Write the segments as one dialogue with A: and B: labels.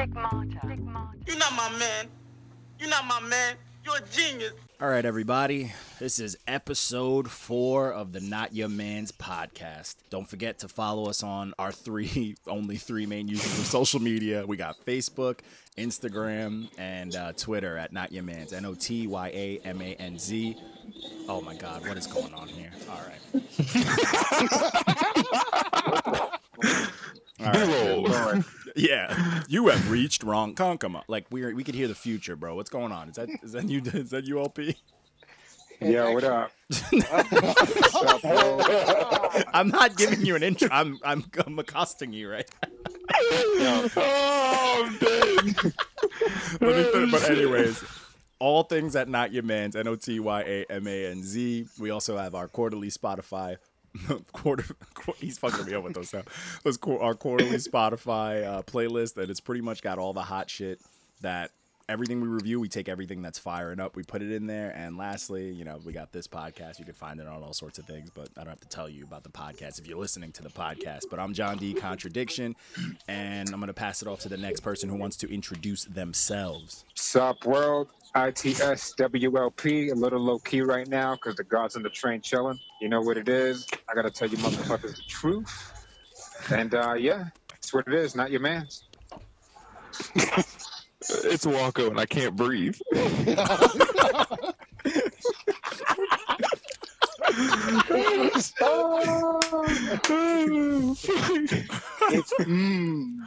A: You're not my man. You're not my man. You're a genius.
B: All right, everybody. This is episode four of the Not Your Man's podcast. Don't forget to follow us on our three, only three main uses of social media. We got Facebook, Instagram, and uh, Twitter at Not Your Man's. N O T Y A M A N Z. Oh my God, what is going on here? All right. All right. Yeah, you have reached wrong concoma. Like we are, we could hear the future, bro. What's going on? Is that is that you? Is that ULP?
C: Yo, what up?
B: I'm not giving you an intro. I'm I'm, I'm accosting you right. Let me finish- but anyways, all things at Not Your Man's N O T Y A M A N Z. We also have our quarterly Spotify. quarter, qu- he's fucking me up with those now. Those qu- our quarterly Spotify uh, playlist that it's pretty much got all the hot shit that everything we review. We take everything that's firing up, we put it in there, and lastly, you know, we got this podcast. You can find it on all sorts of things, but I don't have to tell you about the podcast if you're listening to the podcast. But I'm John D. Contradiction, and I'm gonna pass it off to the next person who wants to introduce themselves.
C: Sup, world? ITS WLP, a little low key right now because the guards on the train chilling. You know what it is. I gotta tell you, motherfuckers, the truth. And uh, yeah, it's what it is. Not your man's.
D: It's Walker and I can't breathe.
C: It's mm.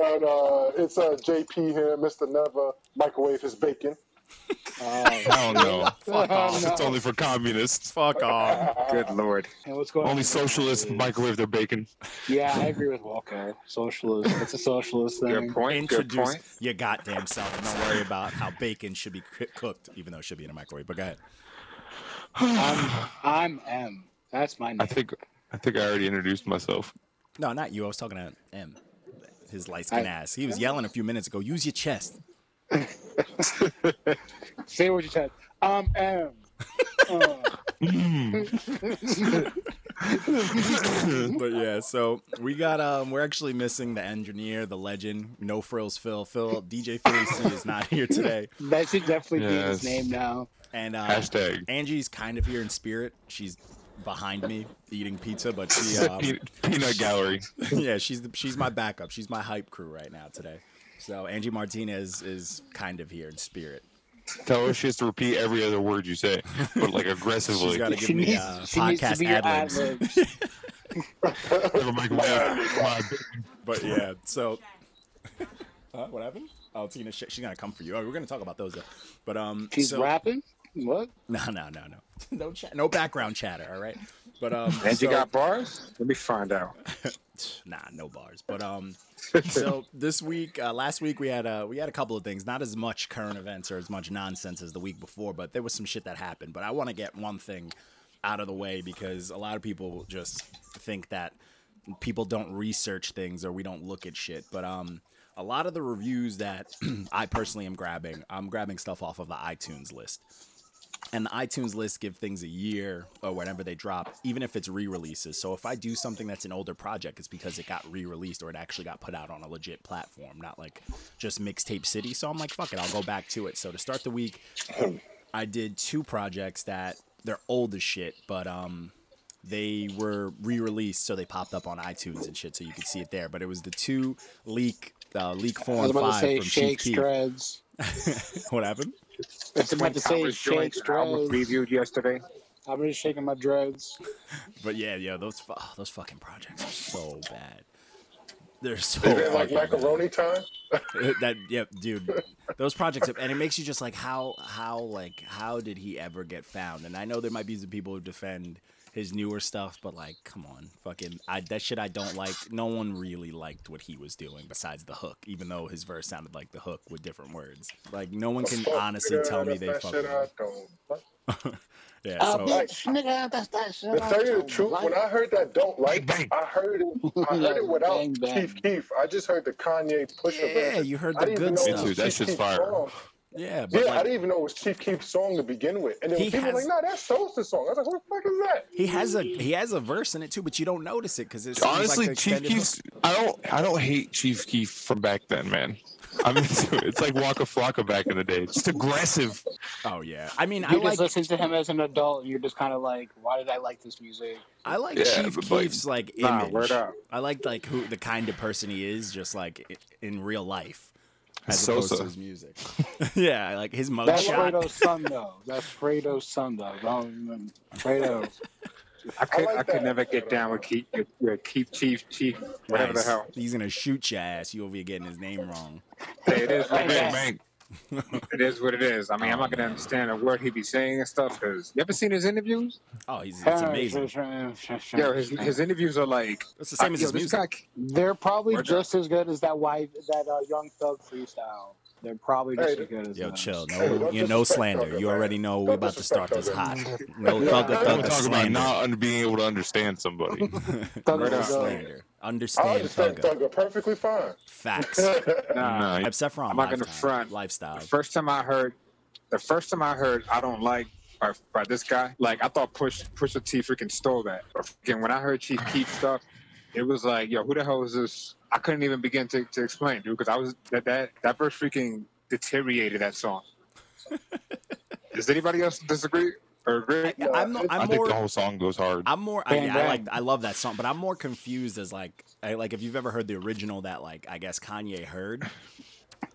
E: And uh, it's uh, JP here, Mr. Never. Microwave his bacon.
D: I don't know.
B: Fuck off.
D: It's only for communists.
B: Fuck off.
C: good lord.
F: And what's going
D: Only
F: on?
D: socialists microwave their bacon.
F: Yeah, I agree with Walker. Socialist. It's a socialist
C: Good
F: thing.
C: point. Good
B: Introduce
C: point.
B: your goddamn self and don't worry about how bacon should be c- cooked, even though it should be in a microwave. But go ahead.
F: I'm, I'm M. That's my name.
D: I think I think I already introduced myself.
B: No, not you. I was talking to M, his light skin
F: I-
B: ass. He was yelling a few minutes ago. Use your chest.
F: Say what you said. I'm M. Uh,
B: but yeah, so we got um we're actually missing the engineer, the legend, no frills Phil. Phil DJ Philly C is not here today.
F: that should definitely be his
D: Yes.
F: name now.
B: And uh
D: Hashtag.
B: Angie's kind of here in spirit. She's behind me eating pizza, but she um,
D: Pe- Peanut gallery.
B: yeah, she's the, she's my backup. She's my hype crew right now today. So Angie Martinez is kind of here in spirit.
D: Tell her she has to repeat every other word you say, but like aggressively.
B: She's got to give
F: She
B: me
F: needs,
B: uh,
F: she needs to
B: podcast
F: be your
B: ad libs.
F: ad-libs.
D: Never microwave my bacon.
B: But yeah, so uh, what happened? Oh, Tina, she, she's gonna come for you. Oh, we're gonna talk about those. Though. But um,
F: She's
B: so,
F: rapping? What?
B: No, no, no, no, no chat, no background chatter. All right, but um,
C: And
B: so-
C: you got bars? Let me find out.
B: nah, no bars. But um, so this week, uh, last week we had uh, we had a couple of things. Not as much current events or as much nonsense as the week before, but there was some shit that happened. But I want to get one thing out of the way because a lot of people just think that people don't research things or we don't look at shit. But um, a lot of the reviews that I personally am grabbing, I'm grabbing stuff off of the iTunes list and the iTunes list give things a year or whenever they drop, even if it's re-releases. So if I do something that's an older project, it's because it got re-released or it actually got put out on a legit platform, not like just mixtape city. So I'm like, fuck it, I'll go back to it. So to start the week, I did two projects that they're old as shit, but um they were re-released so they popped up on iTunes and shit so you could see it there. But it was the two leak uh, leak
F: I was
B: form
F: about to
B: five
F: say
B: from Chief
F: shakes,
B: Keef.
F: dreads.
B: What happened?
F: It's about to say shake
C: I was
F: dreads.
C: reviewed yesterday.
F: I'm just shaking my dreads.
B: But yeah, yeah, those fu- oh, those fucking projects are so bad. They're so
E: Is it like
B: fucking bad.
E: macaroni time?
B: that yep, dude. Those projects, and it makes you just like how how like how did he ever get found? And I know there might be some people who defend his newer stuff, but like, come on, fucking, I that shit I don't like. No one really liked what he was doing besides the hook, even though his verse sounded like the hook with different words. Like no one can
E: Fuck
B: honestly
E: that,
B: tell me
E: that's
B: they
E: that
B: fuck.
E: shit
B: with
E: I
B: him.
E: don't like.
B: Yeah,
F: Uh,
B: so
F: Oh, nigga, that's that shit.
E: To tell you the truth, when I heard that don't like,
D: Bang, bang.
E: I heard it. I heard it without
F: Bang, bang.
E: Keith Keith. I just heard the Kanye push up.
B: yeah, you heard
E: I
B: the
E: didn't even
B: good
E: know
D: Me
E: it
B: stuff.
D: too,
E: was
D: that
E: Keith
D: shit's
E: Keith
D: fire.
E: song.
B: Yeah,
E: Yeah,
B: but
E: I
B: like,
E: didn't even know it was Chief Keef's song to begin with. And then
B: He
E: people were
B: has-
E: like, nah, that's Sosa's song. I was like, what the fuck is that?
B: he has a he has a verse in it too, but you don't notice it because it's
D: Honestly,
B: like the
D: Chief
B: extended hook.
D: Keef's. I don't. I don't hate Chief Keef from back then, man. I'm into it. It's like Waka Flocka back in the day. It's just aggressive.
B: Oh yeah, I mean, I
F: You
B: like
F: just listen to him as an adult, and you're just kind of like, why did I like this music?
B: I like
D: Yeah,
B: Chief
D: but, like,
B: Keef's like
C: nah,
B: image.
C: word up.
B: I like like who the kind of person he is, just like i- in real life, as
D: Sosa.
B: opposed to his music. yeah, like his
F: That's
B: mugshot.
F: Fredo's son, though. That's Fredo's son, though. Don't Fredo.
C: I could, I,
E: like
C: could
E: that.
C: never get down with keep, with, with keep chief, chief, whatever
B: Nice.
C: the hell.
B: He's gonna shoot your ass. You over here getting his name wrong.
C: Hey, it is what it
D: Bang,
C: is.
D: bang.
C: It is what it is. I mean, I'm not
B: Um,
C: gonna understand a word he be saying and stuff. Cause you ever seen his interviews?
B: Oh, he's it's amazing.
C: Yo, his his interviews are like
B: It's the same as
C: yo,
B: his
C: this
B: music.
C: guy
F: They're probably
C: Word
F: just as good as that wide that uh, Young Thug freestyle. They're probably just
E: Hey,
F: as good as
B: Yo,
F: them.
B: chill.
E: Hey,
B: No,
E: don't
B: you no
E: disrespect
B: slander.
E: Thugger,
B: You
E: man.
B: already know we
E: Don't
B: about to start
E: disrespect
B: this
E: Thugger.
B: hot. No
E: Yeah.
B: thugger,
E: Don't
D: We're
B: thugger,
D: talking about
B: slander.
D: not un- being able to understand somebody.
F: Thug
B: No
C: Right on.
F: is good.
B: slander.
E: I
B: Understand
E: understand
B: thugger.
E: Thugger perfectly fine.
B: Facts.
C: nah.
D: Nah,
B: Except for on
C: I'm not gonna
B: lifetime.
C: front.
B: lifestyle.
C: The first time I heard, the first time I heard, I don't like by, by this guy. Like I thought Push Pusha T freaking stole that. But freaking when I heard Chief Keef stuff, it was like, yo, who the hell is this? I couldn't even begin to, to explain, dude, because I was that that that verse freaking deteriorated that song. Does anybody else disagree or agree?
B: I- I'm, no-
D: I
B: I'm
D: think the
B: more.
D: whole song goes hard.
B: I'm more. I,
F: Bang,
B: yeah, I like.
F: bang.
B: I love that song, but I'm more confused as like, I, like if you've ever heard the original that like I guess Kanye heard.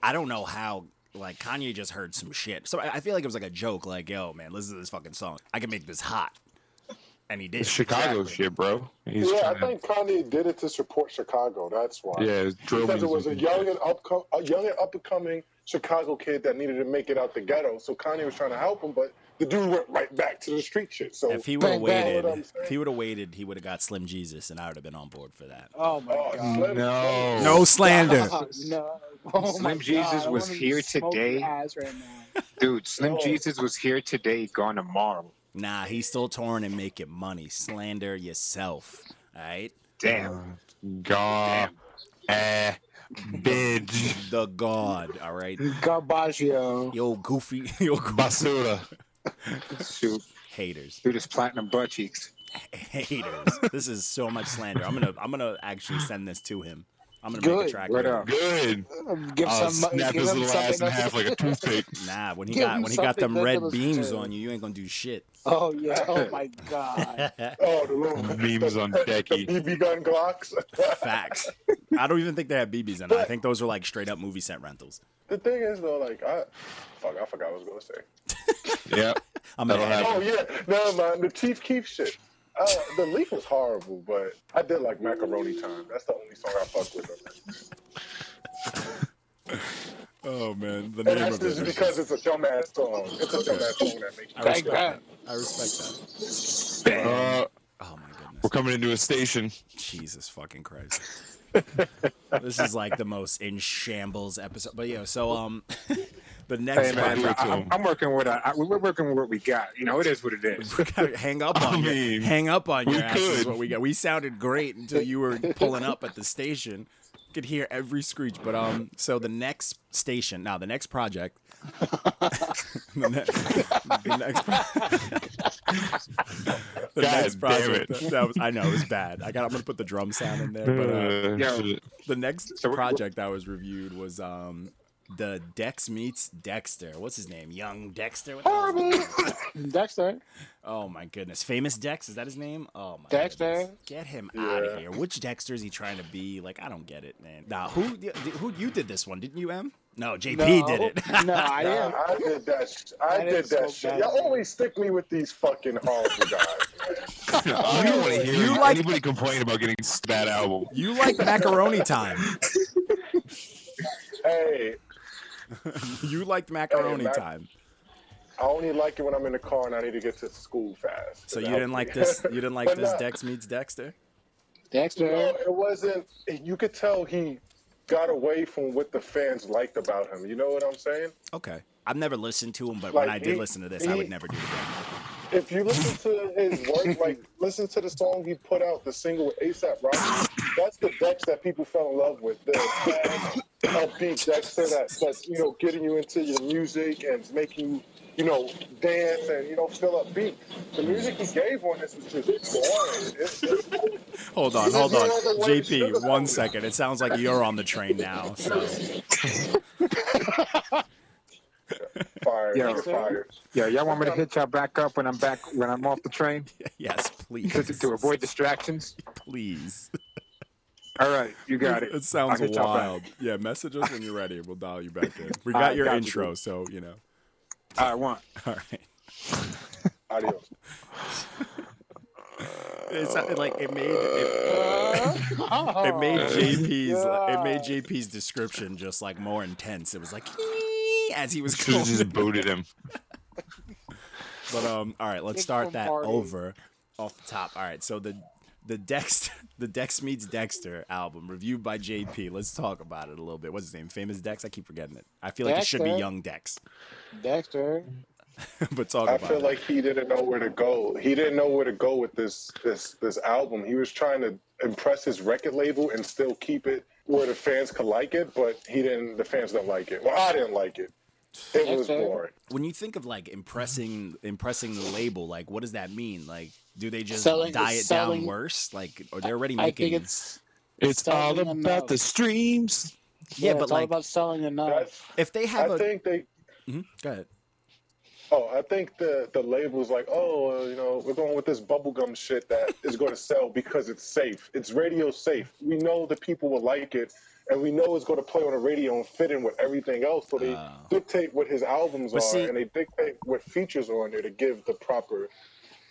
B: I don't know how. Like Kanye just heard some shit, so I, I feel like it was like a joke. Like, yo, man, listen to this fucking song. I can make this hot, and he did.
D: It's Chicago shit, bro. He's
E: yeah, I
D: trying to-
E: think Kanye did it to support Chicago. That's why.
D: yeah, it's drill
E: because it was a
D: music.
E: young and upco- a young and up and coming Chicago kid that needed to make it out the ghetto. So Kanye was trying to help him, but the dude went right back to the street shit. So
B: If he would have
F: Bang, bang.
B: waited,
E: What I'm saying.
B: if he would have waited, he would have got Slim Jesus, and I would have been on board for that.
F: Oh my
E: Oh,
F: god.
E: Slim-
D: No.
B: No slander.
F: Oh, no. Oh my
C: Slim Jesus
F: God, I
C: was
F: wanna
C: here
F: smoke your
C: today.
F: ass right now.
C: Dude, Slim
E: Oh.
C: Jesus was here today, gone tomorrow.
B: Nah, he's still touring and making money. Slander yourself, all right?
C: Damn.
D: God, eh, bitch,
B: The God, all right?
F: Garbaggio.
B: Yo, goofy, yo, go-
D: basura.
C: Shoot.
B: haters,
C: Dude, his platinum butt cheeks.
B: haters. This is so much slander. I'm gonna, I'm gonna actually send this to him. I'm gonna make
F: Good.
B: a track.
C: Word up.
B: of it.
D: Good.
B: Oh,
F: Give
D: I'll
F: some money.
D: snap
F: Give
D: his
F: him
D: little ass in
F: something.
D: half
F: else.
D: like a toothpick.
B: Nah, when he
F: Give
B: got,
F: him
B: when he got them
F: something good
B: red
F: to listen
B: beams
F: to.
B: on you, you ain't gonna do shit.
F: Oh yeah. Oh my god.
E: Oh, the little
D: Memes on
E: the
D: Decky.
E: BB gun Glocks.
B: Facts. I don't even think they had BBs in it. I think those were like straight up movie set rentals.
E: the thing is though, like I, fuck, I forgot what I was gonna say.
D: Yep.
B: I'm gonna
D: That'll
B: add
E: Oh yeah, never mind. The Chief Keef shit. Uh, the leak was horrible, but I did like Macaroni Time. That's the only song I fucked with. on that.
B: Oh man, the
E: And
B: name
E: that's
B: of it.
E: just
B: is
E: because
B: just-
E: it's a dumb ass song. It's a dumb ass song that makes
B: I
E: you.
B: respect
F: Bang, bang.
B: that. I respect that.
D: Uh,
B: Oh my goodness,
D: we're coming into a station.
B: Jesus fucking Christ. this is like the most in shambles episode. But yeah, so um, the next
C: Hey man,
D: do
C: I,
D: it to
C: I'm-
D: him.
C: I'm working with uh, I, we're working with what we got. You know, it is what it is.
B: We gotta hang up
D: I
B: on you.
D: mean,
B: Hang up on
D: we
B: your ass is
D: could.
B: what we got. We sounded great until you were pulling up at the station. Could hear every screech. But um, so the next station, now the next project, the, ne- the next, pro- the
D: God
B: next
D: damn
B: project.
D: it.
B: That, that was I know it was bad. I got. I'm gonna put the drum sound in there. But uh,
D: Uh,
C: Yeah.
D: shit.
B: the next
C: So we're-
B: project I was reviewed was um the Dex meets Dexter. What's his name? Young Dexter. What the hell is his
F: Horrible.
B: name?
F: Dexter.
B: Oh my goodness, famous Dex is that his name? Oh my
F: Dexter.
B: goodness. get him out of
E: Yeah.
B: here. Which Dexter is he trying to be? Like I don't get it, man. Nah, who di- who you did this one? Didn't you, M? No, JP did it.
F: no, I
E: Nah,
F: am.
E: I did that. Sh- I,
F: I
E: did
F: didn't
E: that
F: smoke
E: shit.
F: that.
E: Y'all always stick me with these fucking horrible guys. man.
D: I don't want to hear
B: you like-
D: anybody complain about getting s- that album.
B: you like macaroni time.
E: hey,
B: you liked macaroni
E: Hey, Mac-
B: time.
E: I only like it when I'm in the car and I need to get to school fast.
B: So
E: That
B: you didn't
E: helps
B: like
E: me.
B: this. You didn't like
E: But
B: this
E: nah.
B: Dex meets Dexter.
F: Dexter.
E: No, it wasn't. You could tell he got away from what the fans liked about him. You know what I'm saying?
B: Okay, I've never listened to him, but when
E: Like,
B: I did
E: he-
B: listen to this, I
E: he-
B: would never do it again.
E: If you listen to his work, like listen to the song he put out, the single with ASAP Rocky, that's the Dex that people fell in love with. The fast, upbeat Dexter that, that's, you know, getting you into your music and making you, you know, dance and, you know, feel upbeat. The music he gave on this was just boring. It's, it's,
B: Hold on, hold on.
E: There's no other way to sugarcoat
B: JP, one
E: it.
B: second. It sounds like you're on the train now. So
E: Fire.
C: Yeah.
E: Yeah. Fire.
C: Yeah, y'all want me to hit y'all back up when I'm back when I'm off the train
B: yes,
C: to,
B: please.
C: to avoid distractions?
B: please.
C: All right, you got it.
B: It sounds
C: I'll hit y'all back.
B: wild. Yeah, message us when you're ready. We'll dial you back in. We
C: All
B: got
C: right,
B: your
C: got you,
B: intro,
C: dude.
B: so you know.
C: I want.
B: All right.
E: Adios.
B: It's not- like it made it, it made uh,
D: Oh,
B: JP's it made JP's description just like more intense. It was like as he was
D: Should
B: going.
D: have just booted him.
B: But um, all right, let's
F: Dick
B: start that
F: Lombardi.
B: over off the top. All right, so the the Dexter the Dex meets Dexter album reviewed by JP. Let's talk about it a little bit. What's his name? Famous Dex. I keep forgetting it. I feel like it should be
F: Dexter.
B: Young Dex,
F: Dexter.
B: but talk
E: I
B: about
E: feel
B: it.
E: like he didn't know where to go. He didn't know where to go with this this this album. He was trying to impress his record label and still keep it where the fans could like it, but he didn't. The fans don't like it. Well, I didn't like it. It was
F: Okay.
E: boring.
B: when you think of like impressing impressing the label, like what does that mean? Like, do they just
F: Selling-
B: diet down
F: selling-
B: worse? Like, or they're already
F: I
B: making?
F: think it's
D: It's all
F: Selling him
D: about
F: out.
D: the streams.
B: yeah,
F: it's
B: but
F: all
B: like,
F: about selling enough.
E: That's,
B: if they Um, have
E: I
B: a
E: think they.
B: Mhm, go ahead.
E: Oh, I think the the label's like, oh, uh, you know, we're going with this bubblegum shit that is going to sell because it's safe. It's radio safe. We know the people will like it, and we know it's going to play on the radio and fit in with everything else. So they
B: Oh.
E: dictate what his albums
B: But
E: are,
B: see-
E: and they dictate what features are on there to give the proper.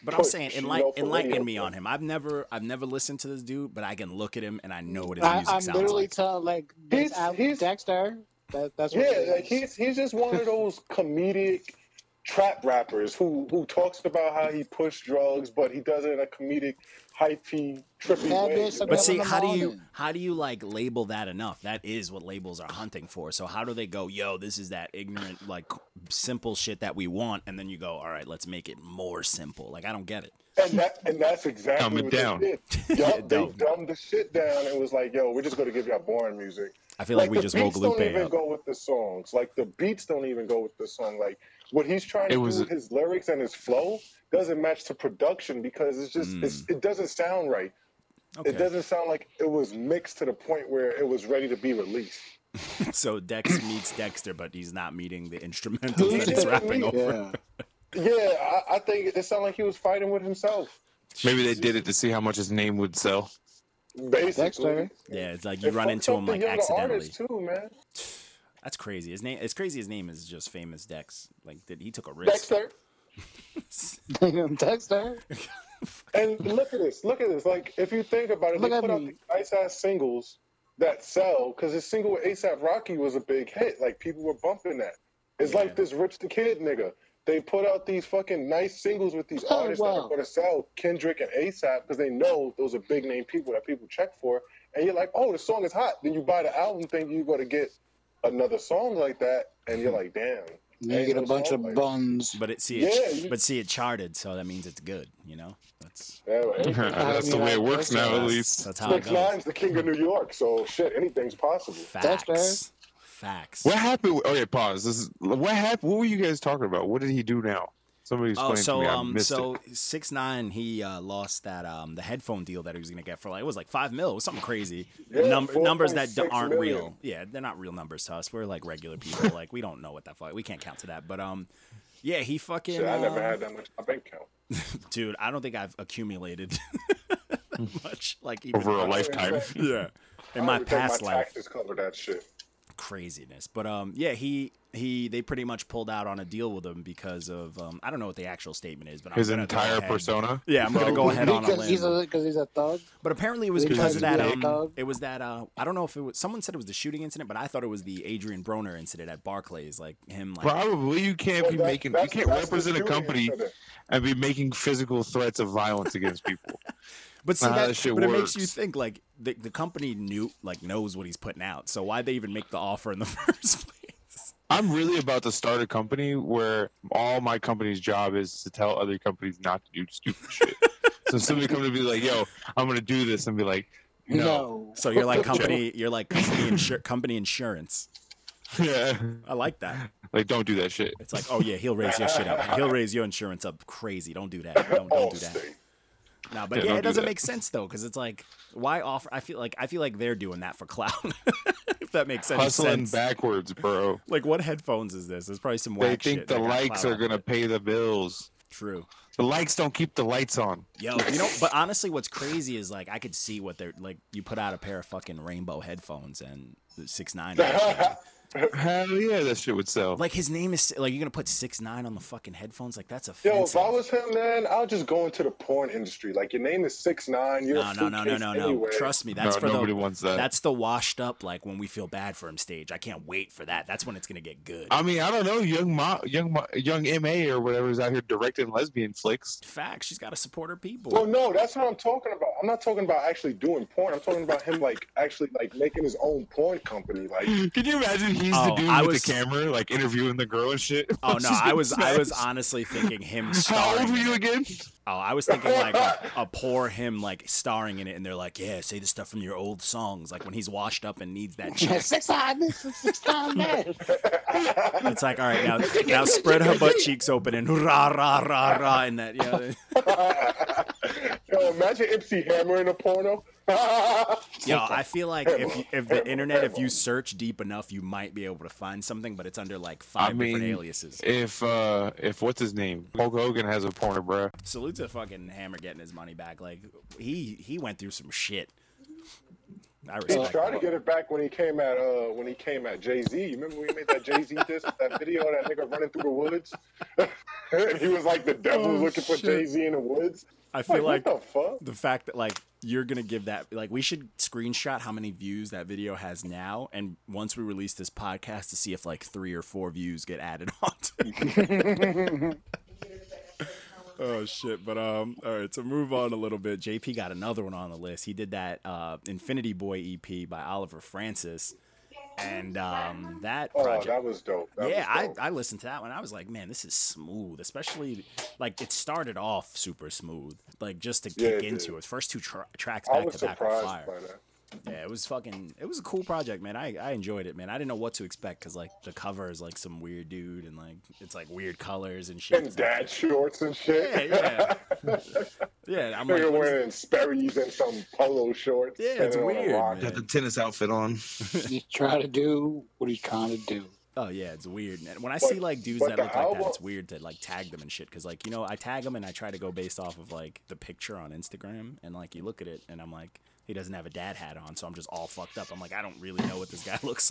B: But I'm
E: push,
B: saying,
E: you
B: enlight,
E: know, for
B: enlighten
E: radio.
B: me on him. I've never, I've never listened to this dude, but I can look at him and I know what his
F: I,
B: music
F: I'm
B: sounds
F: literally
B: like.
F: telling like this
E: He's-
F: al-
E: he's-
F: Dexter. That, that's what it
E: Yeah,
F: is.
E: like he's he's just one of those comedic trap rappers who who talks about how he pushed drugs, but he does it in a comedic, hypey, trippy
F: That
E: way.
F: bitch
E: you
B: but
E: know?
F: Bell
B: see,
F: in the
B: how do you,
F: morning.
B: how do you like label that enough? That is what labels are hunting for. So how do they go, yo, this is that ignorant, like simple shit that we want, and then you go, all right, let's make it more simple. Like I don't get it.
E: And that and that's exactly
D: Dumb it
E: what they
D: down.
E: did.
B: Yeah,
E: Yup, they
B: dumb.
E: dumbed the shit down and was like, "Yo, we're just gonna give y'all boring music."
B: I feel like, we
E: the
B: just woke
E: beats don't
B: Lupe
E: even
B: up.
E: go with the songs. Like the beats don't even go with the song. Like what he's trying
D: It
E: to
D: was-
E: do, his lyrics and his flow doesn't match to production because it's just
D: Mm.
E: it's, it doesn't sound right. It
B: okay.
E: doesn't sound like it was mixed to the point where it was ready to be released.
B: So Dex meets Dexter, but he's not meeting the instrumentals
E: He
B: that he's
E: didn't
B: rapping
E: meet-
B: over.
F: yeah.
E: Yeah, I, I think it sounded like he was fighting with himself.
D: Maybe they did it to see how much his name would sell.
E: Basically,
F: Dexter.
B: Yeah, it's like you
E: It
B: run
E: fucks
B: into
E: up
B: him
E: the
B: like
E: younger
B: accidentally.
E: artists, too, man.
B: That's crazy. His name. It's crazy. His name is just famous Dex. Like that, he took a risk.
E: Dexter.
F: Dexter.
E: And look at this. Look at this. Like, if you think about it,
F: Look
E: they
F: at
E: put out
F: me.
E: these nice ass singles that sell because his single with ASAP Rocky was a big hit. Like, people were bumping that. It's
B: Yeah.
E: like this Rich the Kid nigga. They put out these fucking nice singles with these
F: Oh,
E: artists that
F: wow.
E: are going to sell Kendrick and ASAP because they know those are big name people that people check for. And you're like, oh, the song is hot. Then you buy the album, think you're going to get another song like that. And you're like, damn.
F: Then you
E: ain't
F: get a
E: no
F: bunch
E: song
F: of
E: like
F: buns.
B: But it see, it,
E: Yeah, you-
B: but see, it charted, so that means it's good. You know, that's
E: that. Yeah, everything-
D: That's the
F: mean,
D: way
F: I-
D: it works now, at least.
B: that's how it
E: Six
B: goes.
E: Nine's the king of New York, so shit, anything's possible.
F: That's fair.
B: Facts. Facts.
D: What happened? with- Okay, pause. This is, what happened? What were you guys talking about? What did he do now? Somebody
B: Oh,
D: explain to
B: so
D: me. I
B: um,
D: missed
B: so
D: it.
B: six nine, he uh, lost that um, the headphone deal that he was gonna get for like it was like five mil, it was something crazy.
E: Yeah,
B: Num- numbers that d-
E: 4.6
B: aren't
E: million.
B: real. Yeah, they're not real numbers to us. We're like regular people. like we don't know what that fuck. We can't count to that. But um, yeah, he fucking.
E: Shit, I never
B: uh,
E: had that much in my bank account.
B: dude. I don't think I've accumulated much. Like even
D: Over a lifetime.
B: yeah, in
E: I
B: my
E: would think
B: past
E: my
B: life
E: taxes cover that shit.
B: craziness. But um, yeah, he he they pretty much pulled out on a deal with him because of um, I don't know what the actual statement is, but I'm
D: His
B: gonna go
D: entire
B: ahead-
D: persona.
B: Yeah, I'm gonna go ahead on a
F: Because he's
B: limb.
F: a because he's a thug.
B: But apparently it was
F: Because
B: because
D: he's
B: of that.
F: a
B: Um,
F: thug.
B: it was that. Uh, I don't know if it was. Someone said it was the shooting incident, but I thought it was the Adrian Broner incident at Barclays. Like him, like
D: Probably you can't
E: Well,
D: be
E: that-
D: making. You
E: that's-
D: can't
E: that's the
D: represent a
E: shooting
D: company
E: incident.
D: and be making physical threats of violence against people.
B: But see
D: Nah,
B: that,
D: that shit
B: but it makes you
D: works.
B: think like the, the company knew like knows what he's putting out. So why they even make the offer in the first place?
D: I'm really about to start a company where all my company's job is to tell other companies not to do stupid shit. so if somebody come to be like, "Yo, I'm gonna do this," and be like, No.
F: No.
B: So you're like company, you're like company, insur- company insurance.
D: Yeah.
B: I like that.
D: Like, don't do that shit.
B: It's like, oh yeah, he'll raise your shit up. He'll raise your insurance up crazy. Don't do that. Don't, Oh, don't do that.
E: Allstate.
B: No, but
D: Yeah,
B: yeah,
D: Oh, don't
B: it
D: do
B: doesn't
D: that.
B: make sense though, because it's like, why offer? I feel like I feel like they're doing that for clown. if that makes any
D: Hustling
B: sense.
D: backwards, bro.
B: Like, what headphones is this? There's probably some
D: They
B: whack
D: think
B: shit
D: the
B: that got
D: likes
B: clout
D: are
B: out of
D: gonna
B: it.
D: pay the bills.
B: True.
D: The likes don't keep the lights on.
B: Yo, you know, but honestly, what's crazy is like I could see what they're like. You put out a pair of fucking rainbow headphones and the six nine.
D: Hell yeah, that shit would sell.
B: like his name is like you're gonna put six nine on the fucking headphones. Like that's offensive.
E: Yo, if I was him, man, I'll just go into the porn industry. Like your name is six nine. You're
B: no,
E: a
B: no, no, no,
E: fruitcase
B: no, no.
E: Anyway.
B: Trust me, that's
D: no,
B: for
D: nobody
B: the
D: wants that.
B: that's the washed up like when we feel bad for him stage. I can't wait for that. That's when it's gonna get good.
D: I mean, I don't know, young ma, young ma, young ma or whatever is out here directing lesbian flicks.
B: Fact, she's gotta support her people.
E: Well, no, that's what I'm talking about. I'm not talking about actually doing porn. I'm talking about him like actually like making his own porn company. Like,
D: Can you imagine he's
B: Oh,
D: the dude
B: I
D: with
B: was-
D: the camera, like interviewing the girl and shit?
B: Oh no,
D: She's
B: I was I was
D: smashed.
B: honestly thinking him
D: How
B: starring.
D: old were
B: in
D: you
B: it.
D: again?
B: Oh, I was thinking like a, a poor him like starring in it, and they're like, yeah, say the stuff from your old songs, like when he's washed up and needs that shit.
F: Six on this and six on that.
B: It's like, all right, now now spread her butt cheeks open and rah rah rah rah, and that yeah.
E: yo, imagine Ipsy Hammer in a porno.
B: Yo, I feel like if you- if the internet, if you search deep enough, you might be able to find something, but it's under like five different
D: mean-
B: aliases.
D: If uh, if what's his name, Hulk Hogan has a porno, bruh.
B: Salute to fucking Hammer getting his money back. Like he he went through some shit. I
E: He
B: respect.
E: tried to
B: that.
E: get it back when he came at uh when he came at Jay Z. You remember when he made that Jay Z disc, that video of that nigga running through the woods? he was like the devil looking for Jay Z in the woods.
B: I feel
E: Like,
B: Oh, like
E: what the fuck?
B: the fact that like you're gonna give that like we should screenshot how many views that video has now, and once we release this podcast to see if like three or four views get added on. Oh shit! But um, all right. So move on a little bit. JP got another one on the list. He did that uh, Infinity Boy EP by Oliver Francis, and um, that
E: Oh,
B: project.
E: that was dope. That
B: yeah,
E: was
B: I,
E: dope.
B: I listened to that one. I was like, man, this is smooth. Especially like it started off super smooth. Like just to
E: Yeah,
B: kick
E: it
B: into
E: did.
B: it. First two tra- tracks
E: I
B: back
E: was
B: to back were
E: surprised by
B: fire.
E: that.
B: Yeah, it was fucking. It was a cool project, man. I, I enjoyed it, man. I didn't know what to expect because like the cover is like some weird dude and like it's like weird colors and shit.
E: And
B: It's like-
E: dad shorts and shit.
B: yeah, yeah. yeah, I'm like,
E: Nigga
B: what is-
E: wearing Sperry's and some polo shorts.
B: Yeah,
E: standing
B: it's
E: on a
B: weird,
E: rock.
B: man. Got the
D: tennis outfit on.
F: He's trying to do what he's trying to do.
B: oh yeah, it's weird. And when I
E: But-
B: see like dudes that
E: but the
B: look like
E: album-
B: that, it's weird to like tag them and shit. Cause like you know, I tag them and I try to go based off of like the picture on Instagram, and like you look at it, and I'm like, he doesn't have a dad hat on, so I'm just all fucked up. I'm like, I don't really know what this guy looks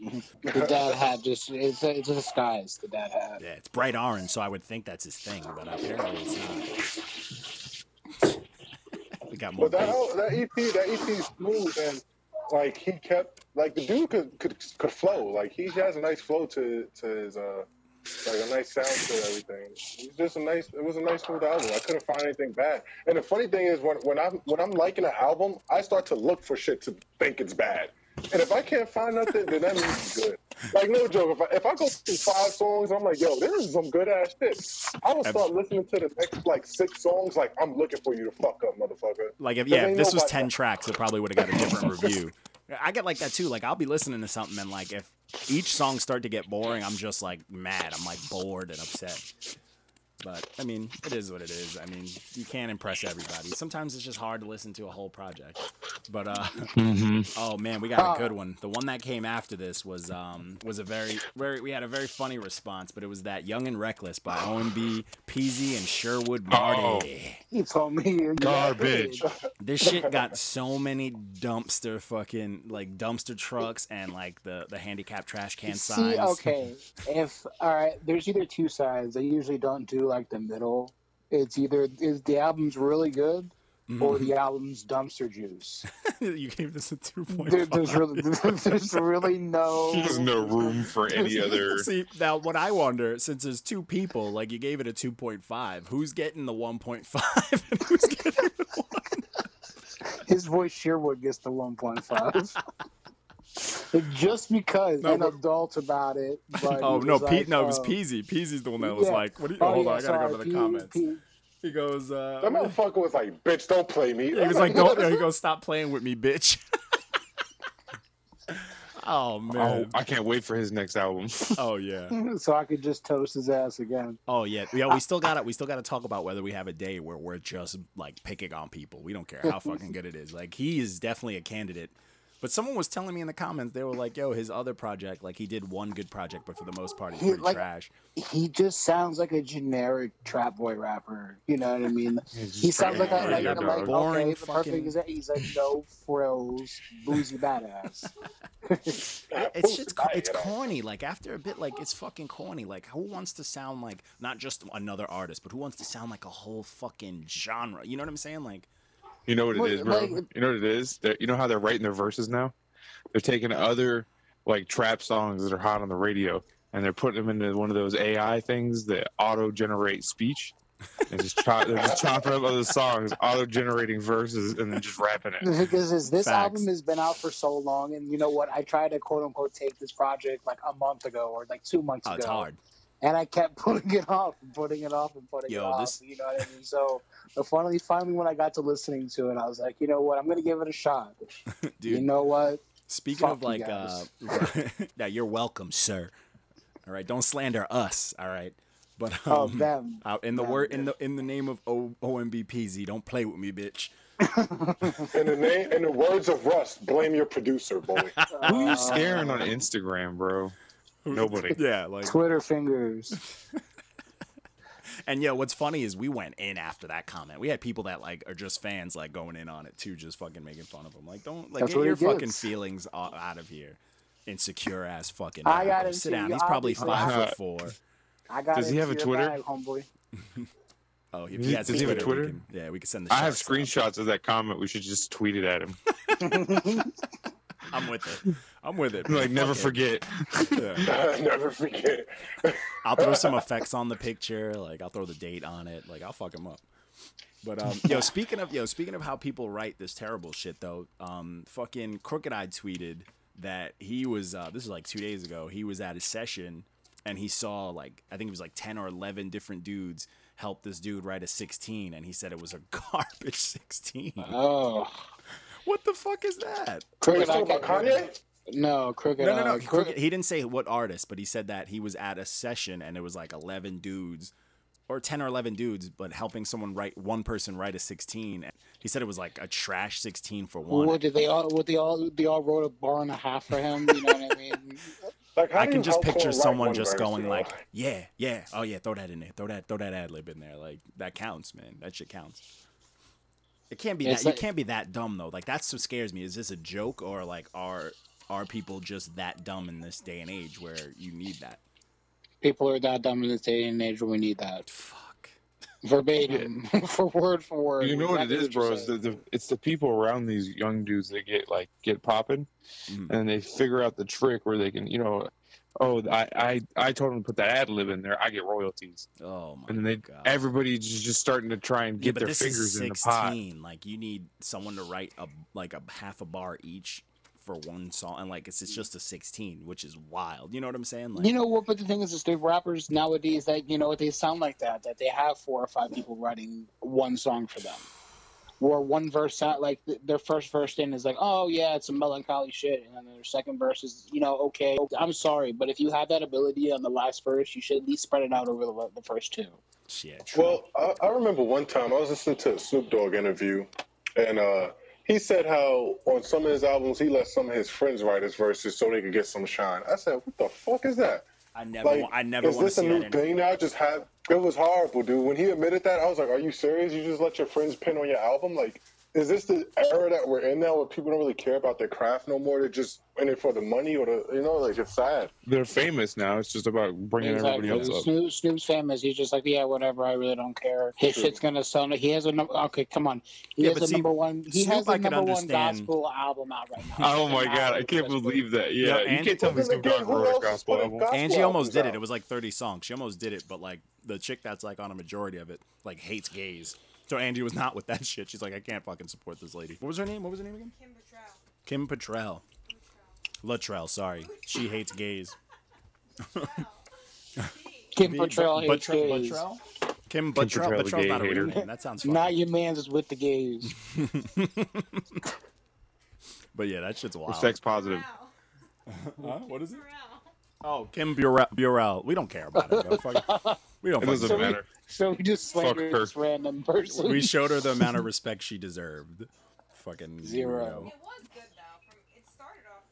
B: like.
F: The dad hat just, it's a, it's a disguise, the dad hat.
B: Yeah, it's bright orange, so I would think that's his thing, but apparently it's not. we got more.
E: But that
B: bait.
E: whole- that EP, that EP is smooth and like he kept like the dude could could could flow. Like he has a nice flow to to his uh like a nice sound to everything. He's just a nice. It was a nice smooth album. I couldn't find anything bad. And the funny thing is when when I'm when I'm liking an album, I start to look for shit to think it's bad. And if I can't find nothing, then that means it's good. Like no joke. If I, if I go through five songs, I'm like, yo, this is some good ass shit. I will start listening to the next like six songs. Like I'm looking for you to fuck up, motherfucker.
B: Like if
E: Cause
B: yeah,
E: they
B: if this
E: know
B: was
E: about
B: ten
E: that.
B: tracks, it probably would have got a different review. I get like that too. Like I'll be listening to something and like if each song start to get boring, I'm just like mad. I'm like bored and upset. But I mean, it is what it is. I mean, you can't impress everybody. Sometimes it's just hard to listen to a whole project. But uh
D: hmm
B: oh man, we
E: Uh,
B: got a good one. The one that came after this was um was a very very we had a very funny response, but it was that Young and Reckless by OMB, Peasy, and Sherwood Marty.
F: He told me.
D: Garbage.
B: This shit got so many dumpster fucking like dumpster trucks and like the the handicap trash can signs.
F: See, okay, if all right, there's either two sides. They usually don't do like the middle. It's either is the album's really good or the album's dumpster juice.
B: Mm-hmm. you gave this a two
F: There,
B: point
F: there's
B: five.
F: really there's really no.
D: There's no room for any other.
B: See now, what I wonder, since there's two people, like you gave it a two point five, who's getting the one point five and who's getting the one?
F: His voice Sherwood gets the 1.5. Just because
B: No,
F: an
B: but-
F: adult about it. But
B: Oh
F: he
B: no,
F: was
B: Pete!
F: like,
B: no, it was
F: oh,
B: Peasy. Peasy's the one that was
F: yeah.
B: like, "What? Are you,
F: Oh,
B: hold
F: yeah,
B: on, I gotta
F: sorry,
B: go to the
F: Pete,
B: comments."
F: Pete.
B: He goes, uh,
E: That motherfucker was like, bitch, don't play me.
B: he was like, don't, he goes, stop playing with me, bitch. oh,
D: Oh,
B: man.
D: I can't wait for his next album.
B: Oh, yeah.
F: so I could just toast his ass again.
B: Oh yeah, yeah.
F: Uh,
B: We still got to We still got to talk about whether we have a day where we're just like picking on people. We don't care how fucking good it is. Like he is definitely a candidate. But someone was telling me in the comments they were like, "Yo, his other project, like he did one good project, but for the most part, he's
F: He,
B: pretty
F: like-
B: trash."
F: He just sounds like a generic trap boy rapper. You know what I mean? He sounds like a
B: boring,
F: like,
B: yeah,
F: I'm like
B: dog.
F: okay,
B: Boring
F: the
B: fucking-
F: perfect exa- he's like no frills, boozy badass.
B: It's just co- it's corny. Like after a bit, like it's fucking corny. Like who wants to sound like not just another artist, but who wants to sound like a whole fucking genre? You know what I'm saying? Like
D: You know what it
F: Wait,
D: is, bro.
F: like-
D: you know what it is? They're- you know how they're writing their verses now? They're taking other like trap songs that are hot on the radio and they're putting them into one of those AI things that auto generate speech. And just chop, they're just chopping up other songs, auto generating verses, and then just rapping it.
F: because this, this
B: Facts.
F: album has been out for so long, and you know what? I tried to quote unquote take this project like a month ago or like two months
B: oh,
F: ago,
B: it's hard.
F: and I kept putting it off and putting it off and putting
B: Yo,
F: it off.
B: this-
F: You know what I mean? So, but finally, finally, when I got to listening to it, I was like, you know what? I'm gonna give it a shot.
B: Dude,
F: You know what?
B: Speaking of
F: Fuck you
B: like, uh, now you're welcome, sir. All right, don't slander us. All right, but um,
F: Oh, them.
B: uh, in the
F: Them,
B: word in
F: yeah.
B: the in the name of o- OMBPZ, don't play with me, bitch.
E: In the name, in the words of Rust, blame your producer, boy.
D: Who
F: Uh,
D: are you scaring on Instagram, bro? Nobody.
B: Yeah, like,
F: Twitter fingers.
B: and yeah, what's funny is we went in after that comment. We had people that like are just fans, like going in on it too, just fucking making fun of them. Like, don't like
F: That's
B: get
F: what
B: your
F: it
B: fucking
F: gets.
B: feelings o- out of here. Insecure ass fucking.
F: I got
B: rapper.
F: it
B: Sit
F: too,
B: down.
F: you
B: He's probably
F: obviously-
B: five
D: Uh,
B: foot four.
F: I got
D: Does he
F: into
D: have a
F: your
D: Twitter?
F: Bag, homeboy.
B: Oh, if he
D: Does he-
B: has
D: does he have a
B: Twitter,
D: Twitter?
B: We can, yeah, we can send the.
D: I have
B: shots out.
D: screenshots of that comment. We should just tweet it at him.
B: I'm with it. I'm with it.
D: Like,
B: man.
D: never
B: Fuck
D: forget.
B: it. Yeah.
E: Never forget.
B: I'll throw some effects on the picture. Like I'll throw the date on it. Like I'll fuck them up. But um, yo, speaking of yo, speaking of how people write this terrible shit though, um, fucking Crooked Eye tweeted that he was. Uh, this is like two days ago. He was at a session and he saw like I think it was like ten or eleven different dudes help this dude write a sixteen, and he said it was a garbage sixteen.
D: Uh-huh.
F: Oh,
B: What the fuck is that?
E: Let's
F: crooked
E: talk
F: eye.
E: about Kanye.
F: No, uh, crooked
B: No, no, no.
F: eye.
B: Crooked, he didn't say what artist, but he said that he was at a session and it was like 11 dudes or 10 or 11 dudes, but helping someone write one person write a 16. He said it was like a trash 16 for one.
F: What did they all? What they all? They all wrote a bar and a half for him. You know what I mean?
E: Like, how
B: I
E: do
B: can
E: you
B: just
E: help
B: picture
E: write
B: someone
E: one
B: just
E: verse,
B: going
E: you know?
B: like, yeah, yeah, oh yeah, throw that in there, throw that, throw that ad lib in there, like that counts, man. That shit counts. It can't be
F: It's
B: that.
F: like-
B: you can't be that dumb though. Like that's what scares me. Is this a joke or like are are people just that dumb in this day and age where you need that?
F: People are that dumb in this day and age when we need that
B: Fuck.
F: verbatim, for word for word.
D: You know what it
F: Exactly
D: is,
F: you
D: bro? It's the,
F: said.
D: the it's the people around these young dudes that get like get popping,
B: Mhm.
D: and they figure out the trick where they can, you know, oh, I I, I told them to put that ad lib in there, I get royalties,
B: Oh my
D: and then they
B: god.
D: everybody just, just starting to try and
B: yeah,
D: get
B: but
D: their
B: this
D: fingers
B: is
D: in the pot.
B: sixteen. Like you need someone to write a like a half a bar each for one song, and like it's, it's just a sixteen, which is wild. You know what I'm saying? Like,
F: You know what? But the thing is, is the rappers nowadays that you know what they sound like that. That they have four or five people writing one song for them, or one verse out. Like th- their first verse in is like, oh yeah, it's some melancholy shit, and then their second verse is, you know, okay, I'm sorry, but if you have that ability on the last verse, you should at least spread it out over the, the first two.
B: shit. true.
E: Well, I, I remember one time I was listening to a Snoop Dogg interview, and uh, he said how on some of his albums he let some of his friends write his verses so they could get some shine. I said, "What the fuck is that?
B: I never,
E: Like,
B: wa- I never
E: is
B: want to
E: this a
B: see
E: new
B: that. In,
E: thing now? Just have it was horrible, dude. When he admitted that, I was like, "Are you serious? You just let your friends pin on your album? Like, is this the era that we're in now where people don't really care about their craft no more? They're just in it for the money or the you know, like it's sad."
D: They're famous now. It's just about bringing everybody else up.
F: Snoop, Snoop's famous. He's just like, yeah, whatever. I really don't care. His shit's gonna sell. He has a number. Okay, come on. He
B: Yeah,
F: has
B: but
F: a
B: see,
F: number one. He
B: Snoop
F: has
B: I
F: a
B: can
F: number one
B: understand.
F: gospel album out right now.
D: Oh my god, I can't believe that. Yeah,
B: Yeah, and-
D: you can't tell me
E: Well, then
D: Snoop
E: again,
D: Dogg
E: who
D: wrote a
E: else is
D: gospel
E: putting
D: album.
E: gospel
B: and she almost
E: albums
B: did
E: out?
B: it. It was like thirty songs. She almost did it, but like the chick that's like on a majority of it, like hates gays. So Angie was not with that shit. She's like, I can't fucking support this lady. What was her name? What was her name again?
G: Kim Betrell.
B: Kim Petrell. Latrell, sorry. She hates gays.
F: Kim
B: B-
F: Petrell
B: But-
F: hates
B: Butrell-
F: gays.
B: Butrell? Kim Buttrell.
D: Cattrall, the
B: Buttrell's
D: gay
B: not a real
D: hater.
B: name. That sounds
F: Not
B: funny.
F: your man's is with the gays.
B: But yeah, that shit's
D: We're
B: wild.
D: sex positive.
B: Huh? What is it?
G: Burrell.
B: Oh, Kim Burrell. Burrell. We don't care about it. Though. Fuck- we don't.
D: It
B: fucking
D: doesn't
B: care.
D: matter.
F: So we just slandered
D: her.
F: this random person.
B: We showed her the amount of respect she deserved. Fucking
F: Zero.
G: It was good though. From it started off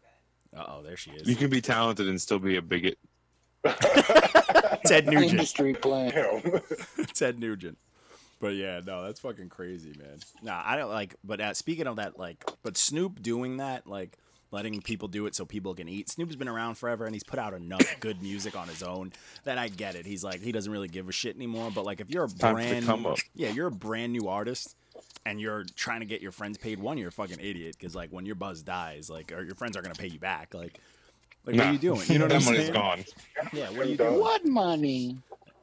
G: good.
B: Uh oh, there she is.
D: You can be talented and still be a bigot.
B: Ted Nugent.
F: industry plan.
E: Damn.
B: Ted Nugent. But yeah, no, that's fucking crazy, man. Nah, I don't like. But uh, speaking of that, like, but Snoop doing that, like, letting people do it so people can eat. Snoop's been around forever, and he's put out enough good music on his own that I get it. He's like, he doesn't really give a shit anymore. But like, if you're a
D: time for the
B: brand,
D: come up.
B: yeah, you're a brand new artist, and you're trying to get your friends paid, one, you're a fucking idiot because like when your buzz dies, like, or your friends are gonna pay you back, like. Like, what
D: Nah.
B: are you doing? You know what I'm
D: that money's
B: saying?
D: gone.
B: Yeah, what are you
E: Done.
B: doing?
F: What money?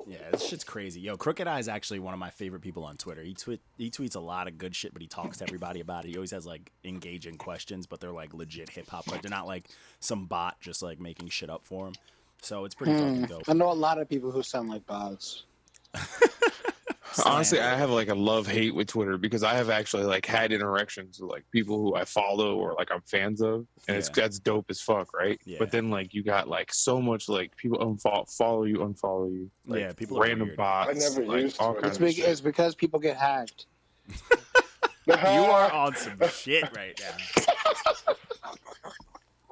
B: Yeah, this shit's crazy. Yo, Crooked Eye is actually one of my favorite people on Twitter. He tweet he tweets a lot of good shit, but he talks to everybody about it. He always has like engaging questions, but they're like legit hip hop. Like they're not like some bot just like making shit up for him. So it's pretty
F: Hmm.
B: fucking dope.
F: I know a lot of people who sound like bots.
D: Honestly,
B: Slam.
D: I have like a love hate with Twitter because I have actually like had interactions with like people who I follow or like I'm fans of, and it's
B: Yeah.
D: that's dope as fuck, right?
B: Yeah.
D: But then like you got like so much like people unfollow, follow you, unfollow you, like,
B: Yeah, people are
D: random
B: weird.
D: bots.
E: I never
D: like,
E: used
D: all
E: Twitter.
D: kinds
F: It's,
D: of
F: be-
D: shit.
F: it's because people get hacked.
B: you are on some shit right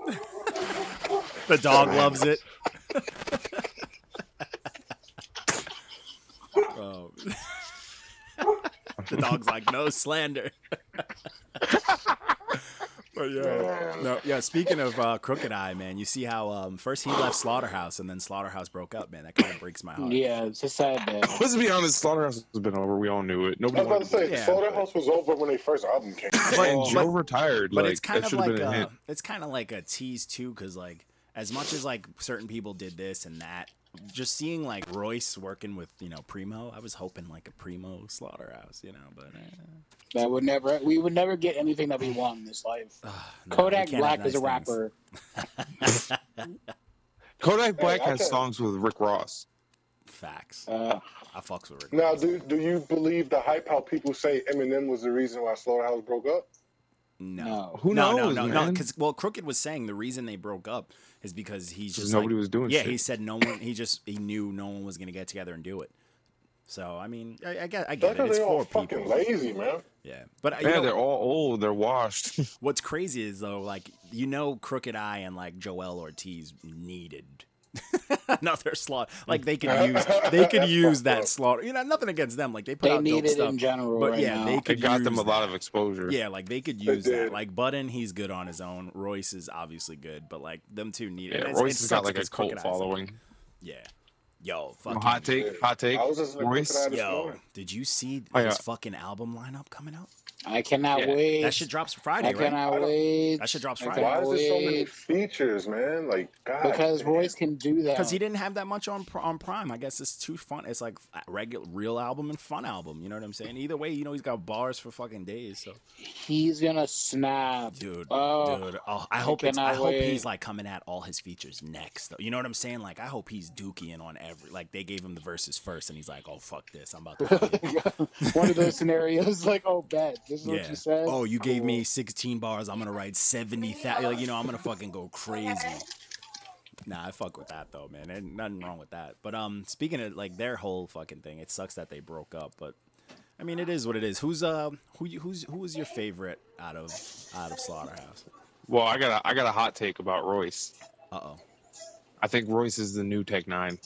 B: now. the dog loves it. oh. the dog's like, no slander. but yeah, no, yeah. Speaking of uh, Crooked Eye, man, you see how um, first he left Slaughterhouse and then Slaughterhouse broke up, man. That kind of breaks my heart.
F: Yeah, it's a sad day.
D: Let's be honest, Slaughterhouse has been over. We all knew it.
E: I
D: Nobody
E: was about to
D: wanted to
E: say,
B: Yeah.
E: Slaughterhouse was over when their first album came. out.
B: But-
D: and
B: but-
D: Joe retired.
B: but
D: like,
B: it's kind
D: that
B: of
D: should have
B: like um,
D: been a hit.
B: a, it's kind of like a tease too because like as much as like certain people did this and that just seeing like royce working with you know primo i was hoping like a primo slaughterhouse you know but eh,
F: That would never. We would never get anything that we want in this life.
B: ah, no, we
F: Kodak
B: can't have
F: Black
B: nice
F: is a
B: things.
F: rapper.
D: Kodak Black
E: I
D: has
E: can-
D: songs with Rick Ross.
B: facts
F: Uh,
B: i fucks with Rick
E: Now,
B: Ross.
E: do do you believe the hype how people say Eminem was the reason why Slaughterhouse broke up?
B: no
F: no.
D: Who
B: no,
D: knows?
B: no, no,
D: man?
B: Because well, Crooked was saying the reason they broke up is because he's just
D: nobody
B: like-
D: was doing
B: Yeah,
D: shit.
B: he said no one. He just he knew no one was gonna get together and do it. So I mean, I, I get, I
E: That
B: get it. It's
E: they all
B: four
E: fucking
B: people.
E: lazy, man.
B: Yeah, but I- you
D: yeah,
B: know,
D: they're all old. They're washed.
B: What's crazy is though, like you know, Crooked Eye and like Joel Ortiz needed another slot. Like they could use they could
E: That's
B: use
E: fucked
B: that
E: up.
B: slaughter. You know, nothing against them. Like they put
F: They
B: out
F: need
B: dope
F: it
B: stuff,
F: in general
B: but
F: right
B: yeah,
F: now.
B: they could
D: it got them
B: use
D: a lot
B: that.
D: of exposure.
B: Yeah, like they could use that.
E: did.
B: Like Budden, he's good on his own. Royce is obviously good, but like them two need
D: Yeah,
B: it. It's-
D: Royce
B: it sucks
D: has got like a
B: because
D: cult
B: Crooked Eye's, like-
D: following.
B: yeah, yo, fucking
D: Hot take, hot take.
E: I was just looking
D: Royce,
E: at it this
B: Yo,
E: morning.
B: did you see
D: Oh,
B: his
D: yeah.
B: fucking album lineup coming out?
F: I cannot
D: Yeah,
F: wait.
B: That shit drops Friday,
F: I
B: right?
F: cannot
E: I don't-
F: wait.
B: That shit drops
F: I
B: Friday.
E: Why is there so many
F: Wait.
E: features, man? Like, God.
F: because
E: damn.
F: Royce can do that.
B: because he didn't have that much on Pr- on Prime. I guess it's too fun. It's like a regular real album and fun album. You know what I'm saying? Either way, you know he's got bars for fucking days. So,
F: He's gonna snap.
B: dude,
F: Oh.
B: dude, oh, I hope it's, I
F: cannot
B: hope
F: wait.
B: he's like coming at all his features next. Though. You know what I'm saying? Like I hope he's dooking on every. Like they gave him the verses first, and he's like, oh fuck this, I'm about to. fucking-"
F: One of those scenarios, like, oh, bet this is what
B: yeah.
F: you said.
B: Oh, you gave me
F: Cool.
B: 16 bars. I'm gonna write 70,000. Like, you know, I'm gonna fucking go crazy. Nah, I fuck with that though, man. And nothing wrong with that. But um, speaking of like their whole fucking thing, it sucks that they broke up. But I mean, it is what it is. Who's uh, who you- who's who was your favorite out of out of Slaughterhouse?
D: Well, I got a, I got a hot take about Royce.
B: Uh oh,
D: I think Royce is the new Tech Nine.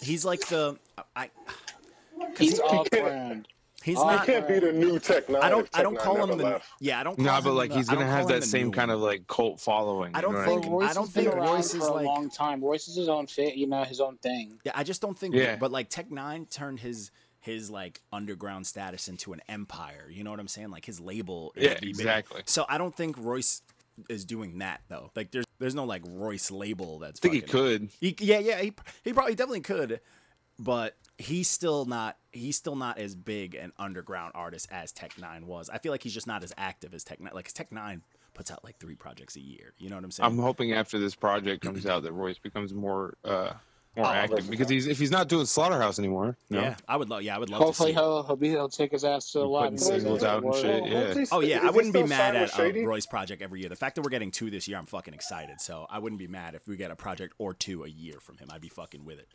B: he's like the I
F: He's off brand.
B: he's
F: Oh,
E: He
B: not.
E: can't be the new Tech Nine.
B: I don't
E: if
B: I
E: Tech
B: don't
E: Nine
B: call
E: never
B: him the
E: left.
B: yeah I don't. Call
D: Nah,
B: him
D: but like
B: the-
D: he's
B: I don't
D: gonna
B: call
D: have
B: him
D: that
B: the
D: same
B: new
D: kind of
B: one.
D: like cult following.
B: I
D: you
B: don't
D: know what
B: think-
D: mean?
F: But Royce
B: I don't
F: has been
B: think
F: around
B: Royce
F: for
B: is
F: a
B: like-
F: long time. Royce is his own fit, you know, his own thing.
B: Yeah, I just don't think.
D: Yeah.
B: But like Tech Nine turned his his like underground status into an empire. You know what I'm saying? Like his label. is
D: Yeah,
B: the big-
D: exactly.
B: So I don't think Royce is doing that though. Like there's there's no like Royce label that's.
D: I think he
B: fucking-
D: could.
B: He, yeah, yeah, he he probably definitely could, but he's still not he's still not as big an underground artist as Tech Nine was. I feel like he's just not as active as Tech Nine. Like Tech Nine puts out like three projects a year. You know what I'm saying?
D: I'm hoping after this project comes out that Royce becomes more uh, More
B: Oh,
D: active
E: listen,
D: because
E: no.
D: he's if he's not doing Slaughterhouse anymore. No.
B: Yeah, I would love. Yeah, I would love
F: Hopefully
B: to see. it.
F: he'll he'll be he'll take his ass to the
D: He's
F: lot.
D: putting
F: and
D: singles
F: say,
D: out and
F: "Well,
D: shit, yeah.
E: Who's he
B: Oh
E: st-
B: yeah, I
E: is he
B: wouldn't be
E: still
B: mad
E: signed with
B: at a
E: Shady?
B: Roy's project every year. The fact that we're getting two this year, I'm fucking excited. So I wouldn't be mad if we get a project or two a year from him. I'd be fucking with it.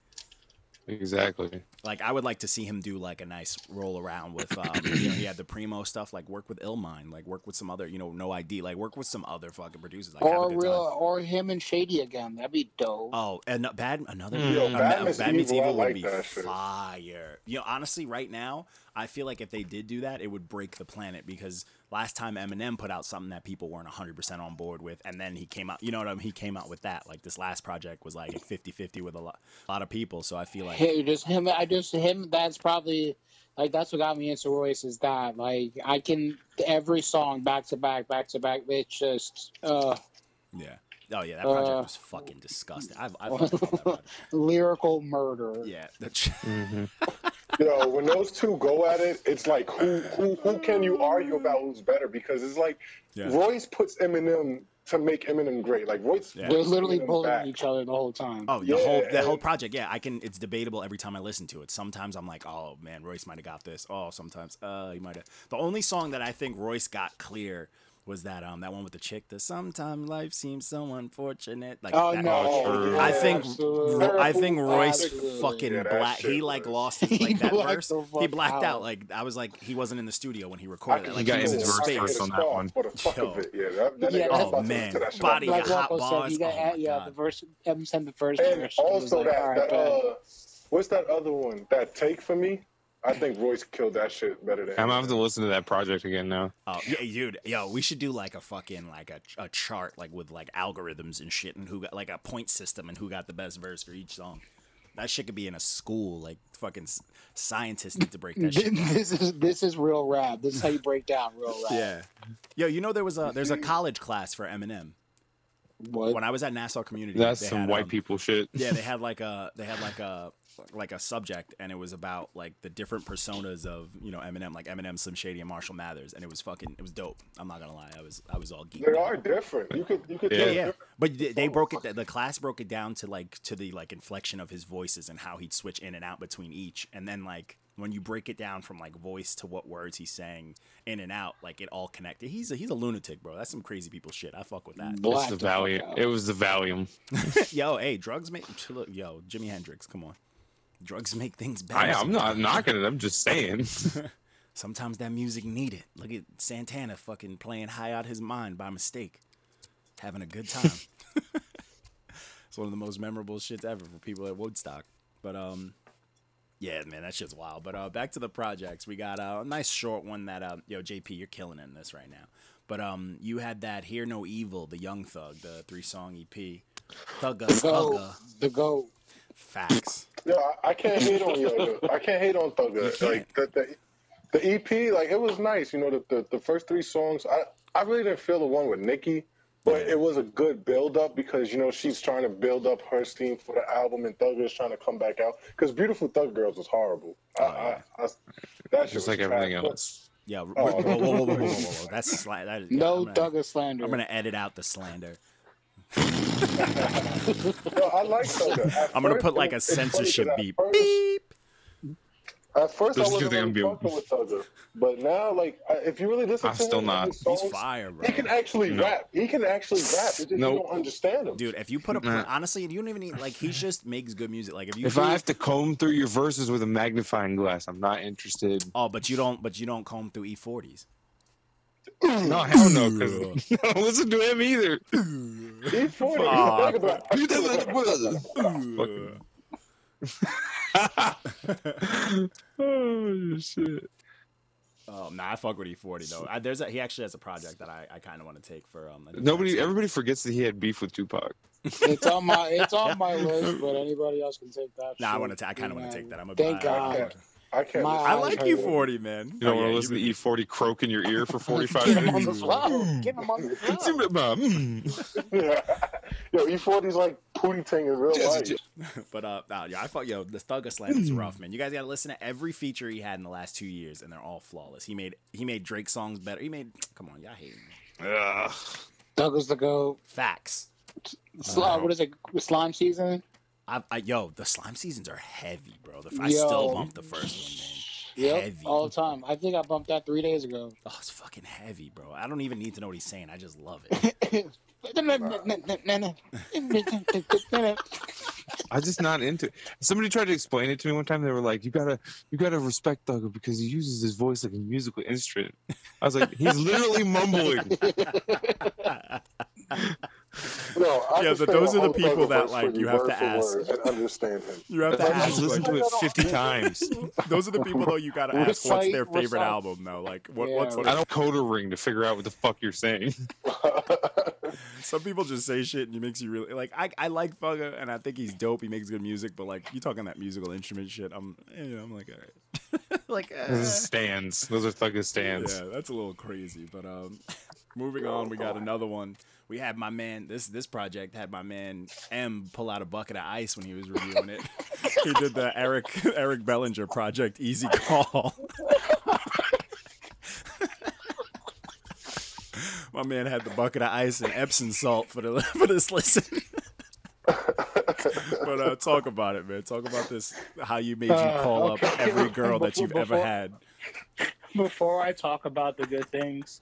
D: Exactly.
B: Like I would like to see him do like a nice roll around with. Um, you know, he had the primo stuff. Like work with Illmind. Like work with some other. You know, no ID. Like work with some other fucking producers. Like have a
F: Or
B: good time.
F: Oh, real, or him and Shady again. That'd be dope.
B: Oh, and a bad another
F: Hmm.
D: Mm.
E: Yo,
B: a ma-
E: Bad
B: a
E: Miss
B: Bad Meets
E: Evil, I
B: Evil would
E: like
B: be
E: that shit.
B: fire. You know, honestly, right now, I feel like if they did do that, it would break the planet because last time Eminem put out something that people weren't 100% on board with, and then he came out, you know what I mean? He came out with that. Like, this last project was like 50 50 with a lot, lot of people, so I feel like.
F: Hey, just him. I just him. That's probably like that's what got me into Royce is that like I can every song back to back, back to back. It's just uh,
B: Yeah. Oh, yeah, that project
F: Uh,
B: was fucking disgusting. I, I fucking love that project.
F: lyrical murder.
B: Yeah. the- Mm-hmm.
D: hmm
E: Yo, when those two go at it, it's like who who who can you argue about who's better? Because it's like
B: Yeah.
E: Royce puts Eminem to make Eminem great. Like Royce,
B: Yeah.
F: They're literally
E: Eminem
F: bullying
E: back.
F: each other the whole time.
B: Oh, the whole
E: Yeah,
B: the whole
E: and-
B: project. Yeah, I can. It's debatable every time I listen to it. Sometimes I'm like, oh man, Royce might have got this. Oh, sometimes, uh, he might have. The only song that I think Royce got clear was that um that one with the chick. The sometimes life seems so unfortunate. Like,
F: oh
B: that,
F: no!
D: Oh, true.
B: I think
F: Absolutely.
B: Ro- I think
E: Terrible
B: Royce
E: attitude.
B: fucking
E: Yeah, that
B: black.
E: shit
B: He like
E: was-
B: lost his
F: He
B: like that
F: blacked
B: verse.
F: the
B: He
F: fuck
B: blacked out.
F: out.
B: like I was like he wasn't in the studio when he
E: I
B: recorded
E: could
B: that. Like
D: He got
B: he was
D: in
E: feel-
B: in
D: his
E: I could hit
D: verse
B: space.
E: a
D: on that one.
E: spot For the fuck
B: Yo.
E: of it, yeah. That, that
F: Yeah,
E: nigga
F: that's-
E: was about to
B: man.
E: tear that shit
B: Body
E: up.
F: Like
B: hot
F: Rocco said,
B: bars.
F: he got
B: Oh, my
F: yeah
B: God.
F: the verse. Em sent the first
E: And
F: verse. He was
E: also
F: like,
E: that
F: "All right,
E: that
F: bet."
E: uh, what's that other one? That take for me. I think Royce killed that shit better than.
D: I'm gonna have to
E: Eminem.
D: listen to that project again now.
B: Oh, yeah, dude, yo, we should do like a fucking like a, a chart like with like algorithms and shit and who got like a point system and who got the best verse for each song. That shit could be in a school. Like fucking s- scientists need to break that
E: oh.
B: shit. down.
F: this is this is real rap. This is how you break down real rap.
B: Yo, you know there was a there's a college class for Eminem.
F: What?
B: When I was at Nassau Community,
D: That's
B: they
D: some
B: had,
D: white
B: um,
D: people shit.
B: yeah they had like a they had like a like a subject and it was about like the different personas of you know eminem like eminem slim shady and marshall mathers and it was fucking it was dope i'm not gonna lie i was i was all geeked
E: They
B: out.
E: are different. You could you could
D: Yeah.
B: yeah,
E: tell
B: yeah. But they, they
E: Oh,
B: broke it. The class broke it down to like to the like inflection of his voices and how he'd switch in and out between each. And then like when you break it down from like voice to what words he's saying in and out, like it all connected. He's a, he's a lunatic, bro. That's some crazy people shit. I fuck with that.
D: It's the
F: the fuck
D: Valium.
F: out.
D: It was the Valium.
B: yo, hey, drugs make look, yo Jimi Hendrix. Come on, drugs make things better.
D: I, I'm not
B: sometimes.
D: knocking it. I'm just saying.
B: Sometimes that music need it. Look at Santana fucking playing high out his mind by mistake, having a good time. it's one of the most memorable shits ever for people at Woodstock. But um, yeah, man, that shit's wild. But uh, back to the projects. We got uh, a nice short one that uh, yo JP, you're killing in this right now. But um, you had that "Hear No Evil," the Young Thug, the three song EP, Thugga
F: The goat.
B: Thugga
F: The goat.
B: Facts.
E: Yo, I, I can't hate on yo. I can't hate on
B: You
E: Thugger.
B: can't.
E: Like the, the the EP, like it was nice. You know, the the, the first three songs. I I really didn't feel the one with Nicki, but
B: Yeah.
E: it was a good build up because you know she's trying to build up her steam for the album, and Thugger is trying to come back out because Beautiful Thug Girls was horrible. I,
B: Oh, yeah.
E: I, I, that shit
D: just
E: was
D: like everything
E: trash.
D: else.
B: Yeah. Whoa, whoa, whoa,
E: Oh, okay.
B: whoa, whoa, whoa, whoa, whoa. That's sli- that is, yeah,
F: No
B: I'm
F: yeah,
B: gonna-
F: slander.
B: I'm gonna edit out the slander.
E: Yo, I like Thugger. At
B: I'm gonna
E: first,
B: put
E: it
B: like a
E: was- it's funny 'cause
B: censorship
E: at
B: beep.
E: first-
B: Beep.
E: At first,
D: This
E: I
D: is
E: wasn't
D: just gonna
E: really
D: be-
E: comfortable with Thugger, but now, like, I, if you really listen
D: I'm
E: to him,
D: still
E: and
D: not.
E: his
B: He's
E: songs,
B: fire, bro.
E: He can actually
D: No.
E: rap. He can actually rap. It's just
D: No.
E: you don't understand him.
B: Dude, if you put a
D: Nah.
B: honestly, you don't even need like he just makes good music. Like if you
D: If
B: do-
D: I have to comb through your verses with a magnifying glass, I'm not interested.
B: oh, but you don't, but you don't comb through E E40s.
D: No, hell no, because I don't listen to him either.
E: E forty.
B: Fuck.
E: Think about
D: You
E: it.
D: never will.
B: Ugh.
D: oh shit!
B: Oh, nah, I fuck with E40 though. I, there's a, he actually has a project that I, I kind of want to take for um. I think
D: Nobody,
B: next year.
D: everybody forgets that he had beef with Tupac.
F: It's on my it's on my list, but anybody else can take that.
B: Nah, I
F: shit.
B: want to. I kind of want
F: Yeah.
B: to take that. I'm a.
F: Thank
B: I-
F: God.
E: I can't.
F: My-
E: listen
B: I
E: to
B: like
E: him.
B: E40, man.
D: You don't
B: Oh,
D: want
B: yeah,
D: to listen
B: you-
D: to E40 croak in your ear for 45
F: Get him on
D: minutes.
F: the flow. Get him on the flow.
D: Hmm.
E: Yo, E forty's like Pootie Ting in real life.
B: But uh, nah, yeah, I fuck yo. The Thugger Slam is rough, man. You guys gotta listen to every feature he had in the last two years, and they're all flawless. He made he made Drake songs better. He made come on, y'all hating.
D: Ugh.
F: Douglas the goat.
B: Facts.
F: Sl-
D: Uh,
F: what is it? Slime season.
B: I've, I yo, the slime seasons are heavy, bro. The, I
F: Yo.
B: still bump the first one, man.
F: Yep,
B: heavy.
F: all the time. I think I bumped that three days ago.
B: Oh, it's fucking heavy, bro. I don't even need to know what he's saying. I just love it.
D: I'm just not into it. Somebody tried to explain it to me one time. They were like, "You gotta, you gotta respect Thugger because he uses his voice like a musical instrument." I was like, "He's literally mumbling."
E: No, I
B: Yeah,
E: can
B: but
E: stand
B: those
E: a
B: are the
E: whole
B: people
E: Thugger
B: that,
E: verse
B: like,
E: for
B: you have
E: word
B: to
E: for
B: ask.
E: word and understand him.
B: You have to
D: I just
B: ask.
D: listened to
B: Like,
D: it 50 times.
B: those are the people though you gotta ask what's their
F: Recite,
B: favorite
F: recite.
B: album though. Like what,
F: Yeah,
B: what's
D: I don't code a ring to figure out what the fuck you're saying.
B: Some people just say shit and it makes you really like. I, I like Thugger and I think he's dope. He makes good music, but like you talking that musical instrument shit, I'm you know, I'm like all right, like eh.
D: Those are stands. Those are Thugger stands.
B: yeah, that's a little crazy. But um, moving on, we got another one. We had my man. This this project had my man M pull out a bucket of ice when he was reviewing it. he did the Eric Eric Bellinger project, Easy Call. My man had the bucket of ice and Epsom salt for the for this listen. but uh, talk about it, man. Talk about this. How you made you
F: Uh,
B: call up
F: okay.
B: every girl that you've ever
F: Before-
B: had.
F: Before I talk about the good things,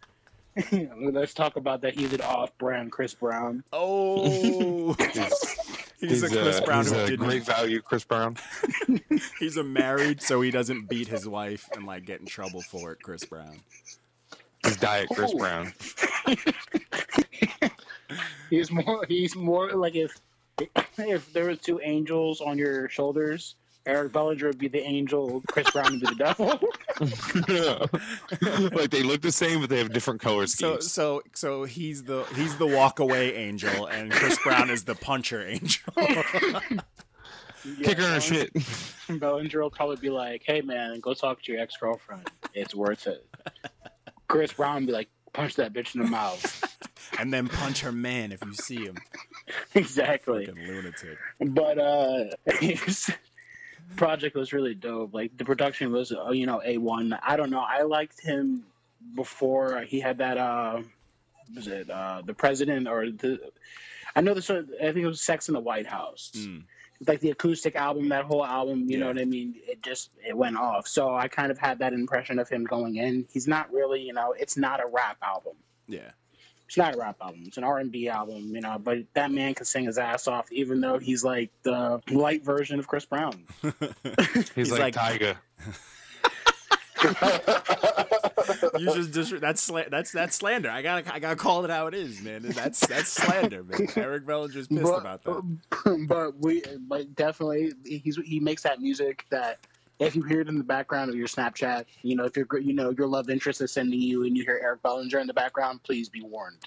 F: let's talk about that he's an off-brand Chris Brown.
B: Oh,
D: He's,
B: he's, a
D: he's uh,
B: Chris Brown
D: he's
B: who
D: a
B: didn't.
D: great value, Chris Brown.
B: He's a married, so he doesn't beat his wife and like get in trouble for it. Chris Brown.
D: He's diet Chris
B: Oh.
F: Ooh.
D: Brown.
F: He's more. He's more like if if there were two angels on your shoulders, Eric Bellinger would be the angel, Chris Brown would be the devil.
D: like they look the same, but they have different color
B: So
D: schemes.
B: so so he's the he's the walk away angel, and Chris Brown is the puncher angel.
D: Kick her in
F: Yeah,
D: her shit.
F: Bellinger will probably be like, "Hey man, go talk to your ex girlfriend. It's worth it." Chris Brown would be like, "Punch that bitch in the mouth."
B: and then punch her man if you see him.
F: exactly.
B: Fucking lunatic.
F: But uh, his project was really dope. Like the production was, uh, you know, a one. I don't know. I liked him before he had that. Uh, was it uh, the president or the? I know this. one- I think it was Sex in the White House.
B: Mm.
F: like the acoustic album, that whole album, you know
B: Yeah.
F: what I mean? It just it went off. So I kind of had that impression of him going in. He's not really, you know, it's not a rap album.
B: Yeah.
F: It's not a rap album. It's an R and B album, you know. But that man can sing his ass off, even though he's like the light version of Chris Brown.
D: He's,
B: He's
D: like,
B: like-
D: Tyga.
B: You just dis- that's sla- that's that's slander. I gotta I gotta call it how it is, man. That's that's slander, man. Eric Bellinger's pissed
F: but,
B: about that.
F: But we, but definitely, he's he makes that music that if you hear it in the background of your Snapchat, you know, if your gr- you know your love interest is sending you, and you hear Eric Bellinger in the background, please be warned.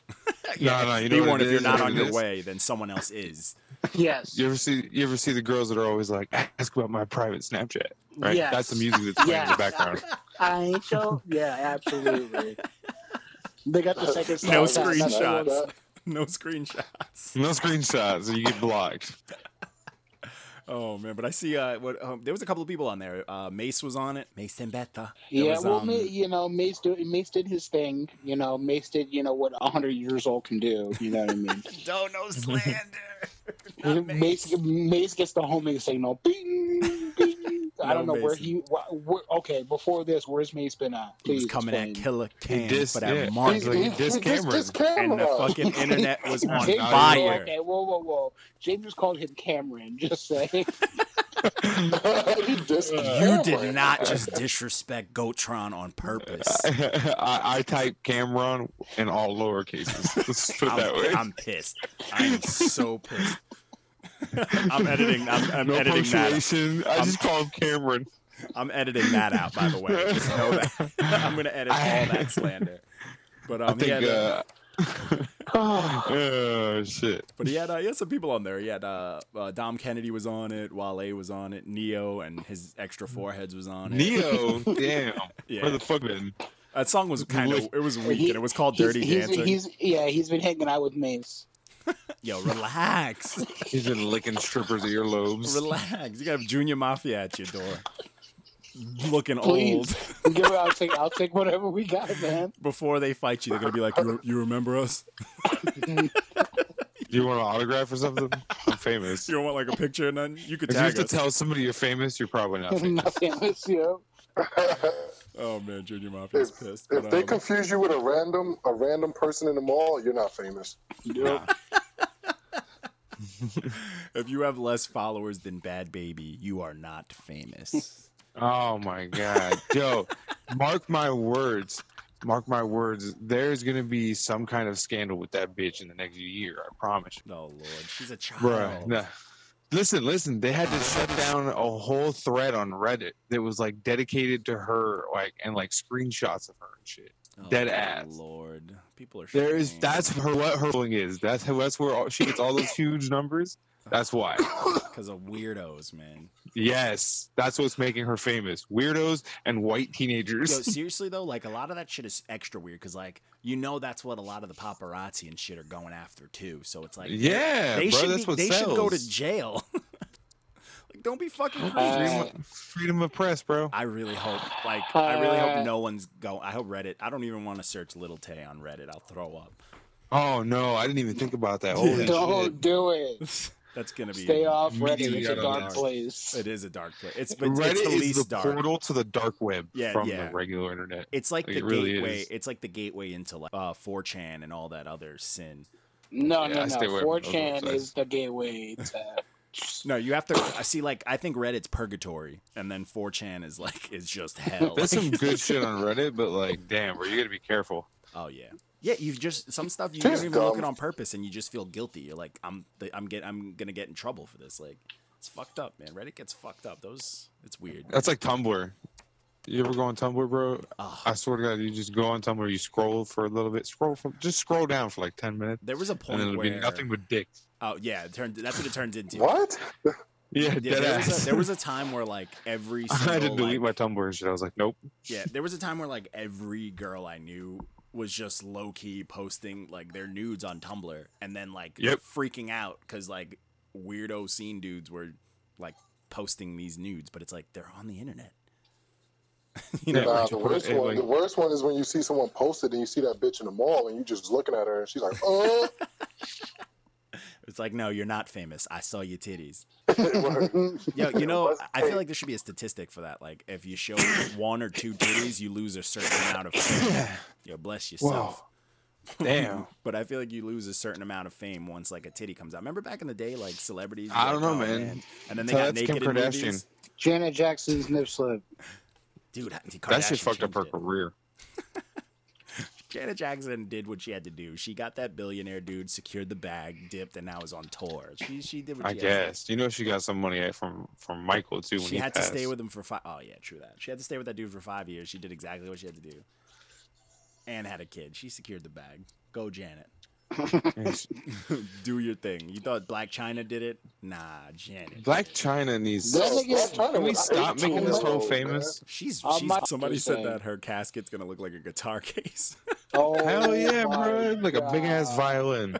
D: No, no, you
B: Be
D: know what
B: warned
D: it
B: if you're
D: is,
B: not
D: what
B: on
D: it
B: your
D: is?
B: way, then someone else is.
F: Yes.
D: You ever see you ever see the girls that are always like, ask about my private Snapchat? Right?
F: Yes.
D: That's the music that's playing in the
F: Yes.
D: background.
F: I ain't show. Yeah, absolutely. They got the second
B: No
F: Snapchat, that's the one
B: screenshots.
F: that-
B: No screenshots.
D: No screenshots, or you get blocked.
B: Oh man, but I see. Uh, what um, there was a couple of people on there. Uh, Mace was on it. Mace and Betha. There
F: Yeah,
B: was,
F: well,
B: um,
F: Ma- you know, Mace, do, Mace did his thing. You know, Mace did, you know, what a 100 years old can do. You know what I mean?
B: don't know slander. Not
F: Mace. Mace, gets the homing signal. Bing, bing. I
B: No
F: don't know where
B: Mason.
F: he. Wh- wh- okay, before this, where's Mace been at?
B: He was
F: Please
B: coming at
F: explain.
B: Killer Cam
D: dissed-
B: for that
D: yeah.
B: mark,
D: He's like, you diss Cameron.
B: and the fucking internet was on
F: James,
B: fire.
F: okay, whoa, whoa, whoa. James just called him Cameron. Just saying.
E: you dis-
B: You did not just disrespect Gotron on purpose.
D: I, I type Cameron in all lower cases. Let's put it
B: I'm,
D: that way.
B: I'm pissed. I'm so pissed. I'm editing. I'm, I'm
D: no
B: editing that.
D: punctuation. I just call him Cameron.
B: I'm editing that out, by the way. Just know that. I'm gonna edit all that slander. But um,
D: I think.
B: he had, uh,
D: Uh, oh shit!
B: but he had, uh, he had some people on there. He had uh, uh, Dom Kennedy was on it, Wale was on it, Neo and his extra foreheads was on it.
D: Neo, damn. Where
B: yeah,
D: the fuck been?
B: that song was kind of it was weak,
F: He-
B: and it was called
F: he's-
B: Dirty
F: he's,
B: Dancing.
F: He's, yeah, he's been hanging out with Mace.
B: Yo, relax,
D: He's been licking strippers' earlobes.
B: relax. You got Junior Mafia at your door, looking
F: Please.
B: old.
F: Give her, I'll take, I'll take whatever we got, man.
B: Before they fight you, they're gonna be like, "You, you remember us?"
D: Do you want an autograph or something? I'm famous.
B: You don't want like a picture and then you could
D: If you have
B: tag
D: to
B: us.
D: tell somebody you're famous, you're probably not famous.
F: Nothing else, you know?
B: oh man, Junior Mafia's pissed.
H: If
B: But,
H: they
B: um,
H: confuse you with a random a random person in the mall, you're not famous.
B: nah. if you have less followers than Bad Baby, you are not famous.
D: Oh my god, yo! Mark my words. Mark my words. There's gonna be some kind of scandal with that bitch in the next year. I promise.
B: oh Lord, she's a child. Oh,
D: Bruh, nah. Listen, listen. They had to shut down a whole thread on Reddit that was like dedicated to her, like and like screenshots of her and shit.
B: Oh,
D: dead ass.
B: Lord, people are.
D: There is
B: ashamed.
D: that's her what her ruling is. That's how that's where all, she gets all those huge numbers. That's why.
B: because of weirdos, man.
D: Yes, that's what's making her famous. Weirdos and white
B: Yo,
D: teenagers.
B: seriously though, like a lot of that shit is extra weird because, like, you know, that's what a lot of the paparazzi and shit are going after too. So it's like,
D: yeah,
B: they
D: bro,
B: should
D: that's
B: be,
D: what
B: they should go to
D: sells.
B: jail. like, don't be fucking crazy.
F: Uh,
D: freedom, freedom of press, bro.
B: I really hope, like, I really
F: Uh,
B: hope no one's go. I hope Reddit. I don't even want to search Little Tay on Reddit. I'll throw up.
D: Oh no, I didn't even think about that. Holy
F: Don't
D: shit.
F: do it.
B: That's gonna be.
F: Stay off Reddit.
D: Media
F: It's a dark
D: dark.
F: place.
B: It is a dark place. It's, but
D: Reddit
B: it's the
D: is
B: least
D: the
B: dark.
D: portal to the dark web
B: Yeah,
D: from
B: yeah.
D: the regular internet.
B: It's like
D: Like,
B: the
D: it really
B: gateway.
D: is.
B: It's like the gateway into like uh, 4chan and all that other sin.
F: No,
D: Yeah, I
F: no,
D: stay
F: no.
D: away from those
F: 4chan
D: websites.
F: is the gateway to.
B: No, you have to I see. Like I think Reddit's purgatory, and then 4chan is like is just hell.
D: There's some good shit on Reddit, but like, damn, bro, you gotta be careful.
B: oh yeah, yeah. You just some stuff you
H: Just
B: don't even look
H: dumb.
B: at on purpose, and you just feel guilty. You're like, I'm the, I'm get I'm gonna get in trouble for this. Like it's fucked up, man. Reddit gets fucked up. Those it's weird.
D: That's like Tumblr. You ever go on Tumblr, bro?
B: Ugh.
D: I swear to God, you just go on Tumblr, you scroll for a little bit, scroll from, just scroll down for like ten minutes,
B: There was a
D: and
B: point
D: it'll
B: where
D: be nothing but dick.
B: oh yeah, it turned that's what it turned into.
H: What?
D: Yeah,
B: Yeah,
D: dead
B: there
D: ass.
B: was, a, there was a time where like every
D: I
B: single,
D: had to delete
B: like-
D: my Tumblr and shit. I was like, nope.
B: Yeah, there was a time where like every girl I knew was just low key posting like their nudes on Tumblr and then like
D: Yep.
B: freaking out because like weirdo scene dudes were like posting these nudes, but it's like they're on the internet. you know,
H: Nah,
D: like,
H: the
D: you put
H: worst
D: it,
H: one.
D: like-
H: the worst one is when you see someone posted and you see that bitch in the mall and you just looking at her and she's like, "Oh,
B: it's like no, you're not famous. I saw your titties.
H: Word.
B: Yo, you know,
H: Let's
B: I feel
H: take-
B: like there should be a statistic for that. Like, if you show one or two titties, you lose a certain amount of. Fame. Yo, bless yourself.
D: Damn.
B: But I feel like you lose a certain amount of fame once like a titty comes out. Remember back in the day, like celebrities. like,
D: I don't know,
B: "Oh,
D: man."
B: And then they
D: So
B: got
D: that's
B: naked in
D: Kim Kardashian.
B: movies.
F: Janet Jackson's nip slip.
B: Dude, I- Kardashian
D: That shit fucked up her
B: changed it.
D: career.
B: Janet Jackson did what she had to do. She got that billionaire dude, secured the bag, dipped, and now is on tour. She she did what
D: I
B: she Had to do.
D: guess. You know, she got some money from from Michael too. When
B: She
D: he
B: had
D: passed.
B: to stay with him for five. Oh yeah, true that. She had to stay with that dude for five years. She did exactly what she had to do, and had a kid. She secured the bag. Go Janet, do your thing. You thought Black China did it? Nah, Janet.
D: Black China needs.
F: That
D: Can
H: Yo,
F: nigga-
H: stop trying to-
D: we
H: I'm
D: stop
H: 18
D: making this
H: years
D: whole
H: old, man.
D: famous?
B: She's,
F: I
B: she's
F: might
B: somebody
F: do
B: said
F: that.
B: that her casket's gonna look like a guitar case.
F: Oh,
D: Hell yeah,
F: my
D: bro! Like a big ass
F: God.
D: violin.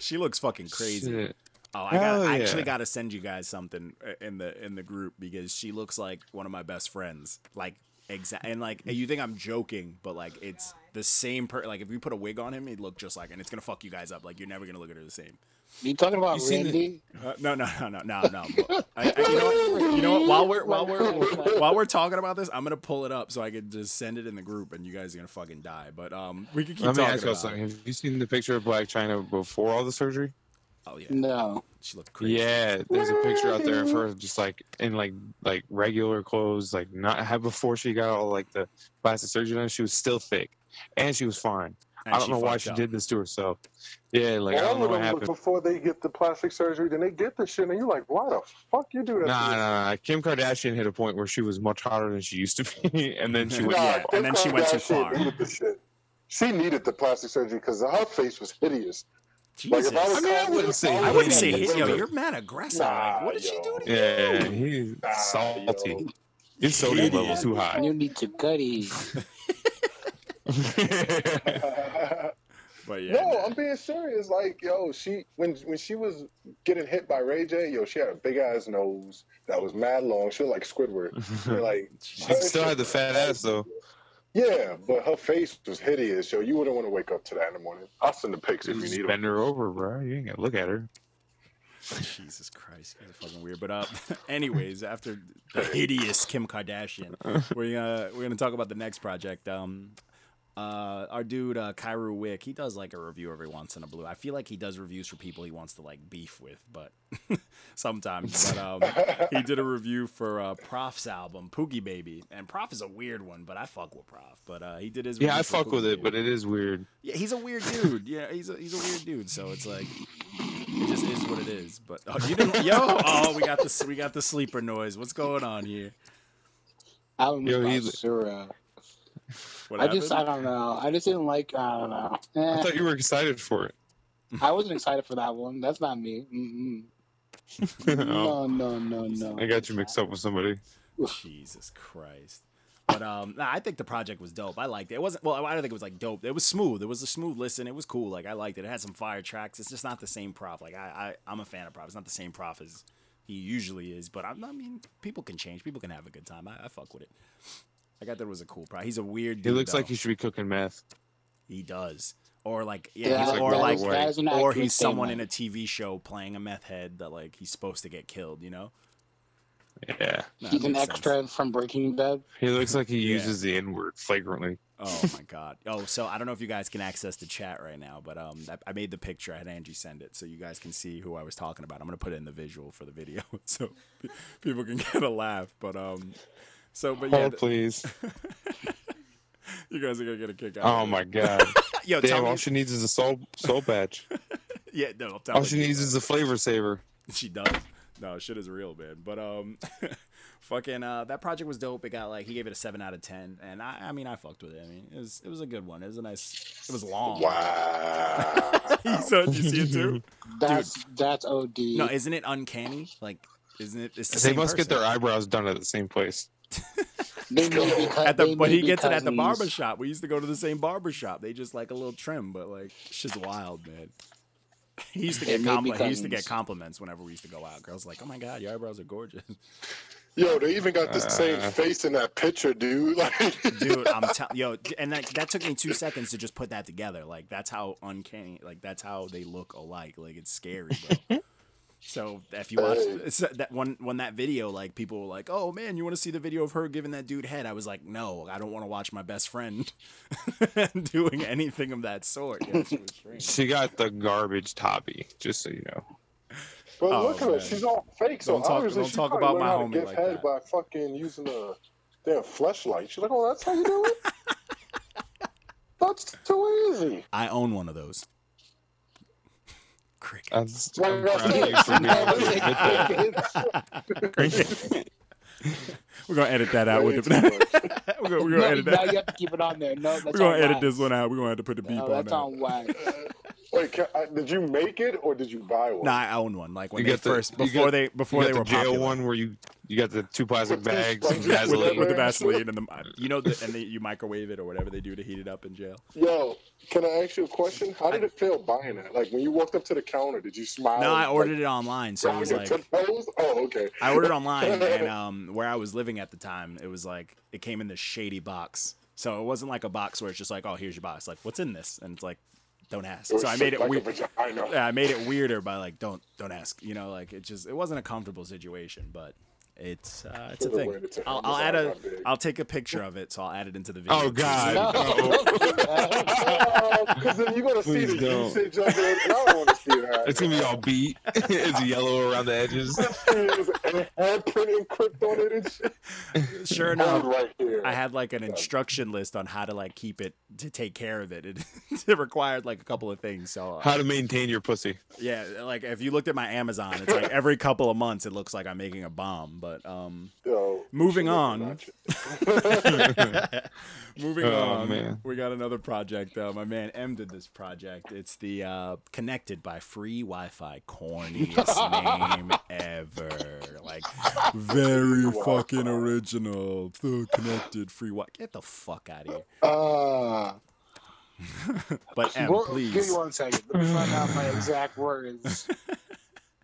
B: she looks fucking crazy.
D: Shit.
B: Oh, I got
D: Hell
B: I actually
D: yeah.
B: got to send you guys something uh, in the in the group because she looks like one of my best friends. Like exact and like you think I'm joking, but like it's the same per like if you put a wig on him, he'd look just like and it's going to fuck you guys up. Like you're never going to look at her the same.
F: You talking about
D: You seen
F: Randy?
B: Uh, no, no, no, no, no, no. I, I, you, know what, you know what? While we're while we're while we're talking about this, I'm gonna pull it up so I can just send it in the group, and you guys are gonna fucking die. But um, we can keep
D: Let me
B: talking
D: ask you
B: about.
D: something.
B: It.
D: Have you seen the picture of Black China before all the surgery?
B: Oh yeah,
F: No.
B: she looked crazy.
D: Yeah, there's a picture out there of her just like in like like regular clothes, like not had before she got all like the plastic surgery done. She was still thick, and she was fine.
B: And
D: I don't know why
B: fucked
D: she
B: up.
D: did this to herself. Yeah, like I
H: All
D: don't know
H: of
D: what
H: them
D: happened.
H: before they get the plastic surgery, then they get the shit, and you're like, "Why the fuck you do that?" to
D: Nah,
H: yourself?"
D: nah, nah. Kim Kardashian hit a point where she was much hotter than she used to be, and then she went.
H: Nah,
B: Yeah, and
H: Kim
B: then she went too
H: Kardashian
B: far.
H: Needed the shit. She needed the plastic surgery because her face was hideous.
B: Jesus.
H: Like if I was
D: I mean, I
H: Kanye,
D: wouldn't say
H: would
B: I wouldn't say
H: be
B: hit.
D: hideous,
B: Yo,
H: women.
B: you're mad aggressive.
H: Nah,
B: like, what did she
H: yo.
B: do to you?
D: Yeah, he's
H: Nah,
D: salty.
H: yo.
D: His sodium
B: Idiot.
D: level's too high.
F: You need to gutty.
B: But yeah,
E: no,
B: nah.
E: I'm being serious. Like, yo, she when when she was getting hit by Ray J, yo, she had a big ass nose that was mad long. She was like Squidward. You're like,
D: she still had the fat ass though.
E: Yeah, but her face was hideous, yo. You wouldn't want to wake up to that in the morning. I'll send the pics if you need them.
D: Bend her over, bro. You ain't gonna look at her.
B: Jesus Christ, you guys are fucking weird. But uh, anyways, after the hideous Kim Kardashian, we're gonna we're gonna talk about the next project. Um, uh, our dude uh, Kyru Wick, he does like a review every once in a blue. I feel like he does reviews for people he wants to like beef with, but sometimes. But um, he did a review for uh, Prof's album Poogie Baby, and Prof is a weird one, but I fuck with Prof. But uh, he did his
D: Yeah,
B: review
D: I
B: for
D: fuck with
B: Poogie
D: it,
B: Baby.
D: but it is weird.
B: Yeah, he's a weird dude. Yeah, he's a, he's a weird dude. So it's like it just is what it is. But oh, you didn't, yo, oh, we got this, we got the sleeper noise. What's going on here?
F: Album
D: Yo,
F: Yo,
D: he-
F: Basura.
B: What
F: I just, I
B: happened?
F: don't know. I just didn't like. I don't know. Eh,
D: I
F: I,
D: thought you were excited for it.
F: wasn't excited for that one. That's not me. Mm-mm.
D: Oh,
F: No, no, no, no.
D: I got you mixed up with somebody.
B: Jesus Christ. But um, nah, I think the project was dope. I liked it. It wasn't well. I don't think it was like dope. It was smooth. It was a smooth listen. It was cool. Like I liked it. It had some fire tracks. It's just not the same prof. Like I, I I'm a fan of prof. It's not the same prof as he usually is. But I'm, I mean, people can change. People can have a good time. I, I fuck with it. I got that it was a cool prof. He's a weird
D: He
B: dude.
D: looks like
B: though.
D: he should be cooking meth.
B: He does. Or like
F: Yeah,
B: yeah, he's-
D: like
B: or
D: Walter
B: like
D: White.
F: that is an
B: or
F: accurate
B: he's someone in
F: statement.
B: a TV show playing a meth head that like he's supposed to get killed, you know?
D: Yeah.
B: Nah,
F: He's an
B: makes sense.
F: extra from Breaking Bad.
D: He looks like he
B: Yeah.
D: uses the N word flagrantly.
B: Oh my god. Oh, so I don't know if you guys can access the chat right now, but um I, I made the picture, I had Angie send it so you guys can see who I was talking about. I'm going to put it in the visual for the video so pe- people can get a laugh, but um so but yeah,
D: Oh, please.
B: you guys are going to get a kick out. of
D: Oh
B: it.
D: my god.
B: Yo, tell
D: Damn,
B: me
D: all she needs is a soul soul patch.
B: Yeah, no, tell
D: All
B: me.
D: she needs is a flavor saver.
B: She does. No, shit is real, man. But um, fucking uh, that project was dope. It got like he gave it a seven out of ten, and I, I mean, I fucked with it. I mean, it was it was a good one. It was a nice. It was long.
E: Wow.
B: so did you see it too?
F: That's that's OD.
B: No, isn't it uncanny? Like, isn't it? It's the
D: They
B: same
D: must get
B: person.
D: their eyebrows done at the same place.
F: they may be, cou-
B: At the,
F: they
B: but
F: may
B: he
F: be
B: gets it at the
F: cousins.
B: barber shop. We used to go to the same barber shop. They just like a little trim, but like it's just wild, man. He used to
F: They
B: get
F: may be
B: compli- he used to get
F: cousins.
B: compliments whenever we used to go out. Girls were like, oh my god, your eyebrows are gorgeous.
H: Yo, they even got the same
D: Uh.
H: face in that picture, dude. Like,
B: dude i'm telling yo d- and that, that took me two seconds to just put that together like that's how uncanny like that's how they look alike like it's scary bro so if you watch it's, that one when that video like people were like oh man you want to see the video of her giving that dude head i was like no i don't want to watch my best friend doing anything of that sort yeah, she was strange.
D: She got the garbage toppy, just so you know.
E: But
B: Oh,
E: look at
B: man.
E: her. She's all fake. So
B: Don't talk-
E: obviously
B: don't
E: she
B: talk
E: probably
B: about my
E: learned
B: homie
E: how to give
B: like
E: head
B: that.
E: by fucking using a damn flashlight. She's like, oh, that's how you do it. that's too easy.
B: i own one of those cricket
D: I'm, I'm proud of you for being able to admit that.
B: we're gonna edit that out with
E: It's
B: it
E: too much.
B: we're gonna, we're gonna
F: No,
B: edit
F: now
B: that
F: you have to keep it on there. No, that's
B: we're gonna
F: on
B: edit
F: wax.
B: this one out we're gonna have to put the beep
F: No,
B: on
F: that's
B: that
F: on wax.
E: Wait, can, I, did you make it or did you buy one?
B: No, I own one. Like when
D: You
B: they
D: got the-
B: first,
D: you
B: before
D: got-
B: they before
D: you
B: they
D: got
B: were
D: the jail
B: popular.
D: one where you you got the two plastic
E: With the
D: bags, some
E: sponges with
B: With the,
D: Vaseline.
B: with the
E: Vaseline.
B: Vaseline and the you know the, and the, you microwave it or whatever they do to heat it up in jail.
E: Yo, can I ask you a question? How did it feel buying it? Like when you walked up to the counter, did you smile?
B: No, I
E: and,
B: ordered
E: like,
B: it online, so it was
E: grab
B: like
E: your toes? Oh, okay.
B: I ordered online, and um, where I was living at the time, it was like it came in this shady box. So it wasn't like a box where it's just like, oh, here's your box. Like, what's in this? And it's like, don't ask.
E: was
B: So I made it
E: shaped Oh, like
B: weird.
E: I know.
B: Yeah, I made it weirder by like, don't don't ask. You know, like it just it wasn't a comfortable situation, but it's uh, it's a
E: There's a
B: thing.
E: way to tell
B: I'll,
E: them
B: I'll
E: it's
B: add
E: not
B: a
E: that big.
B: I'll take a picture of it, so I'll add it into the video.
D: Oh
B: too.
D: God!
E: Because then you're gonna see
D: Please
E: the
D: don't.
E: usage of it. and I don't want to see that.
D: It's gonna be all beat. it's yellow around the edges.
E: and handprint and crypt on it and shit.
B: Sure
E: Hold
B: enough,
E: right here.
B: I had like an instruction list on how to like keep it to take care of it. It, it required like a couple of things. So uh,
D: How to maintain your pussy?
B: yeah, like if you looked at my Amazon, it's like every couple of months it looks like I'm making a bomb. But um,
E: Yo,
B: Moving
E: shit,
B: on.
E: not you.
B: Moving
D: Oh,
B: on,
D: man.
B: we got another project. Uh, my man M did this project. It's the uh, connected by free Wi-Fi corniest name ever. Like very fucking original. The connected free Wi. Get the fuck out of here.
F: Uh,
B: But M,
F: well, give
B: please.
F: me one second. Let me find out my exact words.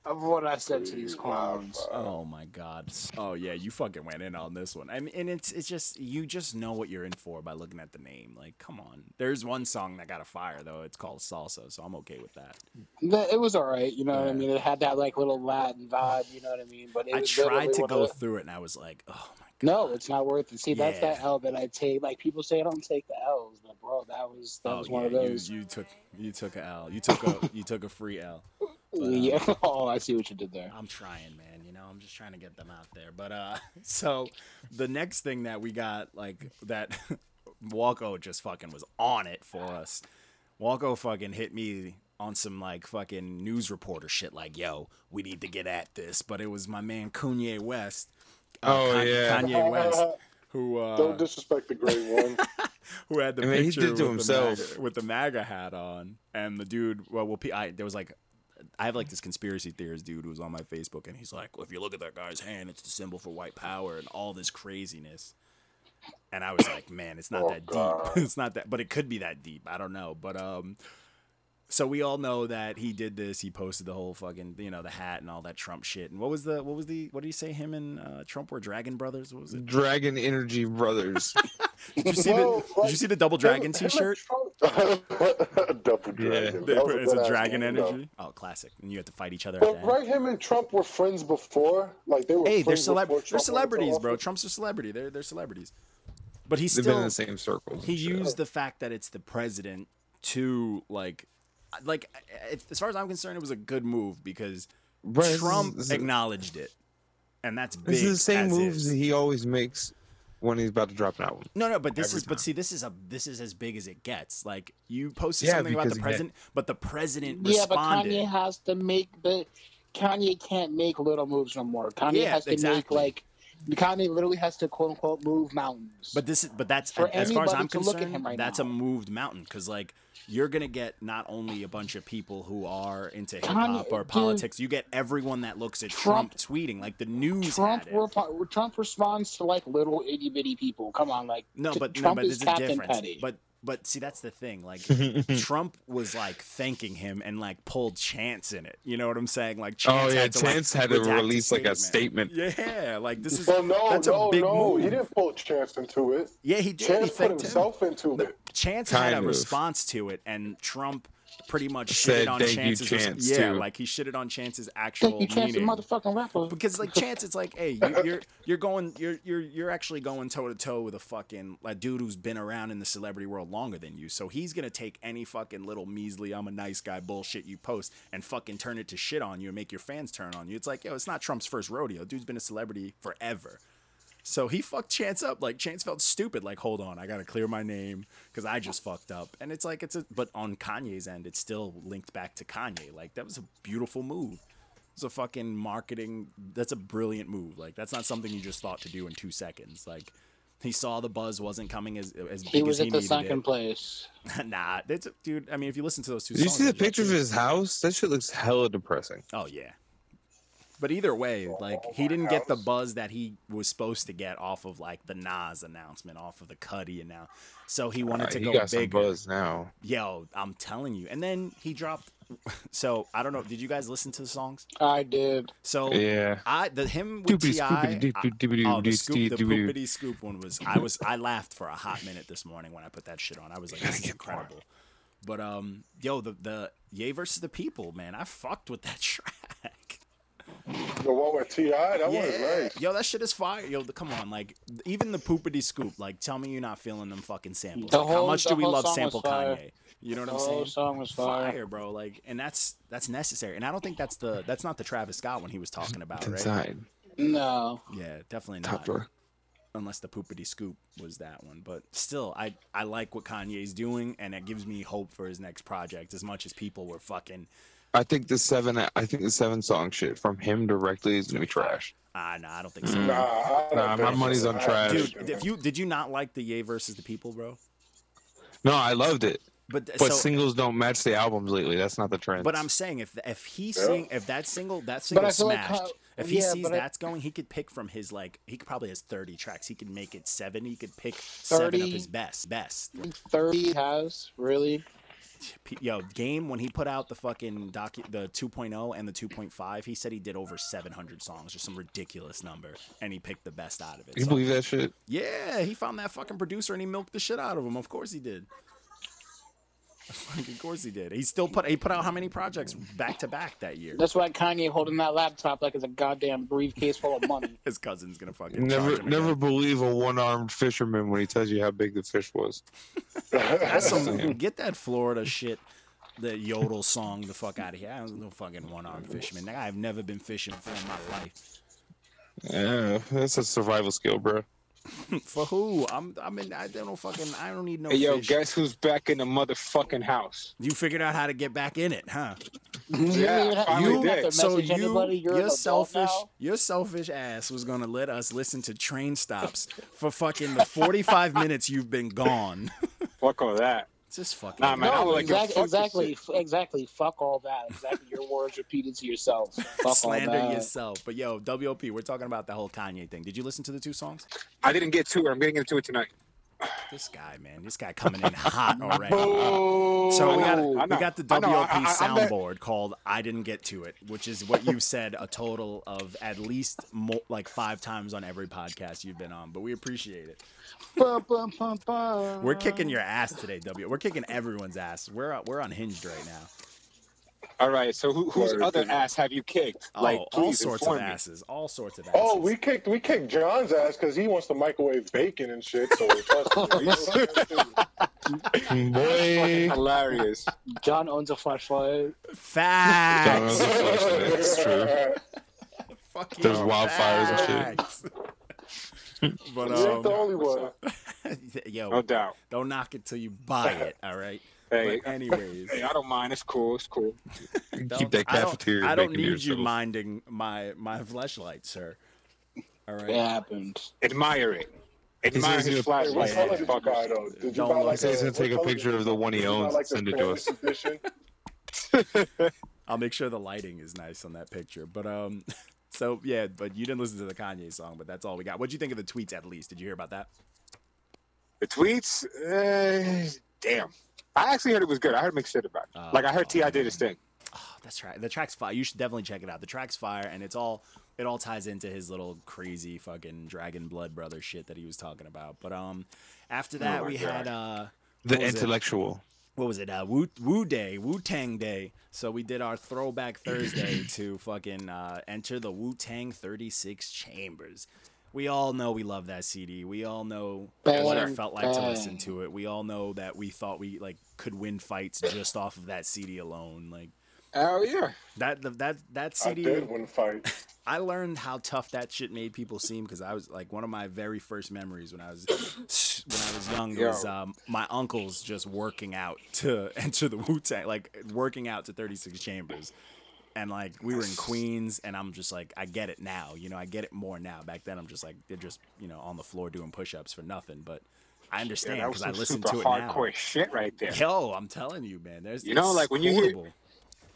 F: of what I said to these clowns.
B: Oh my god. Oh yeah, you fucking went in on this one. I mean, and it's it's just you just know what you're in for by looking at the name. Like, come on. There's one song that got a fire though. It's called Salsa, so I'm okay with that.
F: The- It was all right, you know what
B: Yeah.
F: I mean. It had that like little Latin vibe, you know what I mean. But it
B: I
F: was
B: tried
F: literally
B: to
F: one of
B: go
F: the-
B: through it and I was like, oh my god.
F: No, it's not worth it. See, that's
B: Yeah.
F: that L that I take. Like people say, I don't take the L's, but bro, that was that
B: Oh
F: was one of
B: yeah,
F: those.
B: you you took you took a L. You took a you took a free L. but, um,
F: yeah. oh, I see what you did there.
B: I'm trying, man. You know, I'm just trying to get them out there. But uh, so the next thing that we got, like that, Walko just fucking was on it for us. Walko fucking hit me on some like fucking news reporter shit, like, "Yo, we need to get at this." But it was my man Kanye West.
D: Oh,
B: Kan-
D: yeah.
B: Kanye West, who uh,
H: Don't disrespect the great one.
B: who had the
D: I mean, he
B: picture
D: did to
B: with,
D: himself.
B: The MAGA, with the MAGA hat on, and the dude. Well, well, P- I, there was like, I have like this conspiracy theorist dude who was on my Facebook, and he's like, well, if you look at that guy's hand, it's the symbol for white power and all this craziness. And I was like, man, it's not
H: Oh,
B: that
H: God.
B: deep. it's not that, but it could be that deep. I don't know, but um. So we all know that he did this. He posted the whole fucking, you know, the hat and all that Trump shit. And what was the, what was the, what did he say? Him and uh, Trump were Dragon Brothers. What was it?
D: Dragon Energy Brothers.
B: Did you see the,
H: Well,
B: did you see the Double Dragon T-shirt?
H: Double
D: Yeah.
H: dragon.
B: They
H: That was
B: put- it's a
H: good-ass
B: dragon
H: name, though.
B: energy. Oh, classic. And you have to fight each other at the
H: But
B: end.
H: right, him and Trump were friends before. Like they were.
B: Hey, they're,
H: friends
B: celeb-
H: before
B: they're
H: Trump
B: celebrities,
H: went to
B: bro.
H: office.
B: Trump's a celebrity. They're, they're celebrities. But he
D: They've been in
B: still,
D: the same circles.
B: he
D: and shit.
B: used the fact that it's the president to, like, like I- I- as far as I'm concerned, it was a good move because
D: Bro, this is-
B: Trump
D: this is-
B: acknowledged it. And that's big.
D: This is the same
B: as
D: moves
B: is.
D: that he always makes when he's about to drop an album.
B: No, no, but this
D: every
B: is but
D: time.
B: see this is a this is as big as it gets. Like you posted
D: Yeah,
B: something about
D: because
B: the
D: he had-
B: president, but the president
F: Yeah, but
B: responded.
F: Kanye has to make the Kanye can't make little moves no more. Kanye
B: Yeah,
F: has to
B: exactly.
F: make like Kanye literally has to quote unquote move mountains.
B: But this is but that's
F: For
B: as far as
F: anybody
B: I'm
F: to look at
B: concerned,
F: him right
B: that's a
F: now.
B: moved mountain because like you're gonna get not only a bunch of people who are into hip
F: Kanye-
B: hop or
F: dude.
B: politics, you get everyone that looks at Trump, tweeting like the news.
F: Trump
B: had it.
F: re- Trump responds to like little itty bitty people. Come on, like
B: No,
F: t-
B: but
F: Trump
B: no, but
F: is
B: there's a
F: Captain
B: difference.
F: Petty.
B: But but see, that's the thing. Like Trump was like thanking him and like pulled Chance in it. You know what I'm saying? Like Chance
D: oh yeah,
B: had to, like,
D: Chance had to
B: redact a
D: release like a statement.
B: Yeah, like this is
H: Well, no,
B: that's
H: no,
B: a big
H: no.
B: move.
H: He didn't pull Chance into it.
B: yeah, he did. he
H: Chance put
B: thanked him.
H: himself into it.
B: Chance
D: Kind
B: had a
D: of.
B: response to it, and Trump pretty much
D: Said,
B: shitted on
D: "Thank you,
B: Chance's. res-
D: Chance,"
B: yeah,
D: too.
B: like he shitted on Chance's actual
F: Thank you, Chance, the
B: meaning.
F: motherfucking rapper.
B: Because like Chance, it's like, hey, you, you're you're going, you're you're you're actually going toe to toe with a fucking like dude who's been around in the celebrity world longer than you. So he's gonna take any fucking little measly "I'm a nice guy" bullshit you post and fucking turn it to shit on you and make your fans turn on you. It's like, yo, it's not Trump's first rodeo. Dude's been a celebrity forever. So he fucked Chance up. Like Chance felt stupid. Like, hold on, I gotta clear my name because I just fucked up. And it's like it's a but on Kanye's end, it's still linked back to Kanye. Like that was a beautiful move. It's a fucking marketing. That's a brilliant move. Like that's not something you just thought to do in two seconds. Like he saw the buzz wasn't coming as as big
F: He was
B: as he
F: at the
B: needed
F: second
B: it.
F: place.
B: nah, that's a, dude. I mean, if you listen to those two,
D: Did you
B: songs
D: see the
B: that
D: picture of
B: just-
D: his house? That shit looks hella depressing.
B: Oh yeah. But either way, like he didn't get the buzz that he was supposed to get off of like the Nas announcement, off of the Cuddy and now. So he wanted
D: Uh,
B: to
D: he
B: go
D: got some
B: bigger.
D: buzz now.
B: Yo, I'm telling you. And then he dropped. So I don't know. Did you guys listen to the songs?
F: I did.
B: So
D: Yeah.
B: I the him with
D: Doopity
B: Ti. I-
D: scoopity doop doop doopity
B: Oh, the
D: doopity
B: scoop, the
D: doop doop.
B: poopity scoop one was. I was I laughed for a hot minute this morning when I put that shit on. I was like, this is incredible. But um, yo, the the Yay versus the People, man, I fucked with that track.
H: The one with Ti, that one is nice.
B: Yo, that shit is fire. Yo, the, come on, like even the poopity scoop. Like, tell me you're not feeling them fucking samples.
F: The
B: Like, how
F: whole-
B: much
F: the
B: do we
F: whole
B: love
F: song was
B: sample
F: fire.
B: Kanye? You know what
F: The
B: I'm
F: whole
B: saying?
F: Oh, song was fire.
B: Fire, bro. Like, and that's that's necessary. And I don't think that's the that's not the Travis Scott one he was talking about, right?
D: Inside
F: No,
B: Yeah, definitely
D: top
B: not.
D: drawer.
B: Unless the poopity scoop was that one, but still, I I like what Kanye's doing, and it gives me hope for his next project. As much as people were fucking
D: I think the seven. I think the seven song shit from him directly is gonna be trash.
B: ah, nah, I don't think so.
F: Mm-hmm.
H: Nah, I don't
D: Mm. Nah, my
H: think so.
D: money's on
H: I-
D: trash.
B: Dude, if you did you not like the Ye versus the People, bro?
D: No, I loved it,
B: But,
D: but
B: so,
D: singles don't match the albums lately. That's not the trend.
B: But I'm saying if if he
H: Yeah.
B: sing if that single that single
F: I feel like
B: smashed,
F: how-
B: if he
F: yeah,
B: sees
F: but I-
B: that's going, he could pick from his like he could probably has 30 tracks. He could make it seven. He could pick seven of
F: 30?
B: his best best.
F: thirty has really.
B: P- Yo, game when he put out the fucking docu- the 2.0 and the 2.5, he said he did over 700 songs, just some ridiculous number, and he picked the best out of it.
D: You
B: So-
D: believe that shit?
B: yeah, he found that fucking producer and he milked the shit out of him. Of course he did. Fucking course he did. He still put he put out how many projects back to back that year?
F: That's why Kanye holding that laptop like it's a goddamn briefcase full of money.
B: His cousin's gonna fucking charge
D: Never,
B: him
D: never
B: again.
D: believe a one-armed fisherman when he tells you how big the fish was.
B: That's some get that Florida shit. The yodel song, the fuck out of here. I was no fucking one armed fisherman. Nigga, I've never been fishing for in my life.
D: Yeah, that's a survival skill, bro.
B: For who? I'm I'm in I don't fucking I don't need no
I: Hey, yo,
B: fish.
I: guess who's back in the motherfucking house?
B: you figured out how to get back in it, huh?
I: Yeah,
F: You-
I: finally
F: you-
I: did.
F: to message anybody, you're an
B: your
F: adult
B: selfish,
F: now?
B: your selfish ass was gonna let us listen to train stops for fucking the forty-five minutes you've been gone.
I: Fuck all that.
B: Just fucking.
I: Nah, man, I don't like
F: exact-
I: your fucking
F: exactly,
I: shit.
F: f- exactly. Fuck all that. Exactly, your words repeated to yourself. Fuck
B: slander
F: all that.
B: yourself. But yo, WOP, we're talking about the whole Kanye thing. Did you listen to the two songs?
I: I didn't get to it. I'm getting into it tonight.
B: This guy, man, this guy coming in hot already.
I: Oh,
B: Uh, So we got we got the WOP
I: I, bet-
B: soundboard called "I Didn't Get to It," which is what you've said a total of at least mo- like five times on every podcast you've been on. But we appreciate it.
F: Bum, bum, bum, bum.
B: We're kicking your ass today, W. We're kicking everyone's ass. We're uh, we're unhinged right now.
I: all right, so who, whose other ass have you kicked?
B: Oh,
I: like,
B: all
I: please
B: sorts of
I: inform me.
B: asses. All sorts of asses.
E: Oh, we kicked we kicked John's ass because he wants to microwave bacon and shit. So trust me,
D: Boy,
I: Hilarious.
F: John owns a flashlight.
D: Uh,
B: facts.
D: that's true.
B: Fuck you,
D: There's wildfires and shit.
B: facts. but
E: you ain't the
B: um,
E: only one.
I: No
B: yo,
I: doubt.
B: don't knock it till you buy it. All right.
I: Hey,
B: But anyways,
I: hey, I don't mind. It's cool. It's cool.
D: Keep that
B: I don't-
D: cafeteria.
B: I don't
D: bacon to
B: need you
D: yourself.
B: minding my my fleshlight, sir. All right.
F: It happened.
I: Admire it.
D: says
I: Admire
D: he'll-
I: his
E: Hey, what
I: flashlight.
E: color did you buy
I: motherfucker.
E: though? Did you
B: Don't
E: buy
B: look.
E: like
D: He says he'll
E: what
D: take a
E: color did
D: picture
E: you-
D: of the one he
E: did you buy,
D: owns
E: like,
D: and
E: the
D: send it to us.
E: Christmas edition?
B: I'll make sure the lighting is nice on that picture. But um, so yeah, but you didn't listen to the Kanye song, but that's all we got. What'd you think of the tweets? At least, did you hear about that?
I: The tweets? Uh, damn. I actually heard it was good. I heard mixed shit about it.
B: Oh,
I: like, I heard T.I.
B: man.
I: did his thing.
B: Oh, that's right. The track's fire. You should definitely check it out. The track's fire, and it's all it all ties into his little crazy fucking dragon blood brother shit that he was talking about. But um, after that
I: my
B: we
I: God.
B: had uh.
D: The
B: What was it?
D: intellectual.
B: what was it? Uh, Wu Wu Day, Wu Tang Day. So we did our throwback Thursday to fucking uh, enter the Wu Tang 36 Chambers. We all know we love that CD. We all know what it
F: Bang,
B: felt like to
F: bang.
B: listen to it. We all know that we thought we like could win fights just off of that CD alone. Like
I: Oh, yeah.
B: that that that
E: I
B: CD
E: did win a fight.
B: I learned how tough that shit made people seem because I was like one of my very first memories when I was when I was young
I: Yo.
B: was um, my uncles just working out to enter the Wu Tang, like working out to 36 Chambers, and like we were in Queens, and I'm just like I get it now, you know, I get it more now. Back then I'm just like they're just you know on the floor doing push-ups for nothing, but I
I: Yeah,
B: understand
I: that
B: because
I: was
B: I
I: some
B: listened to
I: super
B: it
I: hardcore
B: now.
I: shit right there.
B: Yo, I'm telling you, man. There's
I: You know,
B: it's
I: like, when you hear-
B: quotable.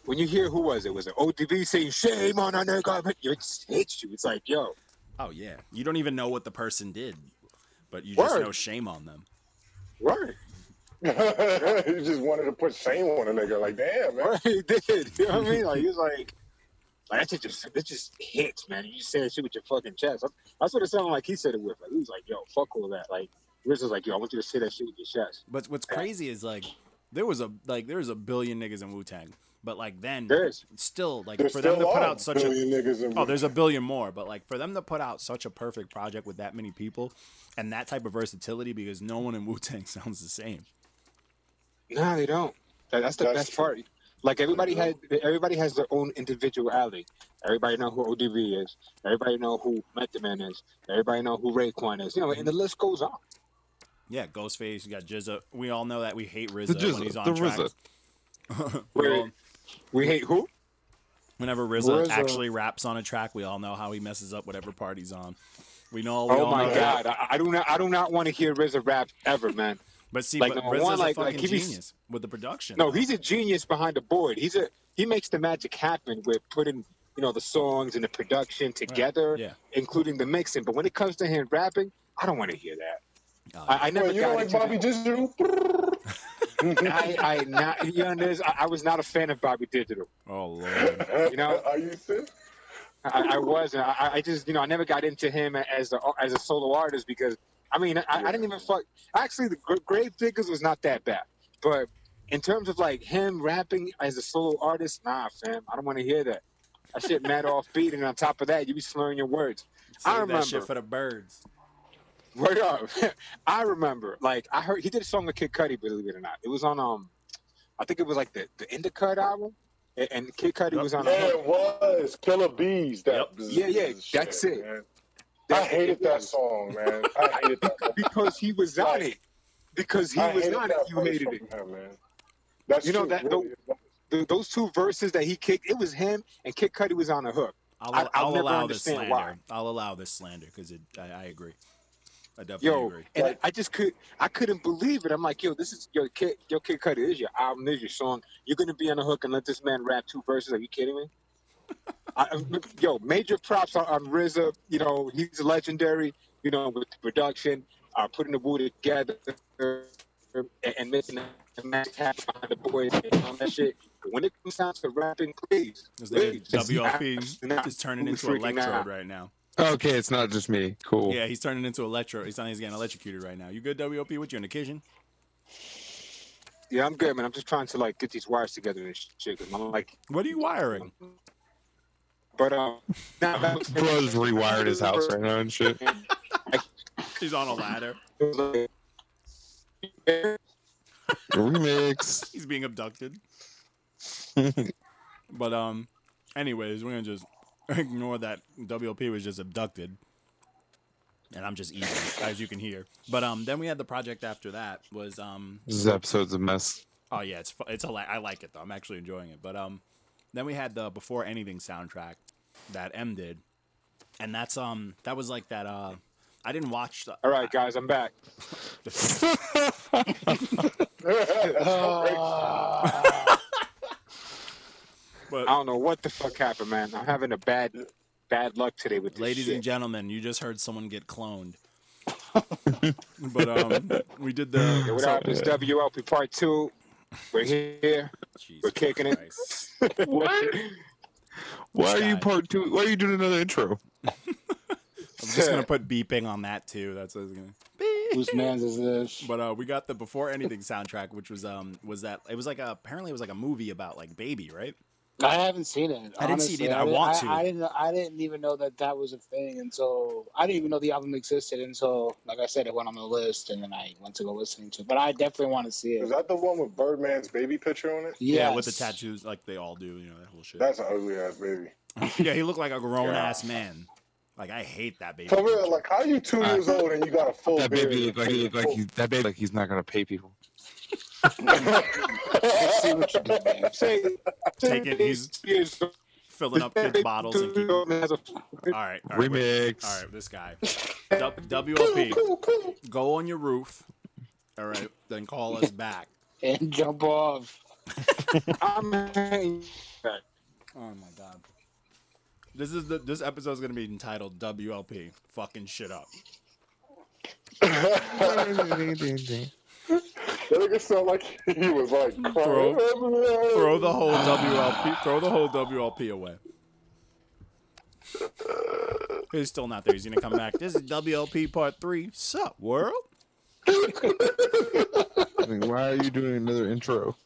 I: When you hear who was it? Was it ODB saying "Shame on a nigga"? But it just hits you. It's like, yo,
B: oh yeah, you don't even know what the person did, but you just
I: Word.
B: know shame on them.
I: word,
E: you just wanted to put shame on a nigga. Like, damn, man.
I: word, he did. You know what I mean? Like, it's like, like that shit just that just hits, man. You just saying shit with your fucking chest. That's- That's what it sounded like. He said it with. Like, he was like, yo, fuck all that. Like, he was just like, yo, I want you to say that shit with your chest.
B: But what's crazy is like there was a like there was a billion niggas in Wu Tang, but like then
I: There is.
B: still like
E: There's
B: for
E: still
B: them to put
E: are
B: out such a
E: billion niggas in
B: oh there's a billion more, but like for them to put out such a perfect project with that many people and that type of versatility because no one in Wu Tang sounds the same.
I: No, they don't. That, that's the
E: That's
I: best
E: true.
I: part. Like everybody has, everybody has their own individuality. Everybody know who ODB is. Everybody know who Method Man is. Everybody know who Raekwon is. You know, and the list goes on.
B: Yeah, Ghostface, you got JZA. We all know that we hate RZA, when
D: JZA,
B: he's
D: the
B: on
D: RZA.
B: tracks. We
I: Wait,
B: all-
I: we hate who?
B: whenever RZA,
F: RZA.
B: actually raps on a track, we all know how he messes up whatever part he's on. We know. We
I: Oh
B: all
I: my
B: know
I: god,
B: That.
I: I, I do not, I do not want to hear RZA rap ever, man.
B: But see,
I: Like,
B: but
I: number
B: RZA's
I: one,
B: a
I: like- like,
B: fucking
I: he be s-
B: genius with the production.
I: No,
B: though.
I: he's a genius behind the board. He's a he makes the magic happen with putting you know the songs and the production together,
B: yeah.
I: including the mixing. But when it comes to him rapping, I don't want to hear that.
B: Oh,
I: I, I never
E: Wait, you
I: got
E: don't like
I: into
E: Bobby
I: that.
E: Digital?
I: I, I not you know, this, I, I was not a fan of Bobby Digital.
B: Oh lord.
I: You know-
E: are you serious?
I: I, I was. I, I- I just, you know, I never got into him as a as a solo artist because I mean, I, I didn't even fuck. Actually, the Gra- Grave Diggers was not that bad, but in terms of like him rapping as a solo artist, nah, fam, I don't want to hear that. I shit mad off beat, and on top of that, you be slurring your words. I
B: Save that shit
I: remember.
B: for the birds.
I: Right up. I remember, like, I heard he did a song with Kid Cudi, believe it or not. It was on um, I think it was like the the Indicut album, and, and Kid Cudi was on. a
E: Yeah,
I: hook.
E: it was Killer Bees. That
B: Yep.
E: was-
I: Yeah, yeah,
E: shit,
I: that's it.
E: man. I hated that song, man. I hated that. Song.
I: because he was on it. Because he
E: I
I: was
E: hated
I: on it,
E: that
I: you
E: verse
I: hated
E: from
I: it.
E: him, man. That's
I: You know
E: true,
I: that-
E: really.
I: Th those two verses that he kicked, it was him and Kid Cudi was on the hook.
B: I'll,
I: I-
B: I'll,
I: I'll never
B: allow this slander.
I: understand why.
B: I'll allow this slander because I, I agree. I definitely
I: Yo,
B: agree.
I: and
E: Right.
I: I just could, I couldn't believe it. I'm like, yo, this is your Kid, your Kid Cudi this is your album, this is your song. You're gonna be on the hook and let this man rap two verses? Are you kidding me? I, I'm- yo, major props on, on RZA. You know, he's legendary. You know, with the production, uh, putting the woo together, and, and making the magic happen behind the boys and all that shit. But when it comes down to rapping, please,
B: This
I: please,
B: nigga
I: just-
B: WLP
I: not
B: is turning
I: who's
B: into
I: freaking
B: electrode
I: out.
B: right now.
D: Okay, it's not just me. Cool.
B: Yeah, he's turning into electro. He's, he's getting electrocuted right now. You good, WLP? What you in the kitchen?
I: Yeah, I'm good, man. I'm just trying to like get these wires together and shit. i I'm like,
B: What are you wiring?
I: but um, nah, that was-
D: Bro's rewired his house right now and shit.
B: He's on a ladder.
D: Remix.
B: He's being abducted. But um, anyways, we're gonna just ignore that WLP was just abducted, and I'm just eating, as you can hear. But um, then we had the project after that was um,
D: this episode's a mess.
B: oh yeah, it's fu- it's a I like it though. I'm actually enjoying it. But um, then we had the Before Anything soundtrack that M did, and that's um, that was like that uh, I didn't watch. The,
I: All right, guys, I'm back. I
B: but
I: don't know what the fuck happened, man. I'm having a bad, bad luck today with this
B: ladies
I: shit.
B: and gentlemen, you just heard someone get cloned. but um, we did the
I: Yeah, what
B: so-
I: happened? It's WLP Part Two. We're here.
B: Jesus
I: We're kicking it.
B: Christ.
D: what? Why
B: This
D: are you
B: guy.
D: part two? Why are you doing another intro?
B: I'm just gonna put beeping on that too. That's what I was gonna. Beep.
F: Whose man's is this?
B: But uh, we got the before anything soundtrack, which was um was that it was like a, apparently it was like a movie about like baby, right?
F: I haven't seen it.
B: I didn't see it
F: honestly.
B: either. I
F: di-
B: want
F: I,
B: to.
F: I didn't. I didn't even know that that was a thing until I didn't even know the album existed until, like I said, it went on the list, and then I went to go listening to. it. But I definitely want to see
E: Is
F: it.
E: that the one with Birdman's baby picture on it?
B: Yeah, with the
F: Yes.
B: tattoos, like they all do, you know that whole shit.
E: That's an ugly ass baby.
B: yeah, he looked like a grown
E: Yeah.
B: ass man. Like I hate that baby.
E: For
B: picture.
E: real, like how you two years old and you got a
B: Oh,
E: full
D: Ah. That
E: beard?
D: baby look like he look like
E: Full-
D: he, that baby like he's not gonna pay people.
F: I see what you did there.
I: Say, say
B: Taking- he's
I: six years old.
B: filling up kids' bottles and keeping. All
I: Has a-
B: right, all right, wait.
D: Remix.
B: all right, this guy. W- WLP, go on your roof. All right, then call us back.
F: and jump off.
I: I'm hanging back.
B: Oh my god. This is the this episode's gonna be entitled WLP. Fucking shit up.
E: That nigga sound like he was like crying.
B: Throw the whole WLP throw the whole WLP away. He's still not there. He's gonna come back. This is WLP part three. Sup, world?
D: Like, why are you doing another intro?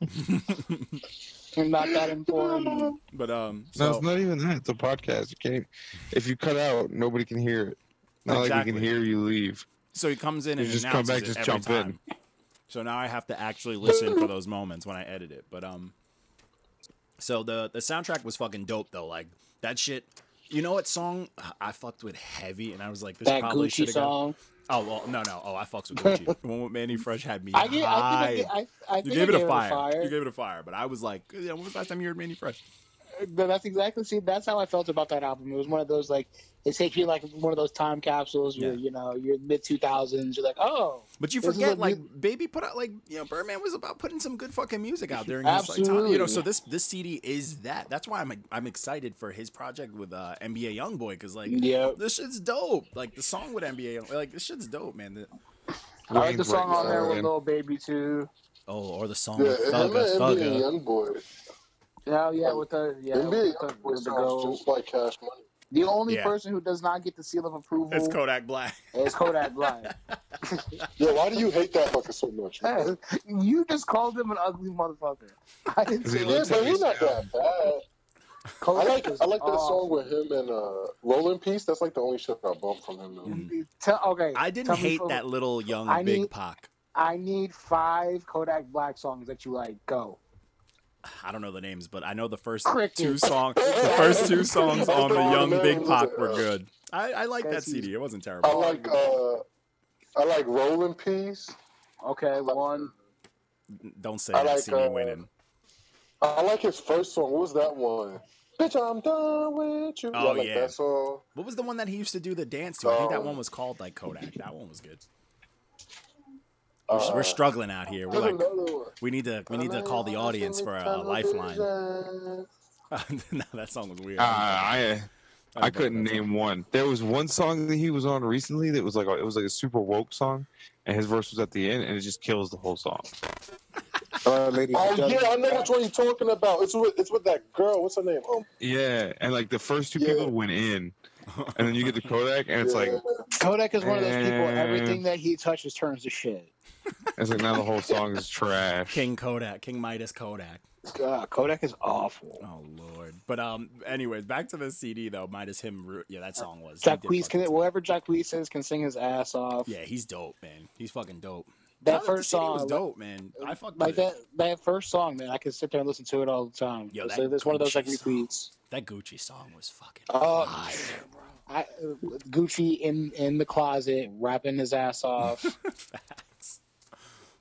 F: You're not that important.
B: But um
D: no,
B: so
D: it's not even that. It's a podcast. You can't. If you cut out, nobody can hear it. Not like we
B: Exactly.
D: can hear you leave.
B: so he comes in
D: You
B: and
D: just come
B: announces
D: back,
B: it
D: just
B: every
D: jump
B: time. So now I have to actually listen for those moments when I edit it. But um So the the soundtrack was fucking dope though. Like that shit. You know what song I fucked with heavy, and I was like, this
F: That
B: probably
F: Gucci
B: should have gone.
F: song.
B: Oh well, no, no. Oh, I fucks with Gucci. the one with Manny Fresh had me
F: I, gave,
B: high.
F: I think I, gave, I, I
B: you
F: think I
B: gave it a fire.
F: fire.
B: You gave it a fire, but I was like, yeah, when was the last time you heard Manny Fresh?
F: But that's exactly see. That's how I felt about that album. It was one of those like it takes you like one of those time capsules. Where,
B: Yeah.
F: You know, you're mid two thousands. You're like, oh,
B: But you
F: This is
B: forget,
F: what
B: like,
F: you-
B: Baby put out, like, you know, Birdman was about putting some good fucking music out during his like, time. You know,
F: Absolutely.
B: so this this CD is that. That's why I'm I'm excited for his project with uh, NBA YoungBoy because like
F: yeah.
B: this shit's dope. Like the song with NBA, Young- like this shit's dope, man. The-
F: I like the
D: Wayne's
F: song
D: right
F: on there
D: now,
F: with
D: man.
F: Lil Baby too.
B: Oh, or the song
H: Yeah, and
B: Thugga
H: him and NBA
B: Thugga.
H: young boy.
F: Oh yeah, with the yeah,
H: NBA
F: with
H: young
F: the,
H: boy
F: with the
H: sounds
F: go.
H: just like Cash Money.
F: The only
B: Yeah.
F: person who does not get the seal of approval
B: It's Kodak Black.
F: is Kodak Black.
H: Yo, why do you hate that fucker so much? man?
F: Hey, you just called him an ugly motherfucker. I didn't
D: Is he
F: say
H: Yeah,
D: looks
H: but
D: like
H: he's
D: he's
H: not that bad. I
F: Kodak
H: like
F: is
H: I like that
F: awful.
H: song with him and uh, Rolling Peace. That's like the only shit I bump from him. Though.
B: Mm-hmm.
F: Tell, okay,
B: I didn't
F: tell me
B: hate
F: for-
B: that little young
F: I
B: Big
F: need-
B: Pac.
F: I need five Kodak Black songs that you like. Go.
B: I don't know the names, but I know the first
F: Cricket.
B: two songs. The first two songs on the young Big Pac were good. I, I like that
F: That's
B: CD. It wasn't
H: I
B: terrible.
H: like uh, I like Rolling Peace.
F: Okay, one.
B: Don't say
H: I
B: that.
H: like,
B: See me
H: uh,
B: winning.
H: I like his first song. What was that one? Bitch, I'm done with you.
B: Oh,
H: I like
B: yeah.
H: that song.
B: What was the one that he used to do the dance to? I think that
H: Um,
B: one was called like Kodak. That one was good. We're,
H: Uh,
B: we're struggling out here. We're
H: there's
B: like,
H: another one.
B: we need to we need to call the audience for a, a lifeline. no, that song was weird.
D: Uh, I
B: don't
D: I
B: fuck with
D: couldn't
B: that song.
D: name one. There was one song that he was on recently that was like a, it was like a super woke song, and his verse was at the end, and it just kills the whole song.
C: All right, ladies
H: Oh
C: and
H: yeah,
C: gentlemen.
H: I know which one you're talking about. It's with it's with that girl. What's her name? Um,
D: Yeah, and like the first two
H: Yeah.
D: people went in, and then you get the Kodak, and it's like
F: Kodak is one of those people.
D: Man.
F: Everything that he touches turns to shit.
D: it's like now the whole song is trash.
B: King Kodak, King Midas Kodak.
F: God, Kodak is awful.
B: Oh lord. But um, anyways, back to the CD though. Midas him. Root. Yeah, that song was. he did
F: Jacquees
B: fucking
F: can
B: sing.
F: whoever Jacquees is can sing his ass off.
B: Yeah, he's dope, man. He's fucking dope.
F: That
B: Now the
F: first
B: CD was
F: song, uh,
B: dope, man. I fucked
F: Like
B: with
F: that
B: it.
F: that first song, man, I could sit there and listen to it all the time.
B: Yo,
F: It's
B: that
F: like- it's one of those like
B: Gucci song.
F: repeats.
B: That Gucci song was fucking
F: Oh.
B: fire, bro.
F: I, uh, Gucci in in the closet rapping his ass off.
B: Facts.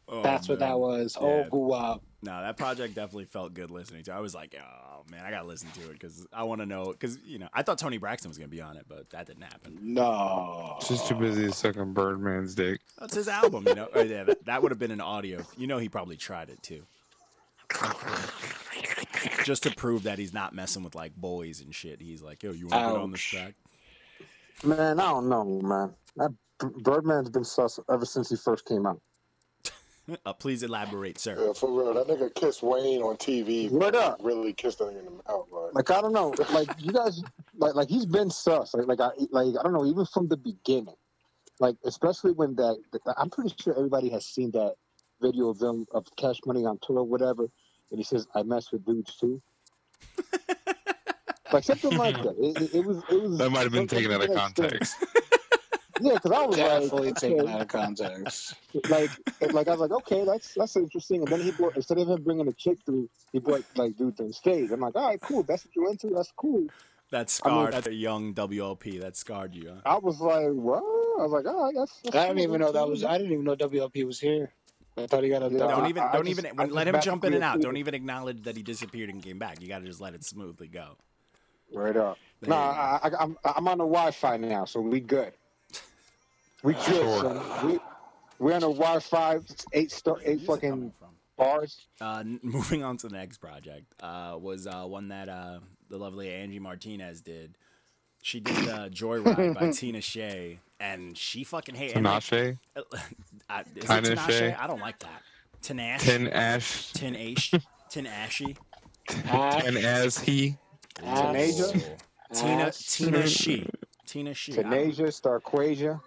B: Oh,
F: That's what
B: man.
F: that was.
B: Yeah.
F: Oh, guap.
B: No, that project definitely felt good listening to. I was like, oh man, I gotta listen to it because I want to know. Because you know, I thought Tony Braxton was gonna be on it, but that didn't happen.
F: No.
D: It's Just too busy sucking Birdman's dick.
B: That's his album, you know. Oh, yeah, that, that would have been an audio. You know, he probably tried it too, just to prove that he's not messing with like boys and shit. He's like, yo, you want to get on this
F: Ouch.
B: track?
I: Man, I don't know, man. That B- Birdman's been sus ever since he first came out.
B: Uh, please elaborate, sir.
H: yeah, for real. That nigga kissed Wayne on TV.
I: What
H: like,
I: up?
H: Really kissed that nigga in the mouth. Like,
I: Like I don't know, like you guys, like like he's been sus. Like like I like I don't know, even from the beginning. Like especially when that, I'm pretty sure everybody has seen that video of them of Cash Money on tour or whatever, and he says I mess with dudes too. Like something like that. It, it, it was. It was.
D: That might have been taken out of
I: something like that.
D: context.
I: Yeah, because I was
F: Definitely
I: like,
F: taken
I: okay.
F: out of context.
I: like like I was like, okay, that's that's interesting. And then he brought instead of him bringing a chick through, he brought like dudes on stage. I'm like, all right, cool. That's what you into. That's cool.
B: That
I: I
B: scarred.
I: mean-
B: that's a young WLP. That scarred you. Huh?
I: I was like, what? I was like, all right, that's. that's
F: I didn't
I: cool.
F: even know that was. I didn't even know WLP was here. I thought he got
I: Yeah.
F: adopted.
B: Don't
I: I-
B: even,
I: I
B: don't
I: just-
B: even.
I: I
B: When,
I: just
B: let him jump in and out.
I: magically
B: Don't even acknowledge that he disappeared and came back. You gotta just let it smoothly go.
I: Right up.
B: There
I: Nah,
B: you go.
I: I, I, I'm I'm on the Wi-Fi now, so we good. We good,
D: Sure.
I: son. We we're on a Wi-Fi. It's eight star,
B: Where's the
I: eight
B: music coming
I: fucking
B: from?
I: bars.
B: Uh, n- moving on to the next project uh, was uh, one that uh, the lovely Angie Martinez did. She did uh, Joyride by Tina Shea, and she fucking hated. and, like,
D: Tinashe,
B: I, is it
D: Tina
B: Tinashe?
D: Shea?
B: I don't like that. Tinash, tin,
D: Tin Ash,
B: tin ash, tin ashy.
F: Ash,
D: Tin As He.
I: Tanasia?
B: Tina,
F: Ash,
B: Tina she, Tina she. I don't-
I: Tanasia, Starquasia.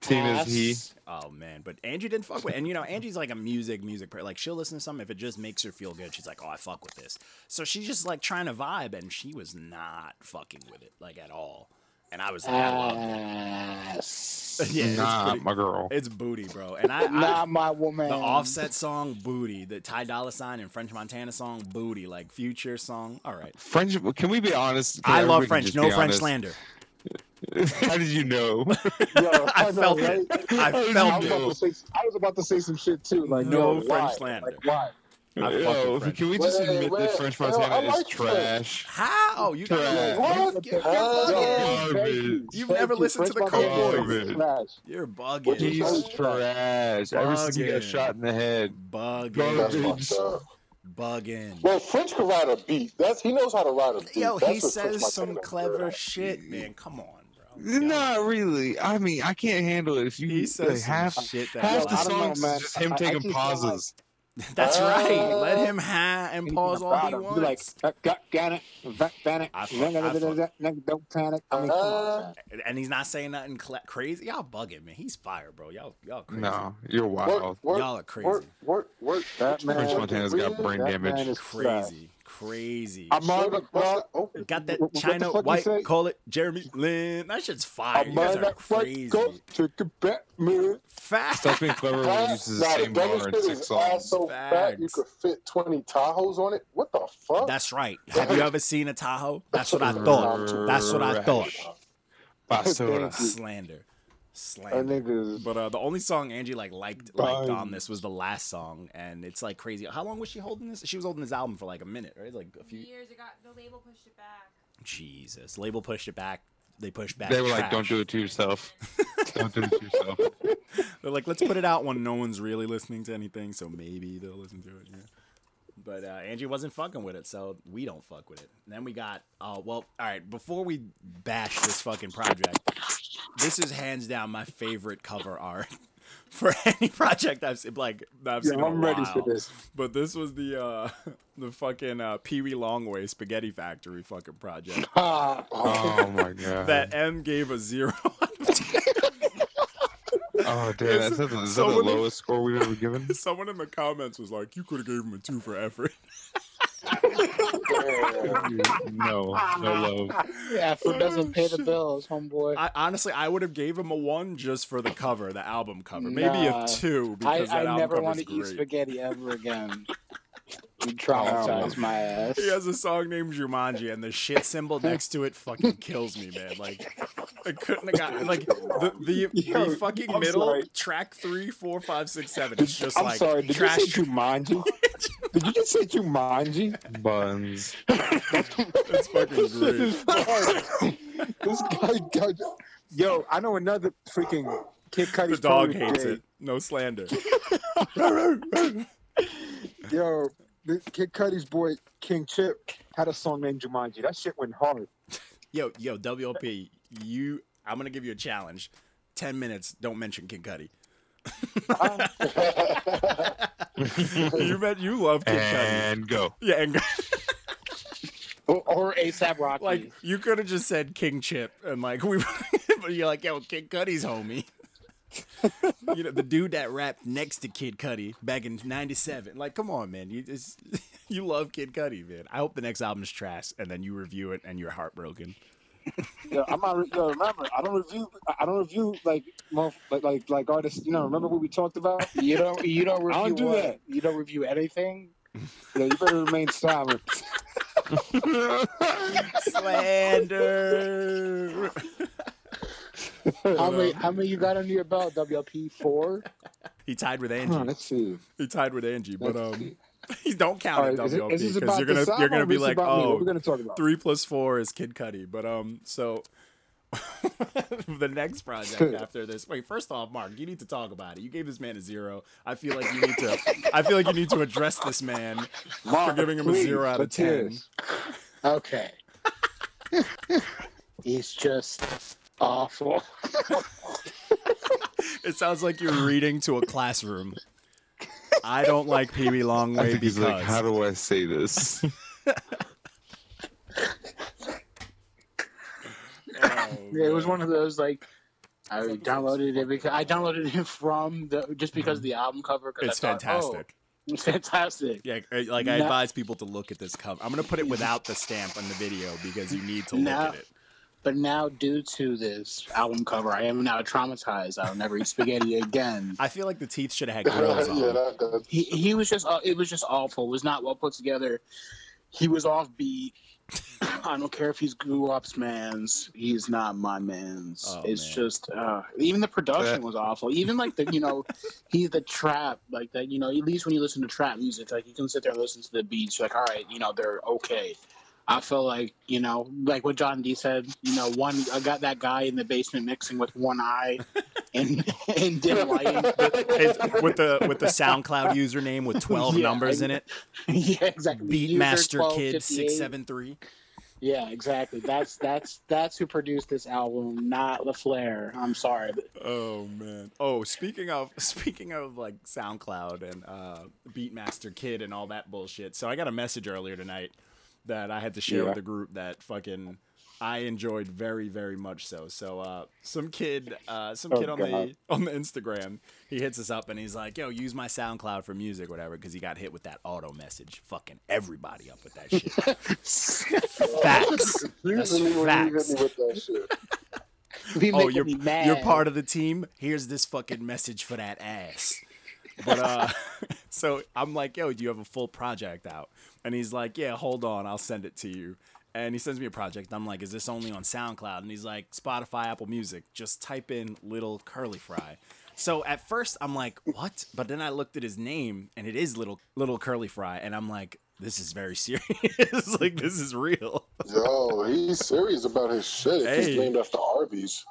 D: Tina's he.
F: Ash.
B: Oh man, but Angie didn't fuck with, and you know Angie's like a music music per- like she'll listen to something if it just makes her feel good. She's like, oh, I fuck with this. So she's just like trying to vibe, and she was not fucking with it like at all. And I was like, I love
F: Ass.
B: it. yeah, it's,
D: Nah,
B: pretty,
D: my girl.
B: it's booty, bro. And I, I
F: Not my woman.
B: the Offset song, booty. The Ty Dolla Sign and French Montana song, booty. Like Future song. All right,
D: French? Can we be honest? Can
B: I
D: everybody
B: love
D: can
B: French.
D: just
B: No
D: be
B: French
D: honest?
B: slander.
D: How did you know?
I: Yo,
B: I
I: know,
B: felt
I: right?
B: it. I
D: Oh,
I: I
B: felt
I: was
B: it.
I: about to say I was about to say some shit too. Like
B: No
I: yo,
B: French
I: why?
B: slander.
I: Like why?
B: I fuck with
D: Yo,
B: French.
D: can we just
H: Wait,
D: admit
H: wait,
D: that French
H: yo,
D: Montana
H: I
D: is
H: like
D: trash?
B: How you
D: Trash.
B: don't?
H: What?
B: You're
H: Hell
B: bugging.
H: no.
I: Yo, thank you.
B: You've
I: Thank
B: never
I: you.
B: listened to
I: French
B: the
I: Montana
B: Cowboys.
I: is trash.
B: You're
I: What you
B: bugging.
I: say?
D: He's trash. Ever since he got
B: Bugging.
D: shot in the head.
H: That's
B: Bugging.
D: Garbage.
H: fucked up.
B: Bugging.
H: Well, French can ride a beat. That's he knows how to ride a beat.
B: Yo,
H: That's
B: he
H: what French
B: says some
H: Montana is
B: clever
H: good
B: shit, man. Come on, bro. Yo,
D: Not really. I mean, I can't handle it. If you
B: he
D: like
B: says some
D: half
B: shit that
D: half
I: Yo,
D: the
I: I don't
B: like,
I: know,
D: songs is
I: man.
D: just him
I: I, I
D: taking
I: just feel like
D: pauses.
B: That's
H: Uh,
B: right. Let him ha and pause all he
I: Bottom. You're
B: wants.
I: Like, got it, got
B: I fuck- I
I: it. Don't panic. I mean, come on, man.
B: And- And he's not saying nothing cla crazy. Y'all bugging, man. He's fire, bro. Y'all, y'all crazy.
D: No, you're wild.
H: Work, work,
B: Y'all are crazy.
H: work, work, work.
I: That man,
D: French Montana's got brain
I: that
D: damage.
I: man is trash.
B: Crazy. Crazy.
D: I'm
H: What's
D: on
H: the- what's the- oh,
B: Got that
I: Wh- what the
B: China
I: fuck you
B: white
I: say?
B: call it Jeremy Lin. That shit's fire. You
H: I'm
B: guys
H: on
B: are
H: that
B: crazy.
H: white coat. Take a bet, man.
B: Fact.
D: Stop being clever when he
H: Fat?
D: uses the
H: Nah, the
D: same bar
H: dumbest
D: in
H: shit is
D: six
H: ass
D: songs.
H: so fat you
B: Facts.
H: could fit 20 Tahoes on it. What the fuck?
B: That's right. Have you ever seen a Tahoe? That's what I thought. That's what I thought.
D: Trash. Basura.
B: Slander.
I: That
B: Slander.
I: nigga is
B: But uh, the only song Angie like liked liked on
I: Bang.
B: this was the last song, and it's like crazy. How long was she holding this? She was holding this album for like a minute, right? Like a few.
G: Years ago, the label pushed it back.
B: Jesus. Label pushed it back. They pushed back.
D: They were like, "Don't
B: trash."
D: do it to yourself. Don't do it to yourself."
B: They're like, let's put it out when no one's really listening to anything, so maybe they'll listen to it. Yeah. But uh, Angie wasn't fucking with it, so we don't fuck with it. And then we got, uh, well, all right, before we bash this fucking project, this is hands down my favorite cover art for any project I've seen. Like, I've
I: Yeah,
B: seen in a
I: I'm ready for
B: while.
I: this.
B: But this was the uh, the fucking uh, Pee Wee Longway Spaghetti Factory fucking project
F: Uh,
I: Ah,
D: Oh my god.
B: that M gave a zero out of ten.
D: oh damn, that's the, is that the
B: someone-
D: lowest score we've ever given.
B: Someone in the comments was like, you could have gave him a two for effort.
D: no, no love.
F: Yeah, if it doesn't pay the
B: Oh, shit.
F: bills, homeboy.
B: I honestly, I would have gave him a one just for the cover, the album cover. Maybe
F: Nah.
B: a two
F: I,
B: because that
F: I
B: album
F: never
B: cover's
F: want to eat
B: great.
F: spaghetti ever again. You traumatized my ass.
B: He has a song named Jumanji, and the shit symbol next to it fucking kills me, man. Like, I couldn't have got like the the,
I: Yo,
B: the fucking
I: I'm
B: middle
I: sorry.
B: track three, four, five, six, seven.
I: Did-
B: It's just
I: I'm
B: like
I: sorry. Did
B: trash.
I: you say Jumanji? did you just say Jumanji?
D: Buns.
B: it's fucking great.
I: this guy got. Yo, I know another freaking Kid Cudi.
B: The dog hates it. No slander.
I: Yo, the Kid Cudi's boy King Chip had a song named Jumanji. That shit went hard.
B: Yo, yo, WLP, you. I'm gonna give you a challenge. Ten minutes. Don't mention Kid Cudi. you bet. You love Kid Cudi.
D: And go.
B: Yeah, and
F: Or, or ASAP Rocky.
B: like you could have just said King Chip, and like we, but you're like, yo, Kid Cudi's homie. you know the dude that rapped next to Kid Cudi back in '97. Like, come on, man, you just you love Kid Cudi, man. I hope the next album's trash, and then you review it and you're heartbroken.
I: Yo, I'm not. Yo, remember, I don't review. I don't review like mo- like like like artists. You know, remember what we talked about?
F: you don't you don't review
I: I don't do
F: what?
I: that.
F: You don't review anything.
I: Yo, you better remain silent.
B: Slander.
F: How many how many you got under your belt? WLP four.
B: he tied with
I: Come on,
B: Angie.
I: let's see.
B: He tied with Angie, but
I: Let's
B: um,
I: see.
B: don't count
I: All
B: it
I: right, is, it,
B: WLP
I: is this
B: because
I: about
B: you're gonna
I: this album
B: you're
I: or
B: gonna be
I: is this
B: like,
I: about me? What
B: oh,
I: we gonna talk about?
B: three plus four is Kid Cudi. But um, so the next project after this. Wait, first off, Mark, you need to talk about it. You gave this man a zero. I feel like you need to. I feel like you need to address this man for giving him a
I: please,
B: zero out of
I: let's hear
B: ten.
I: this.
F: Okay. He's just awful.
B: It sounds like you're reading to a classroom. I don't like Pee Wee
D: I
B: Longway
D: think he's
B: because
D: like, how do I say this?
F: Yeah, it was one of those like I downloaded it because I downloaded it from the just because of the album cover. 'cause I
B: It's
F: thought, oh,
B: fantastic.
F: it's fantastic.
B: Yeah, I- like I
F: No-
B: advise people to look at this cover. I'm gonna put it without the stamp on the video because you need to look
F: No.
B: at it.
F: But now, due to this album cover, I am now traumatized. I'll never eat spaghetti again.
B: I feel like the teeth should have had
H: yeah,
B: grills on. them.
H: that, that,
F: He, he was just uh, it was just awful. It was not well put together. He was offbeat. I don't care if he's Goo Ops man's. He's not my man's.
B: Oh,
F: it's
B: man.
F: just uh, even the production
D: That-
F: was awful. Even like the you know he's the trap like that. You know at least when you listen to trap music, like you can sit there and listen to the beats. You're like all right, you know they're okay. I feel like you know like what John D said. You know one I got that guy in the basement mixing with one eye and and dim lighting.
B: It's with the with the SoundCloud username with 12
F: Yeah,
B: numbers in it.
F: yeah, exactly. User
B: Beatmaster Kid
F: 1258.
B: 673.
F: Yeah, exactly. That's that's that's who produced this album, not LaFleur. I'm sorry. but-
B: Oh man. Oh, speaking of speaking of like SoundCloud and uh, Beatmaster Kid and all that bullshit. So I got a message earlier tonight that I had to share
C: Yeah.
B: with the group that fucking I enjoyed very very much so. So uh, some kid uh, some
C: Oh,
B: kid on the
C: God.
B: on the Instagram he hits us up and he's like, "Yo, use my SoundCloud for music, whatever," because he got hit with that auto message. Fucking everybody up with that shit. Facts. That's
H: Usually when you hit
B: facts.
H: me with that shit.
F: Be
B: oh,
F: making
B: you're
F: me mad.
B: you're part of the team. Here's this fucking message for that ass. But uh, so I'm like, yo, do you have a full project out? And he's like, yeah, hold on, I'll send it to you. And he sends me a project. I'm like, is this only on SoundCloud? And he's like, Spotify, Apple Music. Just type in Little Curly Fry. So at first I'm like, what? But then I looked at his name, and it is Little Little Curly Fry, and I'm like, this is very serious. like this is real.
H: Yo, he's serious about his shit.
B: Hey.
H: He's named after Arby's.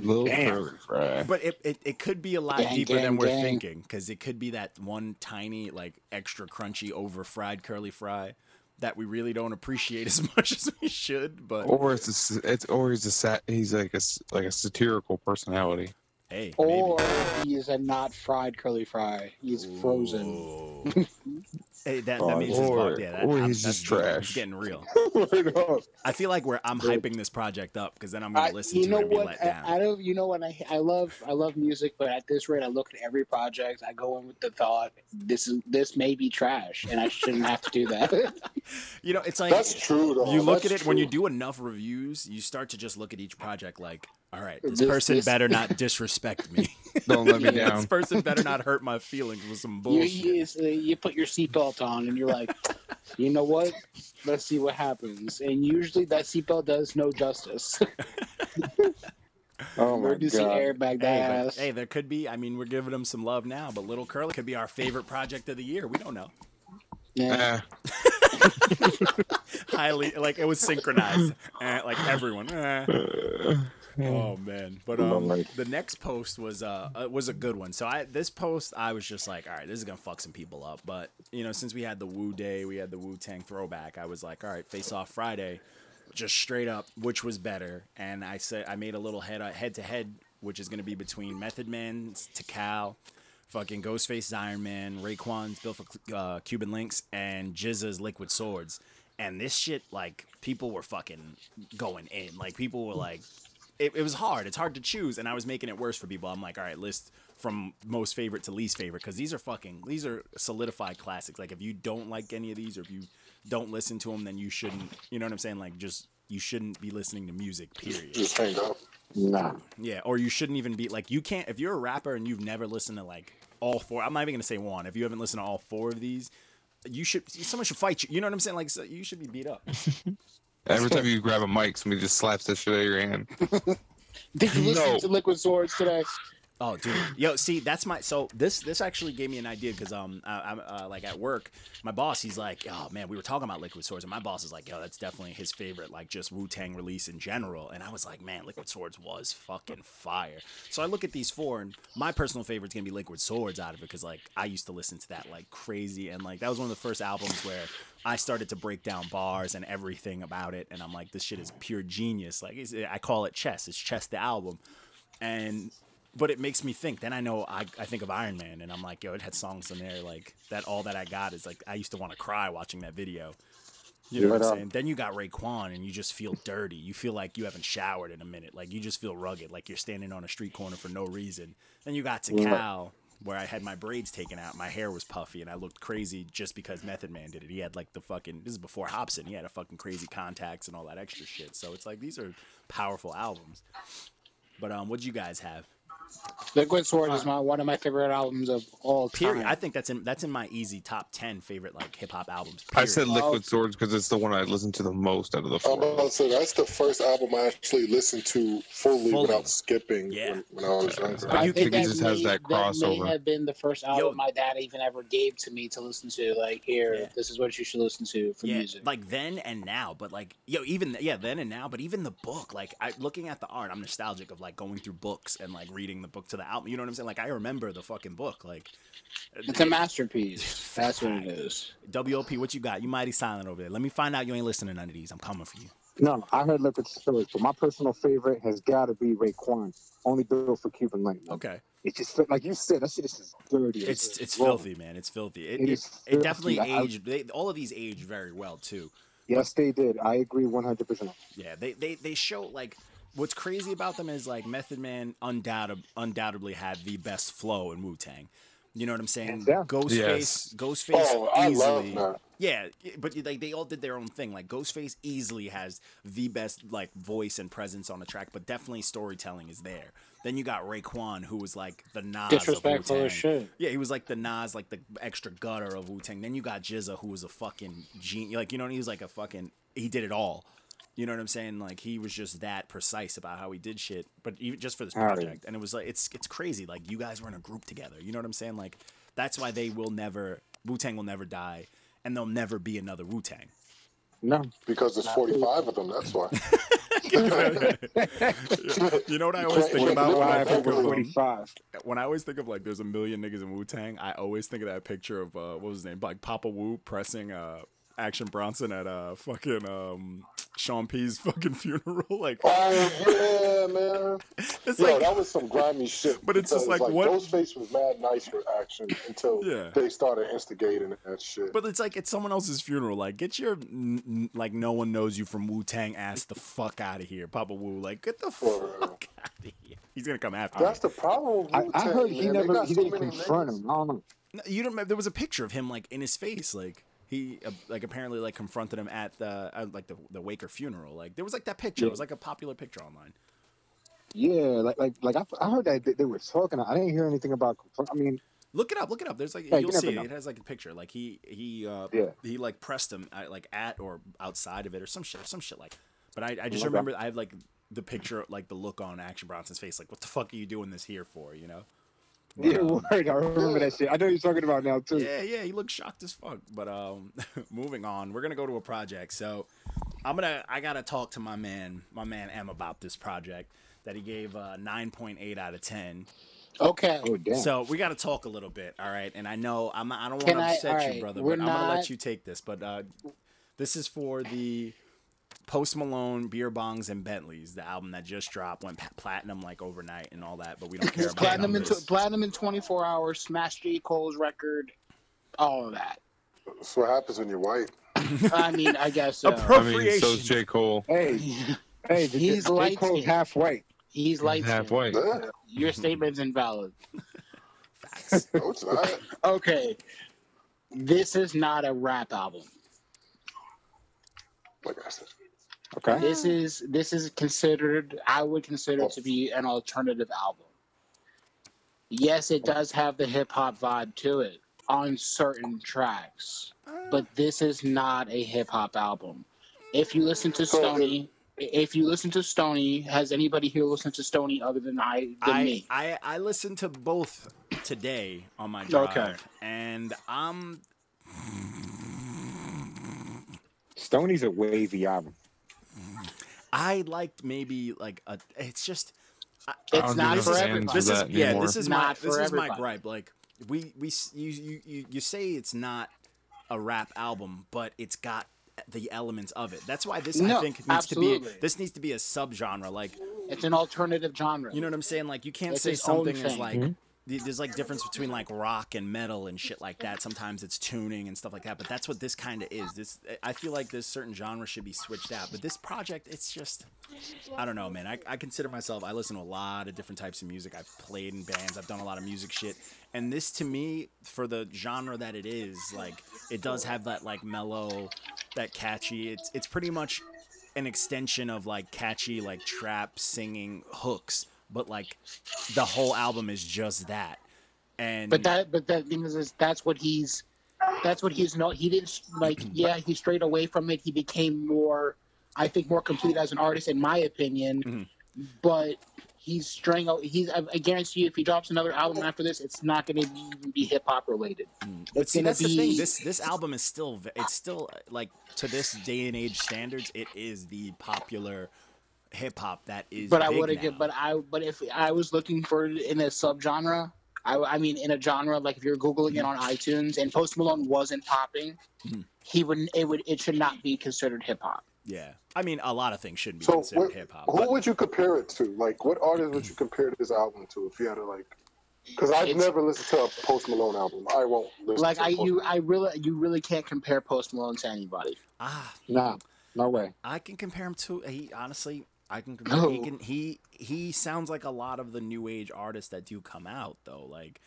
D: Little curly fry.
B: But it, it, it could be a lot
F: Gang,
B: deeper than
F: gang,
B: we're
F: gang.
B: thinking because it could be that one tiny, like, extra crunchy, over fried curly fry that we really don't appreciate as much as we should. But
D: Or it's a s it's or he's a sat, he's like a s- like a satirical personality.
B: hey,
F: Or
B: maybe.
F: he is a not fried curly fry. He's frozen.
B: Ooh. hey, that, that
H: Oh,
B: means his
D: or-
B: butt. Yeah, that,
D: or
B: I'm-
D: he's
B: that's
D: just
B: deep. It's
D: trash. Oh
B: getting real.
H: right off.
B: I feel like we're I'm hyping this project up because then I'm gonna
F: I,
B: listen
F: you
B: to
F: know
B: it and be
F: what?
B: let
F: I,
B: down.
F: I don't. You know what? I I love I love music, but at this rate, I look at every project. I go in with the thought, this is this may be trash, and I shouldn't have to do that.
B: you know, it's like
H: That's true, though.
B: you look at
H: That's
B: it when you
H: true.
B: do enough reviews, you start to just look at each project like, all right, this,
F: This-
B: person
F: this-
B: better not disrespect me.
D: Don't let me
F: Yeah.
D: down.
B: this person better not hurt my feelings with some
F: you,
B: bullshit.
F: you, it's, uh, you put your seatbelt on, and you're like, you know what? Let's see what happens. And usually, that seatbelt does no justice.
H: Oh my
F: Emergency
H: god.
F: airbag that
B: Hey, but,
F: ass.
B: hey, there could be. I mean, we're giving them some love now, but Little Curly could be our favorite project of the year. We don't know.
F: Yeah.
D: Eh,
B: Highly, like it was synchronized. Eh, like everyone. eh. Oh man! But um,
H: Lord.
B: the next post was uh uh, was a good one. So I this post I was just like, all right, this is gonna fuck some people up. But you know, since we had the Wu Day, we had the Wu Tang throwback. I was like, all right, Face Off Friday, just straight up, which was better. And I said I made a little head head to head, which is gonna be between Method Man's Takal, fucking Ghostface's Iron Man, Raekwon's Built for uh, Cuban Links, and Jizza's Liquid Swords. And this shit, like, people were fucking going in. Like, people were like, it, it was hard. It's hard to choose, and I was making it worse for people. I'm like, all right, list from most favorite to least favorite because these are fucking these are solidified classics. Like if you don't like any of these or if you don't listen to them, then you shouldn't. You know what I'm saying? Like just you shouldn't be listening to music. Period.
H: Just hang up.
I: Nah.
B: Yeah, or you shouldn't even be like you can't if you're a rapper and you've never listened to like all four. I'm not even gonna say one. If you haven't listened to all four of these, you should someone should fight you. You know what I'm saying? Like so you should be beat up.
D: Every time you grab a mic, somebody just slaps that shit out of your hand.
F: Did you listen
D: No.
F: to Liquid Swords today?
B: Oh, dude, yo, see, that's my so this this actually gave me an idea because um I, I'm uh, like at work, my boss he's like, oh man, we were talking about Liquid Swords, and my boss is like, yo, that's definitely his favorite, like just Wu Tang release in general, and I was like, man, Liquid Swords was fucking fire. So I look at these four, and my personal favorite's gonna be Liquid Swords out of it because like I used to listen to that like crazy, and like that was one of the first albums where I started to break down bars and everything about it, and I'm like, this shit is pure genius. Like it's, I call it chess. It's chess the album, and but it makes me think. Then I know I, I think of Iron Man, and I'm like, yo, it had songs in there like that. All that I got is like I used to want to cry watching that video. You know what
I: Right
B: I'm
I: on.
B: saying? Then you got Raekwon, and you just feel dirty. You feel like you haven't showered in a minute. Like you just feel rugged, like you're standing on a street corner for no reason. Then you got to
I: Right.
B: Cal, where I had my braids taken out, my hair was puffy, and I looked crazy just because Method Man did it. He had like the fucking this is before Hobson. He had a fucking crazy contacts and all that extra shit. So it's like these are powerful albums. But um, what'd you guys have?
F: Liquid Swords is my one of my favorite albums of all time.
B: Uh, Period. I think that's in that's in my easy top ten favorite like hip hop albums.
D: I said
B: period.
D: Liquid Swords because it's the one I listened to the most out of the
H: I'm
D: four.
H: about to say that's the first album I actually listened to fully,
B: Fully.
H: without skipping
B: Yeah.
H: when, when I was younger.
D: But
B: I
D: you
B: think
D: think it
B: that
D: just has that
F: That
D: crossover.
F: may have been the first album my dad even ever gave to me to listen to. Like, here,
B: Yeah.
F: this is what you should listen to for
B: yeah,
F: music.
B: like then and now, but like yo, even yeah, then and now, but even the book, like I looking at the art, I'm nostalgic of like going through books and like reading reading the book to the album. You know what I'm saying? Like I remember the fucking book. Like
F: It's a masterpiece. That's what it is.
B: Ah, WOP, what you got? You mighty silent over there. Let me find out you ain't listening to none of these. I'm coming for you.
I: No, I heard Leopard Stories, but my personal favorite has got to be Raekwon. Only built for Cuban Link. man.
B: Okay.
I: It's just like you said, that shit is just dirty. as
B: It's it's
I: rotten.
B: filthy, man. It's filthy. It,
I: It
B: it,
I: is
B: it
I: filthy.
B: definitely
I: I- I-
B: aged. They, all of these age very well too.
I: Yes, they did. I agree 100%.
B: Yeah, they they they show like what's crazy about them is like Method Man undoubted, undoubtedly had the best flow in Wu Tang. You know what I'm saying?
I: Yeah.
B: Ghostface,
D: Yes.
B: Ghostface
H: Oh, I love
B: easily.
H: that.
B: yeah, but like they all did their own thing. Like Ghostface easily has the best like voice and presence on the track, but definitely storytelling is there. Then you got Raekwon, who was like the Nas of
F: Disrespectful
B: Wu-Tang.
F: as shit.
B: Yeah, he was like the Nas, like the extra gutter of Wu Tang. Then you got Jizza, who was a fucking genius. Like, you know, he was like a fucking, he did it all. You know what I'm saying? Like, he was just that precise about how he did shit, but even just for this
I: Alright.
B: project. And it was like, it's it's crazy. Like, you guys were in a group together. You know what I'm saying? Like, that's why they will never, Wu Tang will never die, and there'll never be another Wu Tang.
I: No.
H: Because there's 45 of them, that's why.
B: you know what I always think
H: Wait,
B: about when I
H: live
I: Live
B: think
I: over
B: of um,
I: 45.
B: when I always think of like there's a million niggas in Wu Tang, I always think of that picture of uh, what was his name, like Papa Wu pressing uh, Action Bronson at uh, fucking um, Sean P's fucking funeral. like
H: Oh, yeah, man.
B: it's
H: Oh, Yo,
B: like
H: that was some grimy shit.
B: But it's just
H: because,
B: like, what-
H: Ghostface was mad nice for action until
B: Yeah.
H: they started instigating that shit.
B: But it's like it's someone else's funeral. Like, get your n- n- like no one knows you from Wu Tang ass the fuck out of here, Papa Wu. Like, get the
H: For real.
B: fuck out of here. He's gonna come after
H: That's
B: you.
H: the problem with
I: I, I
H: Wu-Tang,
I: heard he
H: man. They
I: never
H: got
I: he
H: so
I: didn't
H: many
I: confront
H: niggas.
I: him. I don't know.
B: No, you don't. remember- There was a picture of him like in his face, like he uh, like apparently like confronted him at the uh, like the the Waker funeral. Like there was like that picture. It was like a popular picture online.
I: Yeah, like like like I, I heard that they, they were talking. I didn't hear anything about. confront- I mean,
B: Look it up. Look it up. There's like
I: Yeah, you
B: you'll
I: never
B: see.
I: know.
B: It has like a picture. Like he he uh
I: Yeah.
B: he like pressed him at, like at or outside of it or some shit some shit like. But I, I just
I: Okay.
B: remember I have like the picture like the look on Action Bronson's face like what the fuck are you doing this here for you know? But,
I: yeah,
B: um,
I: word. I remember that shit. I know you're talking about now too.
B: yeah yeah he looked shocked as fuck. But um moving on we're gonna go to a project so I'm gonna I gotta talk to my man my man M about this project that he gave uh, 9.8 out of 10.
F: Okay.
I: Oh damn.
B: So we got to talk a little bit, all right? And I know I'm I don't want
F: Can
B: to
F: I-
B: upset
F: all
B: you,
F: right,
B: brother,
F: we're
B: but I'm gonna let
F: not-
B: you take this. But uh, this is for the Post Malone beer bongs and Bentleys, the album that just dropped, went pa- platinum like overnight and all that. But we don't care about
F: Platinum in,
B: numbers.
F: tw platinum in 24 hours, smash J. Cole's record, all of that.
H: That's what happens when you're white.
F: I mean, I guess uh, so.
D: I mean,
B: Appropriation.
D: so's J. Cole.
I: hey, hey, the,
F: He's
I: the, J.
F: light
I: Cole's
F: skinned.
I: half white.
F: He's light
D: Half white.
F: skinned.
H: Yeah,
F: Your statement's invalid.
B: Facts.
H: no, it's not.
F: Okay. This is not a rap album.
H: Like I said,
I: Okay.
F: This is this is considered I would consider to be an alternative album. Yes, it does have the hip hop vibe to it on certain tracks, but this is not a hip hop album. If you listen to
H: So it-
F: Stony, if you listen to Stony, has anybody here listened to Stony other than I than
B: I,
F: me?
B: I I listened to both today on my drive,
F: Okay.
B: and I'm
I: Stoney's a wavy album.
B: I liked maybe like a. It's just
D: I
F: It's
D: don't
F: not
D: do
F: for
D: understand
F: everybody.
B: This is
D: that
B: yeah.
D: anymore.
B: This is my
F: Not
B: this
F: for
B: is my
F: everybody.
B: gripe. Like we we s- you you you, you say it's not a rap album, but it's got the elements of it. That's why this I
F: No,
B: think needs to be
F: absolutely.
B: a, this needs to be a subgenre. Like
F: It's an alternative genre.
B: you know what I'm saying? Like you can't
F: It's
B: say
F: its own
B: something is
F: thing.
B: like th- there's like difference between like rock and metal and shit like that. Sometimes it's tuning and stuff like that, but that's what this kind of is. This I feel like this certain genre should be switched out, but this project it's just I don't know, man. I, I consider myself I listen to a lot of different types of music. I've played in bands, I've done a lot of music shit, and this to me for the genre that it is, like it does have that like mellow, that catchy. It's it's pretty much an extension of like catchy like trap singing hooks but like the whole album is just that and
F: But that, but that thing is, is that's what he's, that's what he's not. He didn't like.
B: Mm-hmm.
F: Yeah, he strayed away from it. He became more, I think, more complete as an artist, in my opinion.
B: Mhm.
F: But he's straying. out- He's. I, I guarantee you, if he drops another album after this, it's not going to even be hip hop related.
B: mm, but
F: it's
B: see
F: gonna
B: that's the thing
F: be-
B: this this album is still v- it's still like to this day and age standards it is the popular hip hop that is.
F: but I
B: big
F: would
B: now.
F: have. But I. But if I was looking for it in a subgenre, I, I mean, in a genre like if you're googling it
B: Mm-hmm.
F: on iTunes and Post Malone wasn't popping,
B: Mhm.
F: he would. It would. It should not be considered hip hop.
B: yeah, I mean, a lot of things shouldn't be
H: So,
B: considered
H: what-
B: hip hop.
H: Who
B: but-
H: would you compare it to? Like, what artist would you compare this album to if you had to like? Because I've
F: It's-
H: never listened to a Post Malone album. I won't listen.
F: Like
H: to a
F: I,
H: Post
F: you,
H: Malone.
F: I really, you really can't compare Post Malone to anybody.
B: Ah,
I: Nah, no way.
B: I can compare him to he honestly I can compare he
F: Who?
B: can he he sounds like a lot of the new age artists that do come out though. Like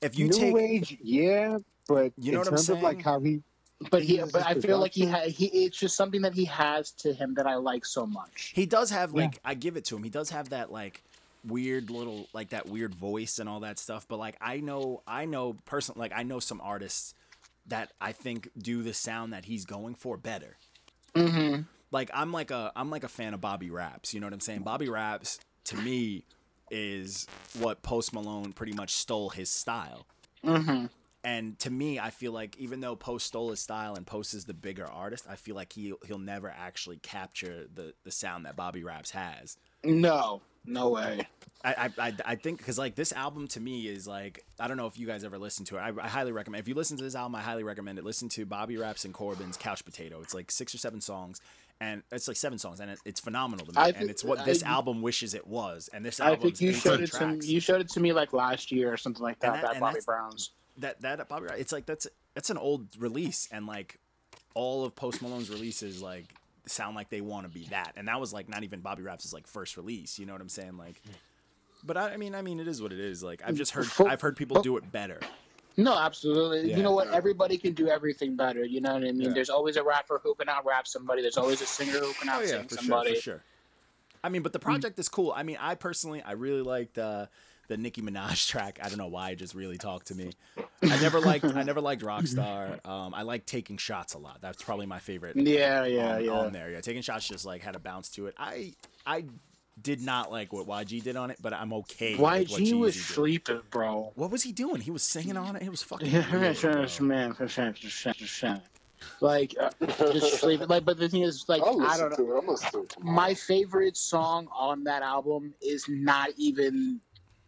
B: if you
I: New
B: take
I: Age, yeah, but
B: You know
I: in
B: what I'm
I: terms of like
B: saying?
I: how he,
F: But he,
I: uses
F: but I
I: his
F: feel like he, ha, he, it's just something that he has to him that I like so much.
B: he does have
I: Yeah.
B: like I give it to him. He does have that like weird little like that weird voice and all that stuff, but like I know I know personally like I know some artists that I think do the sound that he's going for better.
F: Mm-hmm.
B: like I'm like a I'm like a fan of Bobby Raps. You know what I'm saying? Bobby Raps to me is what Post Malone pretty much stole his style.
F: Mm-hmm.
B: And to me, I feel like even though Post stole his style and Post is the bigger artist, I feel like he he'll never actually capture the the sound that Bobby Raps has.
F: No, no way.
B: I I, I, I think because like this album to me is like I don't know if you guys ever listened to it. I, I highly recommend if you listen to this album, I highly recommend it. Listen to Bobby Raps and Corbin's Couch Potato. It's like six or seven songs, and it's like seven songs, and it, it's phenomenal to me.
F: I
B: and
F: think-
B: it's what this
F: I-
B: album wishes it was, and this
F: I
B: album's
F: think you
B: 18
F: showed it to me.
B: tracks.
F: You showed it to me like last year or something like
B: And that-
F: that. that,
B: and
F: Bobby
B: that's-
F: Brown's.
B: that that Bobby Raps. It's like that's that's an old release, and like all of Post Malone's releases like sound like they want to be that, and that was like not even Bobby Raps' like first release. You know what I'm saying? Like. But I, I mean, I mean, it is what it is. Like I've just heard,
F: Fo-
B: I've heard people
F: fo-
B: do it better.
F: No, absolutely.
B: Yeah.
F: You know what? Everybody can do everything better. You know what I mean?
B: Yeah.
F: There's always a rapper who can out rap somebody. There's always a singer who can out sing somebody.
B: sure, Oh,
F: Mm.
B: for sure. I mean, but the project is cool. I mean, I personally, I really liked uh, the Nicki Minaj track. I don't know why it just really talked to me. I never liked, I never liked Rockstar. Um, I like taking shots a lot. That's probably my favorite.
F: Yeah, yeah,
B: on,
F: yeah.
B: on there, yeah, taking shots just like had a bounce to it. I, I did not like what YG did on it, but I'm okay. with what
F: YG was
B: Jeezy did.
F: sleeping, bro.
B: What was he doing? He was singing on it. It was fucking. weird, bro.
F: man, like uh, just sleeping. Like, but the thing is, like,
H: I'll
F: I
H: listen
F: don't know.
H: to it. I'm listening to it.
F: My favorite song on that album is not even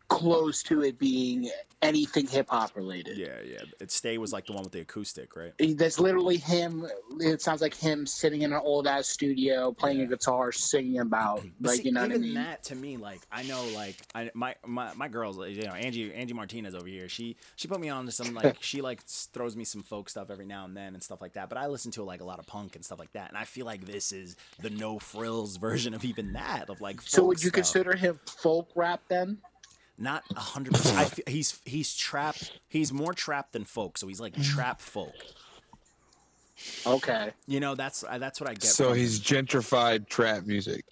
F: close to it being anything hip hop related.
B: Yeah, yeah. It stay was like the one with the acoustic, right?
F: That's literally him. It sounds like him sitting in an old ass studio playing
B: Yeah.
F: a guitar, singing about
B: But
F: like
B: see,
F: you know what I
B: even
F: mean.
B: that to me, like I know, like I, my my my girls, like, you know, Angie Angie Martinez over here. She she put me on to some like she like s- throws me some folk stuff every now and then and stuff like that. But I listen to like a lot of punk and stuff like that, and I feel like this is the no frills version of even that of like.
F: so
B: folk
F: would you
B: stuff.
F: consider him folk rap then?
B: not a hundred percent? I feel he's he's trap. He's more trap than folk, so he's like trap folk.
F: Okay.
B: You know, that's I- that's what I get.
D: So
B: from him.
D: he's gentrified trap music.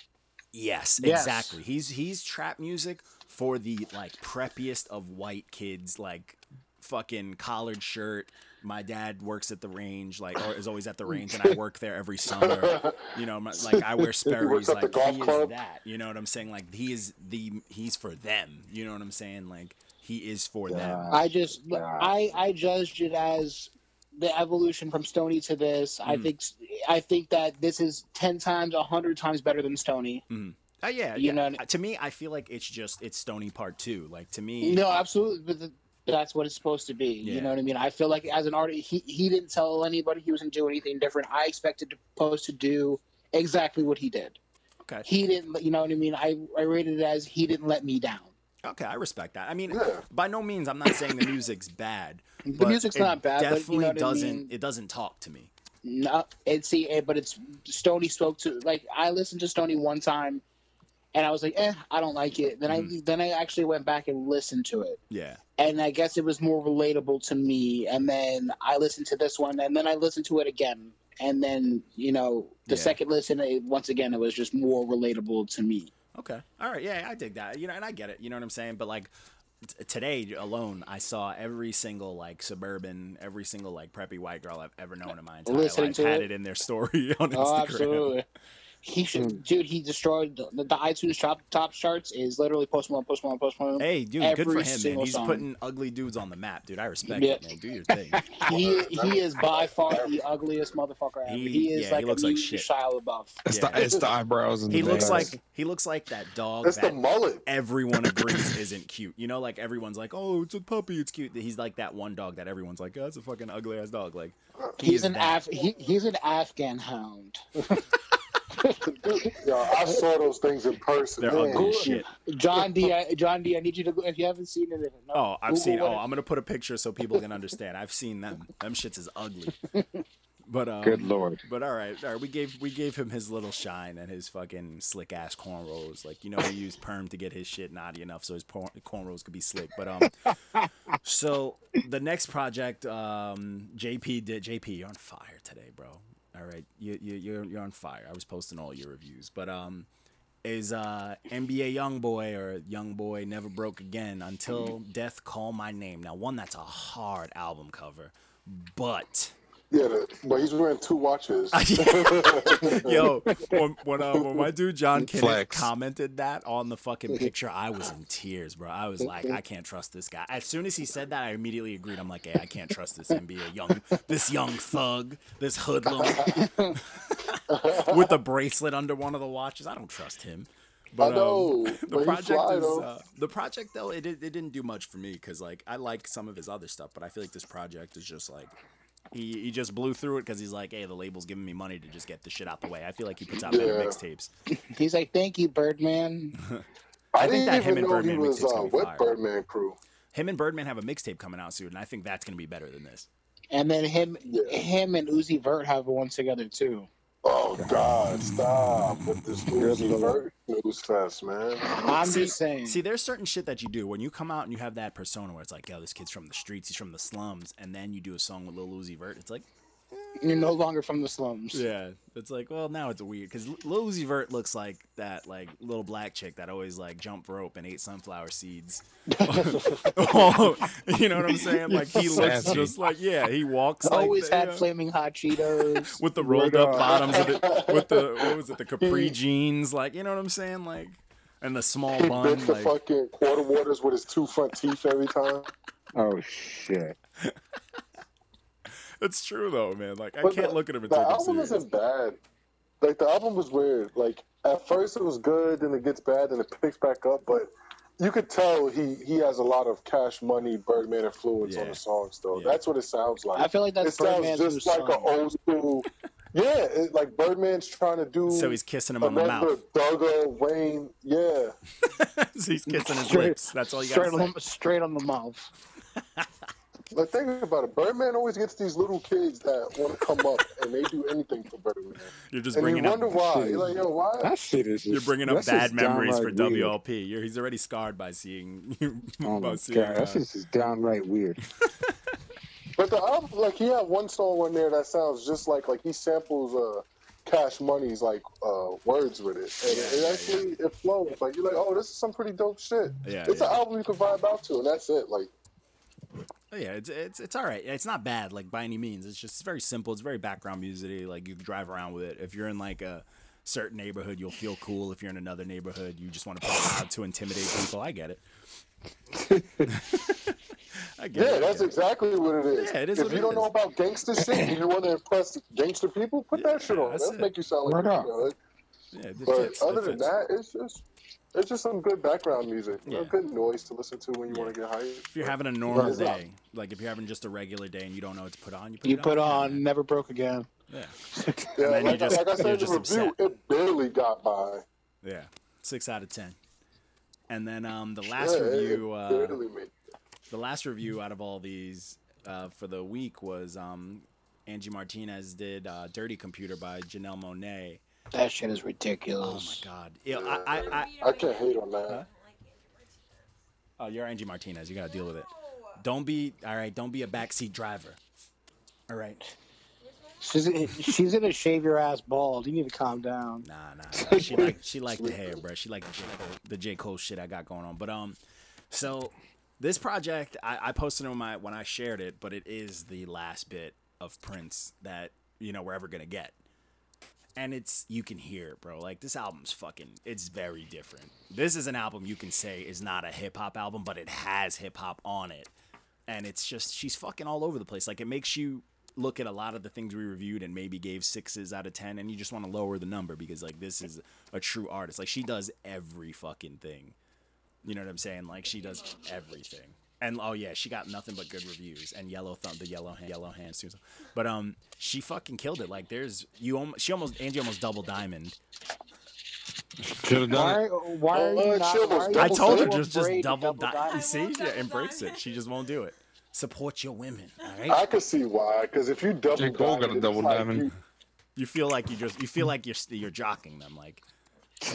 B: Yes,
F: Yes.
B: exactly. He's he's trap music for the like preppiest of white kids, like fucking collared shirt. My dad works at the range, like or is always at the range, and I work there every summer. You know, my, like I wear Sperry's.
H: works at the
B: Like
H: golf
B: he is
H: club.
B: that. You know what I'm saying? Like he is the he's for them. You know what I'm saying? Like he is for them.
I: Yeah.
F: I just
I: Yeah.
F: I I judged it as the evolution from Stony to this. I
B: Mm.
F: think I think that this is ten times, a hundred times better than Stony.
B: Uh, yeah,
F: You
B: yeah.
F: know what I-
B: to me, I feel like it's just it's Stony Part Two. Like to me,
F: No, absolutely. But th- that's what it's supposed to be.
B: Yeah.
F: You know what I mean? I feel like as an artist, he, he didn't tell anybody he was going to do anything different. I expected to post to do exactly what he did.
B: okay,
F: He didn't, you know what I mean? I, I rated it as he didn't let me down.
B: okay, I respect that. I mean,
H: Yeah.
B: by no means I'm not saying the music's bad.
F: The
B: but
F: music's
B: it
F: not bad, but
B: Definitely
F: you know what
B: doesn't.
F: I mean?
B: It doesn't talk to me.
F: No, it's see, eh, but it's Stony spoke to like I listened to Stony one time, and I was like, eh, I don't like it. Then
B: Mm-hmm.
F: I then I actually went back and listened to it,
B: Yeah,
F: and I guess it was more relatable to me. And then I listened to this one, and then I listened to it again, and then you know the
B: Yeah.
F: second listen, it, once again, it was just more relatable to me.
B: Okay. All right. Yeah, I dig that. You know, and I get it. You know what I'm saying? But like t- today alone, I saw every single like suburban, every single like preppy white girl I've ever known in my entire
F: Listening
B: life
F: to
B: had
F: it?
B: it in their story on Instagram.
F: Oh, absolutely. He should, dude. He destroyed the, the iTunes top top charts. Is literally Post Malone, Post Malone, Post Malone.
B: Hey, dude, good for
F: Every
B: him, man.
F: single
B: He's
F: song.
B: putting ugly dudes on the map, dude. I respect
F: Yeah.
B: it, man. Do your thing.
F: He he is by far the ugliest motherfucker ever.
B: He-
F: He, is
B: yeah, he
F: like
B: looks
F: a
B: like
F: like
B: shit.
F: Shia LaBeouf.
D: It's,
B: Yeah.
D: the, it's the eyebrows and
B: He
D: the
B: looks
D: bangs.
B: like he looks like that dog
E: That's the
B: that
E: mullet.
B: everyone agrees isn't cute. You know, like everyone's like, "Oh, it's a puppy, it's cute." He's like that one dog that everyone's like, oh, "That's a fucking ugly ass dog." Like, he
F: He's
B: is
F: an
B: that.
F: Af- he, he's an Afghan hound.
E: Yo, I saw those things in person.
B: They're
E: Man,
B: ugly as
E: who-
B: shit.
F: John D. I, John D. I need you to go if you haven't seen it. if- No,
B: Oh, I've
F: Google
B: seen.
F: what
B: Oh,
F: it-
B: I'm gonna put a picture so people can understand. I've seen them. Them shits is ugly. But um,
J: Good lord.
B: But all right, all right. We gave we gave him his little shine and his fucking slick ass cornrows. Like you know, he used perm to get his shit naughty enough so his por- cornrows could be slick. But um, so the next project, um, JP did JP. You're on fire today, bro. All right, you you you're you're on fire. I was posting all your reviews, but um, is uh NBA Young Boy or Young Boy Never Broke Again until death call my name. Now one that's a hard album cover, but.
E: Yeah, the, but he's wearing two watches.
B: Yo, when when, uh, when my dude John Kinnick
D: Flex.
B: commented that on the fucking picture, I was in tears, bro. I was like, I can't trust this guy. As soon as he said that, I immediately agreed. I'm like, hey, I can't trust this NBA young, this young thug, this hoodlum with the bracelet under one of the watches. I don't trust him. But,
E: I
B: um,
E: know,
B: the
E: but he
B: project
E: fly,
B: is
E: though.
B: uh, the project though it, it it didn't do much for me because like I like some of his other stuff, but I feel like this project is just like he, he just blew through it because he's like, hey, the label's giving me money to just get the shit out the way. I feel like he puts out better
E: Yeah.
B: mixtapes.
F: he's like, thank you, Birdman.
E: I,
B: I think
E: didn't
B: that him
E: even
B: and
E: know
B: Birdman
E: he was
B: mixtape's
E: uh,
B: gonna be
E: with
B: fire.
E: Birdman Crew.
B: Him and Birdman have a mixtape coming out soon, and I think that's gonna be better than this.
F: And then him
E: Yeah.
F: him and Uzi Vert have one together too.
E: Oh God, stop with this Uzi Vert news fest, man.
F: I'm
B: See-
F: just saying.
B: See, there's certain shit that you do when you come out and you have that persona where it's like, yo, this kid's from the streets, he's from the slums, and then you do a song with Lil Uzi Vert. It's like,
F: You're no longer from the slums.
B: yeah, it's like, well, now it's weird because Lil Uzi Vert looks like that, like little black chick that always like jumped rope and ate sunflower seeds. oh, you know what I'm saying? Like he looks
D: Sassy.
B: just like, yeah, he walks like
F: Always
B: that,
F: had
B: yeah.
F: flaming hot Cheetos.
B: with the rolled
J: Word
B: up
J: up.
B: bottoms of the with the what was it the capri jeans like you know what I'm saying like and the small
E: He
B: bun
E: bit the
B: like
E: fucking quarter waters with his two front teeth every time.
J: Oh shit.
B: it's true though man like I
E: But
B: can't
E: the-
B: look at him and
E: The
B: take him
E: album
B: serious
E: isn't bad. Like the album was weird. Like at first it was good, then it gets bad, then it picks back up. But you could tell he he has a lot of Cash Money Birdman influence on
B: Yeah.
E: the songs, though.
B: Yeah.
E: That's what it sounds like.
F: I feel like
E: it
F: that's
E: sounds
F: Birdman's new
E: just like
F: song.
E: an old school. yeah, it, like Birdman's trying to do
B: so he's kissing him on the
E: another
B: mouth
E: Duggar Wayne. Yeah,
B: so he's kissing his
F: Straight-
B: lips that's all you
F: straight
B: got
F: on, straight on the mouth.
E: like think about it. Birdman always gets these little kids that want to come up, and they do anything for Birdman.
B: you're just
E: And you
B: bringing up
E: wonder why. You're like, yo, why?
I: That shit is. Just,
B: you're bringing up
I: that
B: bad
I: shit's
B: memories for
I: downright weird.
B: WLP you're, he's already scarred by seeing
I: Oh
B: by
I: my
B: seeing
I: god,
B: uh,
I: that shit's just downright weird.
E: But the album, like he had one song on there that sounds just like like he samples uh Cash Money's like uh words with it, and it actually it flows. Like you're like, oh, this is some pretty dope shit.
B: Yeah,
E: it's
B: yeah.
E: an album you can vibe out to, and that's it. Like
B: Oh, yeah, it's it's it's all right. It's not bad, like by any means. It's just very simple. It's very background music. Like you can drive around with it. If you're in like a certain neighborhood, you'll feel cool. If you're in another neighborhood, you just want to put it loud to intimidate people. I get it. I get
E: yeah,
B: it. I
E: that's
B: get it.
E: exactly what it is.
B: Yeah, it is
E: If
B: what
E: you
B: it
E: don't know
B: is.
E: about gangster shit, and you want to impress gangster people, put that shit on.
B: that's
E: That'll
B: it.
E: make you sound like
I: Word up.
E: you know,
B: Yeah, it
E: But
B: fits.
E: other
B: It
E: than
B: fits.
E: that, it's just it's just some good background music, you know,
B: Yeah.
E: good noise to listen to when you
B: Yeah.
E: want to get hyped.
B: If you're having a normal
E: it's not-
B: day, like if you're having just a regular day and you don't know what to put on, you put
F: You
B: it
F: put
B: on.
F: on Never Broke Again.
B: Yeah,
E: Yeah,
B: And then you
E: like, I-
B: just-
E: like I
B: you're
E: said in the
B: just
E: review,
B: upset.
E: it barely got by.
B: yeah, yeah. Six out of ten. And then um, the
E: Yeah,
B: last
E: it- it
B: review. Uh,
E: barely made.
B: the last review out of all these uh, for the week was um, Angie Martinez did uh, "Dirty Computer" by Janelle Monet.
F: That shit is
B: Oh my
F: ridiculous.
B: God! Ew, I, I, I,
E: I can't hate on that.
B: Huh? oh, you're Angie Martinez. You gotta deal with it.
K: No.
B: Don't be all right. Don't be a backseat driver. All right.
F: She's she's gonna shave your ass bald. You need to calm down.
B: Nah, nah. nah. She like she liked the hair, bro. She liked the J. Cole, the J Cole shit I got going on. But um, so this project I, I posted on my when I shared it, but it is the last bit of Prince that you know we're ever gonna get. and it's you can hear it, bro. Like this album's fucking it's very different. This is an album you can say is not a hip hop album, but it has hip hop on it. And it's just she's fucking all over the place. Like it makes you look at a lot of the things we reviewed and maybe gave sixes out of ten and you just want to lower the number because like this is a true artist. Like she does every fucking thing. You know what I'm saying? Like she does everything. And oh yeah, she got nothing but good reviews and yellow thumb the yellow hand yellow hands too. But um she fucking killed it. Like there's you almost she almost Angie almost double diamond.
D: Should have done
I: Why?
D: it.
I: Why are
E: Oh, uh,
I: you not?
E: shit,
I: Why are
E: was
I: you
B: I told her
I: so
B: just just
I: afraid of
B: double, diamond.
G: diamond. I
B: See?
G: won't
B: Yeah,
G: double
B: embrace it.
G: diamond.
B: She just won't do it. Support your women, all right?
E: I could see why, because if you double
D: J. Cole got a
E: diamond,
D: double
E: it's like
D: diamond.
E: you-
B: You feel like you just you feel like you're st- you're jocking them like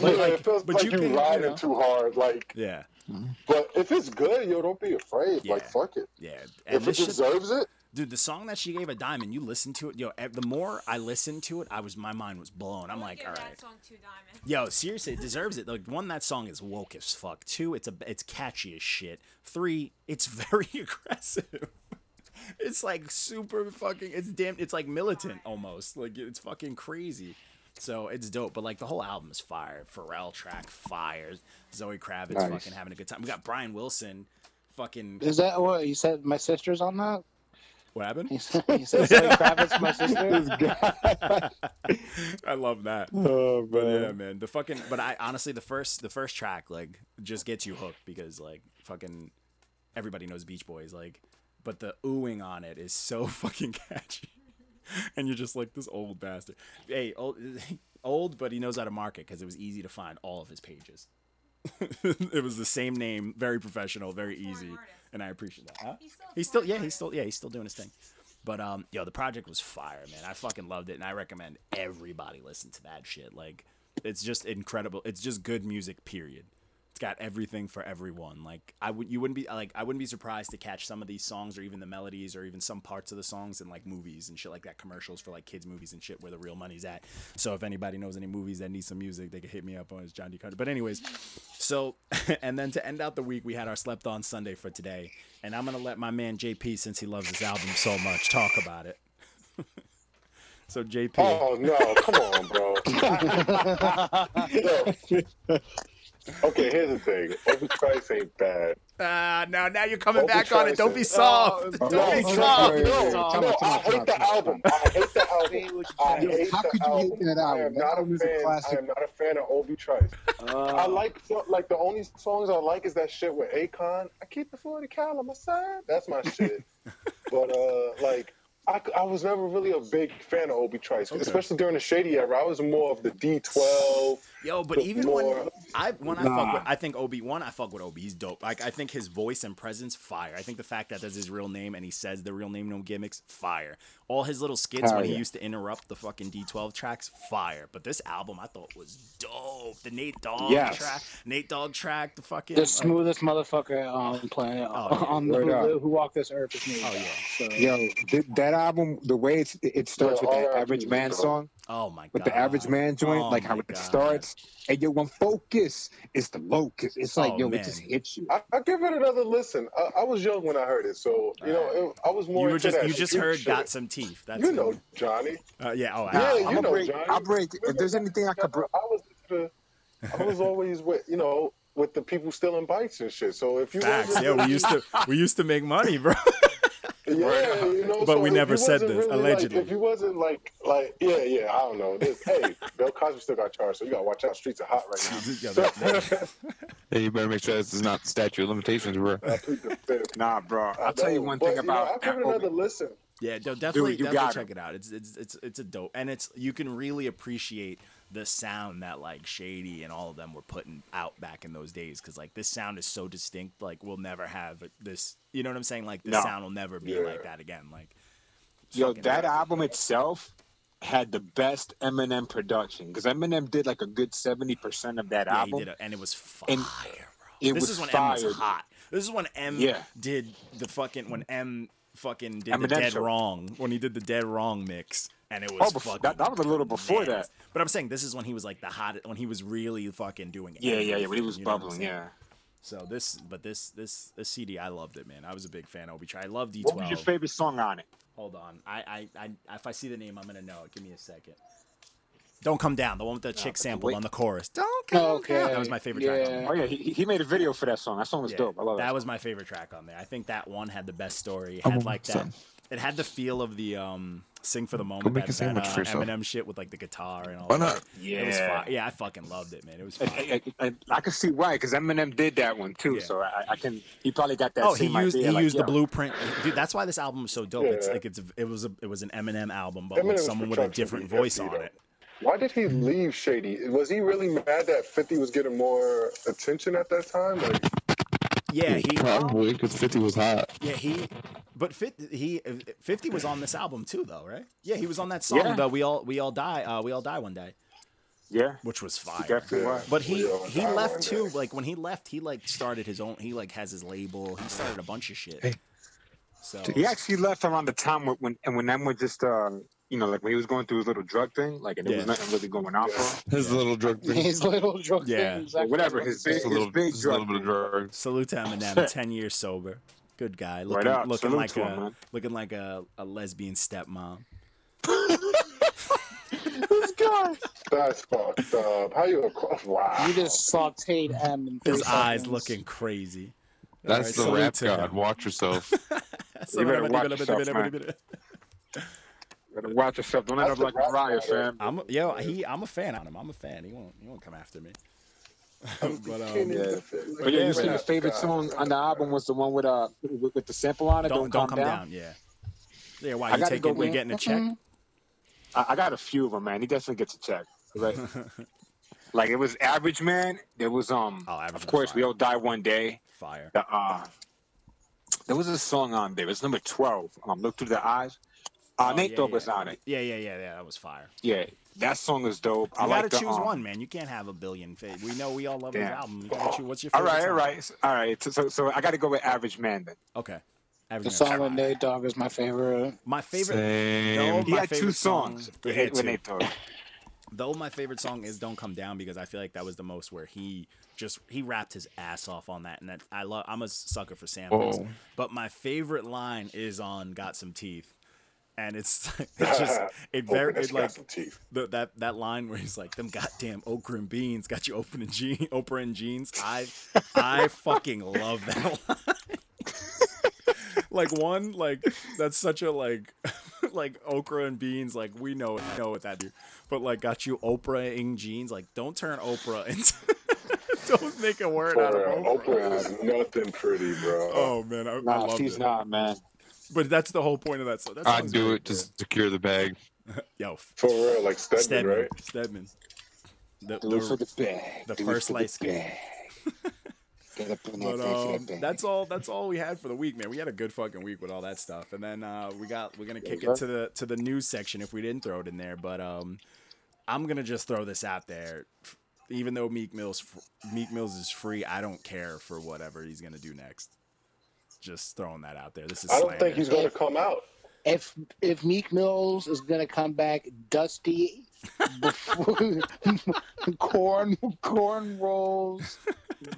E: yeah,
B: like-
E: it feels
B: but
E: like
B: you
E: you,
B: can, you
E: riding
B: know.
E: too hard. Like,
B: yeah.
E: but if it's good, yo, don't be afraid.
B: Yeah.
E: Like, fuck it.
B: Yeah. And
E: if it
B: this shit,
E: deserves it,
B: dude, the song that she gave a diamond, you listen to it, yo, ev- the more I listened to it, I was my mind was blown. I'm
G: would
B: like,
G: give
B: all
G: that
B: right.
G: song two diamonds.
B: Yo, seriously, it deserves it. Like one, that song is woke as fuck. Two, it's a it's catchy as shit. Three, it's very aggressive. it's like super fucking. It's damn. It's like militant almost. Like it's fucking crazy. So it's dope. But like the whole album is fire. Pharrell track fires. Zoe Kravitz
C: Nice.
B: fucking having a good time. We got Brian Wilson. Fucking
F: Is that what you said? My sister's on that.
B: what happened?
F: He said, he said Zoe Kravitz, my sister.
B: I love that.
I: Oh,
B: But
I: man.
B: yeah, man, the fucking. But I honestly, the first, the first track, like, just gets you hooked because, like, fucking, everybody knows Beach Boys, like, but the oohing on it is so fucking catchy, and you're just like this old bastard. Hey, old, old, but he knows how to market because it was easy to find all of his pages. it was the same name, very professional, very
G: Foreign
B: easy,
G: artist.
B: and I appreciate that. Huh?
G: He's still, a
B: He's still,
G: foreign
B: yeah, he's
G: artist.
B: still, yeah, he's still doing his thing. But um, yo, the project was fire, man. I fucking loved it, and I recommend everybody listen to that shit. Like, it's just incredible. It's just good music, period. It's got everything for everyone. Like, I would, you wouldn't be like, I wouldn't be surprised to catch some of these songs, or even the melodies, or even some parts of the songs in like movies and shit like that, commercials for like kids movies and shit where the real money's at. So if anybody knows any movies that need some music, they can hit me up on it's John D. Carter. But anyways, so, and then to end out the week, we had our slept on Sunday for today, and I'm gonna let my man JP, since he loves this album so much, talk about it. so JP,
E: oh no, come on, bro. Yo. Okay, here's the thing. Open Spice ain't bad.
B: ah, now now you're coming
E: Open
B: back on it. Don't be soft.
F: Oh,
B: Don't be
E: no,
B: soft.
E: No, no,
I: Time out, time
E: I
I: out, time
E: hate
I: out,
E: the
I: time out.
E: album. I hate the
F: Say
E: album.
F: what you
E: I
F: think.
E: hate
I: How
E: the
I: could you hate
E: album.
I: that
E: I
I: album?
E: am
I: That
E: not
I: album
E: a
I: is a
E: fan. I
I: classic.
E: am not a fan of Obi Trice.
I: Uh,
E: I like like the only songs I like is that shit with Akon. I keep the forty cal on my side. That's my shit. but uh, like I, c- I was never really a big fan of Obi Trice, especially during the Shady era. I was more of the D twelve.
B: Yo, but
E: the
B: even when
E: more-
B: I when I fuck
I: Nah.
B: with I think Obi one I fuck with Obi. He's dope. Like I think his voice and presence fire. I think the fact that that's his real name and he says the real name no gimmicks fire. All his little skits
I: Hell
B: when he
I: yeah.
B: used to interrupt the fucking D12 tracks fire. But this album I thought was dope. The Nate Dogg
I: Yes.
B: track, Nate Dogg track, the fucking
F: The
B: like- Oh,
F: smoothest motherfucker on planet
B: yeah.
F: on the
I: Word
F: who,
I: up.
F: who walked this earth is me.
B: Oh, yeah.
F: So,
I: Yo, th- that album, the way it's, it starts
E: Yeah,
I: with that
E: R.I.P.,
I: average man
E: bro.
I: song,
B: oh my god.
I: with the average man joint,
B: Oh
I: like how
B: my
I: it
B: God.
I: starts, and yo, when focus is the locus, it's like
B: Oh,
I: yo,
B: man.
I: it just hits you.
E: I, I give it another listen. I, I was young when I heard it, so you know it, I was more
B: You were
E: into
B: just
E: that.
B: you just
E: street
B: heard
E: shit.
B: got some teeth. That's
E: You know Johnny.
B: uh, yeah. Oh,
E: Yeah,
B: I-
E: you
I: I'ma
E: know
I: break.
E: Johnny.
I: I'll break. If there's anything I
E: I
I: could break,
E: was into the, I was always with you know with the people stealing bikes and shit. So if you
B: facts.
E: wasn't
B: Yeah, we used to we used to make money, bro.
E: Yeah,
D: Right.
E: you know,
B: But
E: so
B: we
E: if
B: never
E: you
B: said
E: wasn't
B: this,
E: really,
B: allegedly.
E: Like, if you wasn't like, like, yeah, yeah, I don't know. This, hey, Bill Cosby still got charged, so you gotta watch out. Streets are hot right now.
B: Yo, that- that-
D: Hey, you better make sure this is not statute of limitations, bro.
E: I plead the fifth.
I: nah, bro.
E: I
I: I'll tell you
E: know,
I: one
E: but,
I: thing
E: you know,
I: about
E: I'll give it
I: that
E: another
I: album.
E: listen.
B: Yeah, no, definitely,
I: you
B: definitely
I: got
B: check
I: him.
B: it out. It's it's it's it's a dope, and it's you can really appreciate the sound that like Shady and all of them were putting out back in those days, because like this sound is so distinct. Like we'll never have this. You know what I'm saying? Like this
I: No.
B: sound will never be
E: Yeah.
B: like that again. Like it's
I: Yo,
B: fucking-
I: that album itself had the best Eminem production because Eminem did like a good seventy percent of that
B: yeah, he
I: album.
B: did, it, and it was fire,
I: And
B: bro.
I: it
B: This
I: was
B: is when M
I: fire.
B: was hot. This is when M
I: Yeah.
B: did the fucking when M fucking did the
I: Eminem
B: dead
I: show.
B: wrong when he did the dead wrong mix, and it was
I: Oh, before,
B: fucking.
I: that, that was a little before
B: bananas.
I: that.
B: But I'm saying this is when he was like the hot, when he was really fucking doing.
I: Yeah, yeah, yeah. But he
B: everything,
I: was
B: you know what I'm
I: bubbling.
B: saying?
I: Yeah.
B: So this, but this, this, this CD, I loved it, man. I was a big fan of Obi Trice. I love D12.
I: What was your favorite song on it?
B: Hold on, I, I, I, if I see the name, I'm gonna know it. Give me a second. Don't come down. The one with the chick sampled
I: wait.
B: on the chorus. Don't come
F: Okay.
B: down. That was my favorite track. On
F: Yeah.
B: there.
I: Oh yeah, he, he made a video for that song. That song was
B: Yeah,
I: dope. I love
B: that
I: that.
B: was my favorite track on there. I think that one had the best story. It
D: Oh,
B: had like that.
D: son.
B: It had the feel of the um sing for the moment
D: make
B: that,
D: a
B: that
D: sandwich
B: uh,
D: for yourself.
B: Eminem shit with like the guitar and all.
D: Why
B: that.
D: not?
B: It was
I: Yeah.
B: fire. Yeah, I fucking loved it, man. It was
I: I,
B: fire.
I: I, I, I can see why, because Eminem did that one too.
B: Yeah.
I: So I, I can. He probably got that.
B: oh, he
I: same
B: used
I: idea,
B: he
I: like,
B: used
I: yo.
B: the blueprint, dude. That's why this album is so dope. It's
E: Yeah.
B: like it's it was a, it was an Eminem album, but with
E: Eminem's
B: someone with a
E: production
B: different
E: was
B: voice
E: hefty,
B: on
E: though.
B: it.
E: Why did he leave Shady? Was he really mad that 50 was getting more attention at that time? Like,
B: Yeah, he
D: probably because Fifty was hot.
B: yeah he, but 50, he fifty was on this album too, though, right? Yeah, he was on that song
I: Yeah.
B: about we all we all die uh, we all die one day,
I: Yeah.
B: which was
I: He
B: fire.
I: definitely was.
B: But he
E: Well, yeah,
B: he
E: I
B: left too.
E: wonder.
B: Like when he left, he like started his own. He like has his label. He started a bunch of shit. So
I: He actually left around the time when- when and when Em was just uh you know like when he was going through his little drug thing like and there
B: Yeah.
I: was nothing really going on for him.
D: His little drug thing.
F: His little drug
B: Yeah.
F: thing.
I: Or
F: Exactly.
I: whatever his big,
D: Just a little,
I: his big
D: just a little
I: drug.
D: bit of drugs.
B: salute to Eminem,
I: Shit.
B: ten years sober. Good guy,
I: Right
B: looking
I: out.
B: looking
I: Salute
B: like
I: to
B: a
I: him, man.
B: looking like a, a lesbian stepmom.
I: this guy.
E: that's fucked up. How you? Wow.
F: You just sauteed M in three
B: His eyes
F: seconds.
B: looking crazy.
D: That's
B: All
D: the
B: right, uh,
D: rap
B: salute to
D: god.
B: him.
D: Watch yourself.
I: You better watch yourself, man. Better watch yourself. Don't end
E: That's
I: up
E: the
I: like
E: rap
I: Mariah,
E: battle.
I: fam.
B: I'm yo, he I'm a fan on him. I'm a fan. He won't he won't come after me. but um,
E: Kenny,
I: yeah.
E: the fit- like,
I: But yeah, you see,
E: rap
I: his favorite
E: god.
I: song on the album was the one with uh with, with the sample on it.
B: don't
I: Don't,
B: don't come
I: down.
B: down. Yeah. Yeah, why
I: I
B: you
I: gotta go
B: taking you
I: with-
B: getting a check?
D: Mm-hmm.
I: I, I got a few of them, man. He definitely gets a check. Right. like it was average, man. There was um.
B: Oh, Average
I: of
B: was
I: course, we
B: fire.
I: all die one day.
B: Fire.
I: The uh, there was a song on there. It was number twelve. Um, look through the eyes. Uh,
B: Oh,
I: Nate
B: yeah,
I: Dogg
B: yeah.
I: was on it.
B: Yeah, yeah, yeah, yeah. That was fire.
I: Yeah, that song is dope.
B: You
I: I
B: gotta
I: like the,
B: choose
I: um,
B: one, man. You can't have a billion. fa- We know we all love his
I: Damn.
B: album. You gotta choose. What's your
I: All
B: favorite?
I: right, all
B: song?
I: right, all right. So, so, so I got to go with Average Man then.
B: Okay.
F: The
B: Average
F: song
B: Man's
F: with
B: fire.
F: Nate Dogg is my favorite.
B: My favorite, though
D: Same.
I: He
B: my
I: had
B: favorite
I: two songs.
B: song, yeah,
I: with Nate-
B: two.
I: with Nate Dogg.
B: though my favorite song is "Don't Come Down" because I feel like that was the most where he just he rapped his ass off on that, and that I love. I'm a sucker for samples,
D: Whoa.
B: but my favorite line is on "Got Some Teeth," and it's it just it very
E: Open this
B: it like
E: got some teeth.
B: the, that that line where he's like, "Them goddamn okra and beans got you opening jeans, Oprah and jeans." I I fucking love that line. like one, like that's such a like like okra and beans. Like we know know what that do, but like got you Oprah in jeans. Like don't turn Oprah into don't make a word out of
E: For real,
B: Oprah.
E: Oprah is nothing pretty, bro.
B: Oh man, I, I
I: Nah,
B: loved
I: she's
B: it.
I: not, man.
B: But that's the whole point of that song. That
D: I'd
B: song's
D: do
B: great,
D: it to
B: man.
D: secure the bag.
B: Yo,
E: For real, like Stedman,
B: Stedman,
E: right?
B: Stedman. The,
I: Do it
B: the-
I: for the bag.
B: the
I: Do
B: first
I: it for
B: light
I: the
B: skin.
I: bag. Get up in that
B: But
I: bag for
B: um,
I: that bag.
B: that's all. That's all we had for the week, man. We had a good fucking week with all that stuff, and then uh, we got we're gonna kick it to the to the news section if we didn't throw it in there. But um, I'm gonna just throw this out there. Even though Meek Mill's f- Meek Mills is free, I don't care for whatever he's gonna do next. Just throwing that out there. This is
E: I
B: slander.
E: don't think he's going to come out.
F: If if Meek Mills is gonna come back dusty, before, corn corn rolls,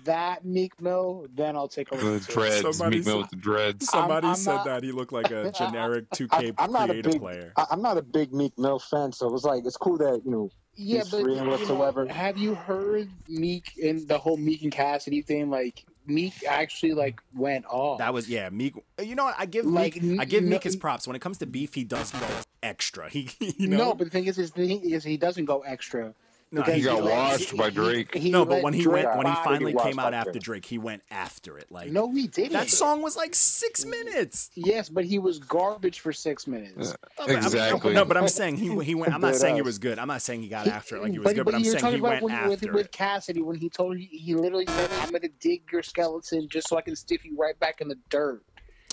F: that Meek Mill, then I'll take a
D: The
F: look. to it.
D: dreads.
B: Oh, Somebody
D: Meek Mill
B: said-
D: with the dreads.
B: Somebody
F: I'm
B: said
F: not-
B: that he looked like a generic 2K
I: I'm not a
B: creative
I: big.
B: player.
I: I, I'm not a big Meek Mill fan, so it was like it's cool that you know
F: Yeah,
I: he's
F: but
I: free and
F: you know,
I: whatsoever.
F: have you heard Meek and the whole Meek and Cassidy thing? Like Meek actually like went off.
B: That was yeah, Meek. You know what? I give
F: Like,
B: Meek, I give
F: n-
B: Meek his
F: n-
B: props. When it comes to beef, he does go extra. He, you know,
F: No, but the thing is, his thing is he doesn't go extra.
B: No,
F: because
D: He got
F: let-
D: washed
F: he-
D: by
F: he-
D: Drake.
F: he
B: no. But
F: let
B: when he
F: Drake
B: went, when he
F: buy-
B: finally
I: washed
B: came out
I: by
B: after
I: Drake.
B: Drake, he went after it. Like
F: no, he didn't.
B: that song was like six minutes.
F: Yes, but he was garbage for six minutes.
B: Uh, but I'm-
D: Exactly.
B: no, but I'm saying he he went. I'm not
I: Dead
B: saying he
I: ass.
B: was good. I'm not saying he got
F: uh, He-
B: after it like he was good. But, I'm
F: you're
B: saying
F: talking
B: he
F: about
B: went
F: when, with,
B: after
F: with
B: it.
F: Cassidy when he told he, he literally said, "I'm gonna dig your skeleton just so I can stiff you right back in the dirt."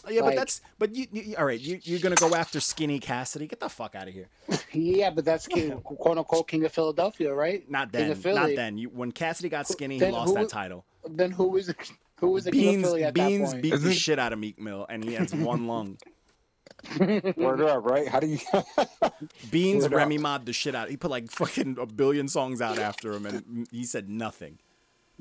B: Yeah, but
F: like-
B: that's but you, you all right. You you're gonna go after Skinny Cassidy? Get the fuck out of here.
F: Yeah, but that's king, quote unquote King of Philadelphia, right?
B: Not
F: King
B: then.
F: of
B: Not
F: Philly.
B: then. You when Cassidy got skinny, he
F: then
B: lost
F: who
B: that
F: was-
B: title.
F: Then who was who was the King of
B: Beans
F: Philly at
B: Beans
F: that point?
B: beat the
D: Isn't-
B: shit out of Meek Mill, and he has one lung.
I: Word up, right? How do you?
B: Beans
I: Word up.
B: Remy mobbed the shit out. He put like fucking a billion songs out after him, and he said nothing.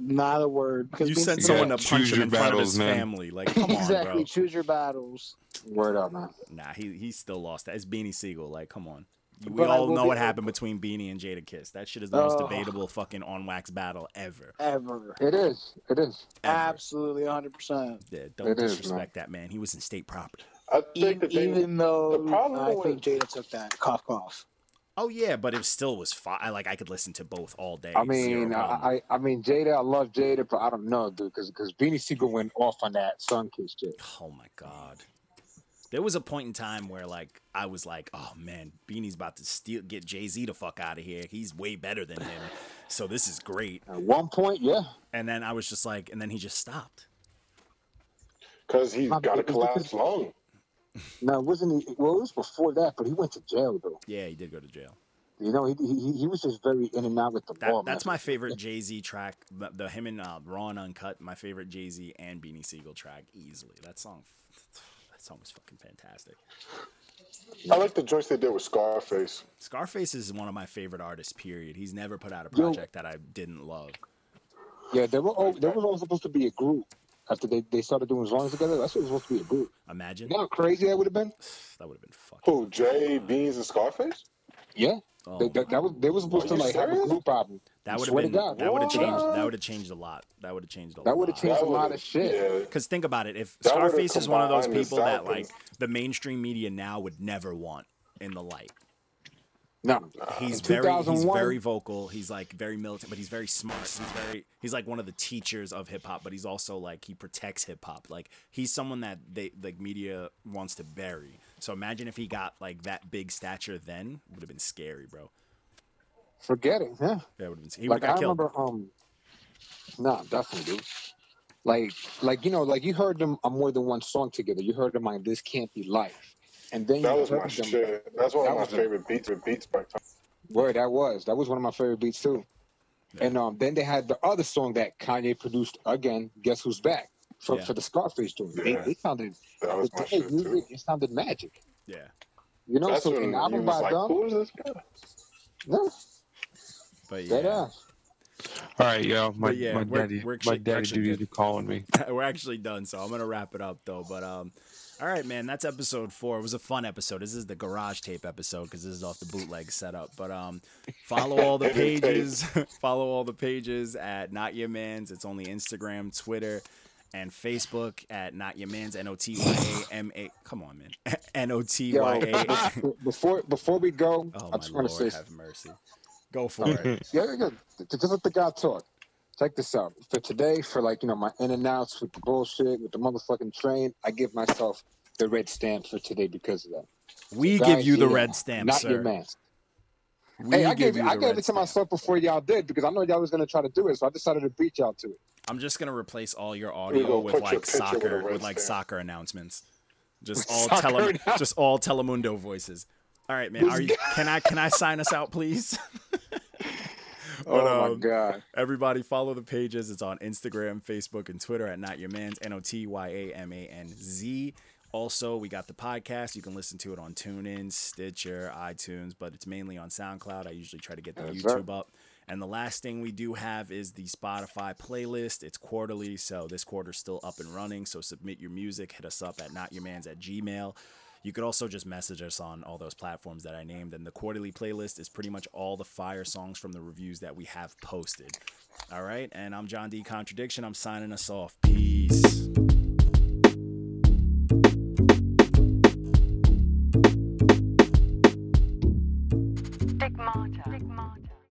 F: Not a word. 'cause
B: You
F: Beans-
B: sent
D: Yeah,
B: someone to
D: choose
B: punch him
D: your
B: in front of
D: battles,
B: his
D: man.
B: family. Like, come on,
F: exactly.
B: bro.
F: Choose your battles.
I: Word up, man.
B: Nah, he he still lost that. It's Beanie Siegel. Like, come on. we
F: But I
B: all
F: will
B: know
F: be-
B: what happened between Beanie and Jada Kiss. That shit is the most
F: Oh.
B: debatable fucking on wax battle ever.
F: ever.
I: It is. It is.
B: ever.
F: Absolutely, 100%.
B: Yeah, don't
H: It is, man.
B: disrespect that man. He was in state property.
E: I
I: E-,
E: think the
F: Even,
E: thing
F: even though
E: the problem
F: I
E: with-
F: think Jada took that. Cough, cough.
B: Oh yeah, but it still was fine. Like I could listen to both all day.
I: I
B: zero
I: mean, I,
B: problem.
I: I, I mean, Jada. I love Jada, but I don't know, dude, because because Beanie Siegel went off on that Sun Kiss shit.
B: Oh my god. There was a point in time where like I was like, oh man, Beanie's about to steal get Jay Z the fuck out of here. He's way better than him. So this is great.
I: At one point, yeah,
B: And then I was just like, and then he just stopped.
E: because he's
I: My
E: got a
I: big-
E: collapsed lung.
I: no, wasn't he? Well, it was before that, but he went to jail though.
B: Yeah, he did go to jail.
I: You know, he he, he was just very in and out with the
B: That,
I: ball. man.
B: that's my favorite Jay Z track. The, the him and uh, Raw and Uncut, my favorite Jay Z and Beanie Siegel track easily. That song, that song was fucking fantastic.
E: I like the joints they did with Scarface.
B: Scarface is one of my favorite artists. Period. He's never put out a
I: Yo.
B: project that I didn't love.
I: Yeah, they were all, they were all supposed to be a group after they, they started doing songs together. That's what was supposed to be a group.
B: Imagine
I: You know how crazy that would have been?
B: that would have been fucking.
E: Who? Jay Beans and Scarface?
I: Yeah,
B: Oh
I: they, that, that was they were supposed to
E: Are you
I: like have a
E: serious?
I: group album. I
B: That would have
I: swear to
B: been
I: God.
B: that would have changed that
E: What?
B: would have changed a lot. That would have changed a
I: That
B: lot.
I: would've changed- There's a lot of shit.
E: Yeah.
B: Cuz think about it, if
E: That would've
B: Scarface is one of those
E: combined the
B: people that like
E: South
B: the mainstream media now would never want in the light.
I: No,
B: He's
I: Uh, In
B: very he's
I: 2001
B: very vocal, he's like very militant, but he's very smart. He's very he's like one of the teachers of hip hop, but he's also like he protects hip hop. Like he's someone that they like media wants to bury. So imagine if he got like that big stature then, would have been scary, bro.
I: forget it. Yeah,
B: That would have been he would
I: like
B: have
I: I
B: got killed.
I: remember. Um, nah, definitely, dude. Like, like you know, like you heard them on more than one song together. You heard them on "This Can't Be Life," and then
E: That
I: you
E: was
I: heard
E: my
I: them.
E: shit. That's one
I: That
E: of my
I: was a-
E: favorite beats. with Beats by Tom.
I: Word, that was that was one of my favorite beats too. And um, then they had the other song that Kanye produced again. Guess who's back for,
B: Yeah.
I: for the Scarface joint? They,
E: Yeah.
I: they sounded
E: That
I: the
E: was my
I: Kanye's
E: shit too.
I: music. It sounded magic.
B: Yeah.
I: You know,
E: That's
I: so
E: when
I: an
E: you
I: album
E: was
I: by
E: like,
I: them,
E: who is this guy?
I: no,
B: But
I: dead
B: yeah.
I: ass.
D: All right, yo, my
B: But yeah,
D: my
B: we're-
D: daddy,
B: we're
D: my
B: actually-
D: daddy
B: actually
D: duties
B: good.
D: be calling me.
B: we're actually done, so I'm gonna wrap it up though. But um, all right, man, that's episode four. It was a fun episode. This is the garage tape episode because this is off the bootleg setup. But um, follow all the
E: It is tape.
B: pages. follow all the pages at Not Your Man's. It's only Instagram, Twitter. And Facebook at Not Your Man's N O T Y A M A. Come on, man. N O T E Y A.
I: Yo, before before we go,
B: Oh,
I: I
B: my
I: just want to say,
B: Lord, have mercy. Go for it.
I: yeah, yeah, yeah, just let the guy talk. Check this out. For today, for like you know my in and outs with the bullshit with the motherfucking train, I give myself the red stamp for today because of that.
B: We
I: Guys,
B: give you the
I: yeah,
B: red stamp,
I: not your
B: sir.
I: man.
B: We
I: Hey, I
B: give
I: gave
B: you the
I: I gave
B: red
I: it to
B: stamp.
I: myself before y'all did because I know y'all was gonna try to do it, so I decided to beat y'all to it.
B: I'm just gonna replace all your
E: We
B: audio
E: gonna
B: with
E: put your
B: like
E: picture with a
B: soccer
E: red
B: with like
E: stamp.
B: soccer announcements. Just
I: With
B: all
I: soccer
B: tele
I: announcements.
B: just all Telemundo voices. All right, man.
I: Let's
B: Are you
I: go.
B: can I can I sign us out please? But,
I: oh my
B: um,
I: god!
B: Everybody follow the pages. It's on Instagram, Facebook, and Twitter at Not Your Man's N O T Y A M A N Z. Also, we got the podcast. You can listen to it on TuneIn, Stitcher, iTunes, but it's mainly on SoundCloud. I usually try to get the
I: Yes, sir.
B: YouTube up. And the last thing we do have is the Spotify playlist. It's quarterly, so this quarter's still up and running. So submit your music. Hit us up at notyourmans at gmail. You could also just message us on all those platforms that I named. And the quarterly playlist is pretty much all the fire songs from the reviews that we have posted. All right. And I'm John D. Contradiction. I'm signing us off. Peace.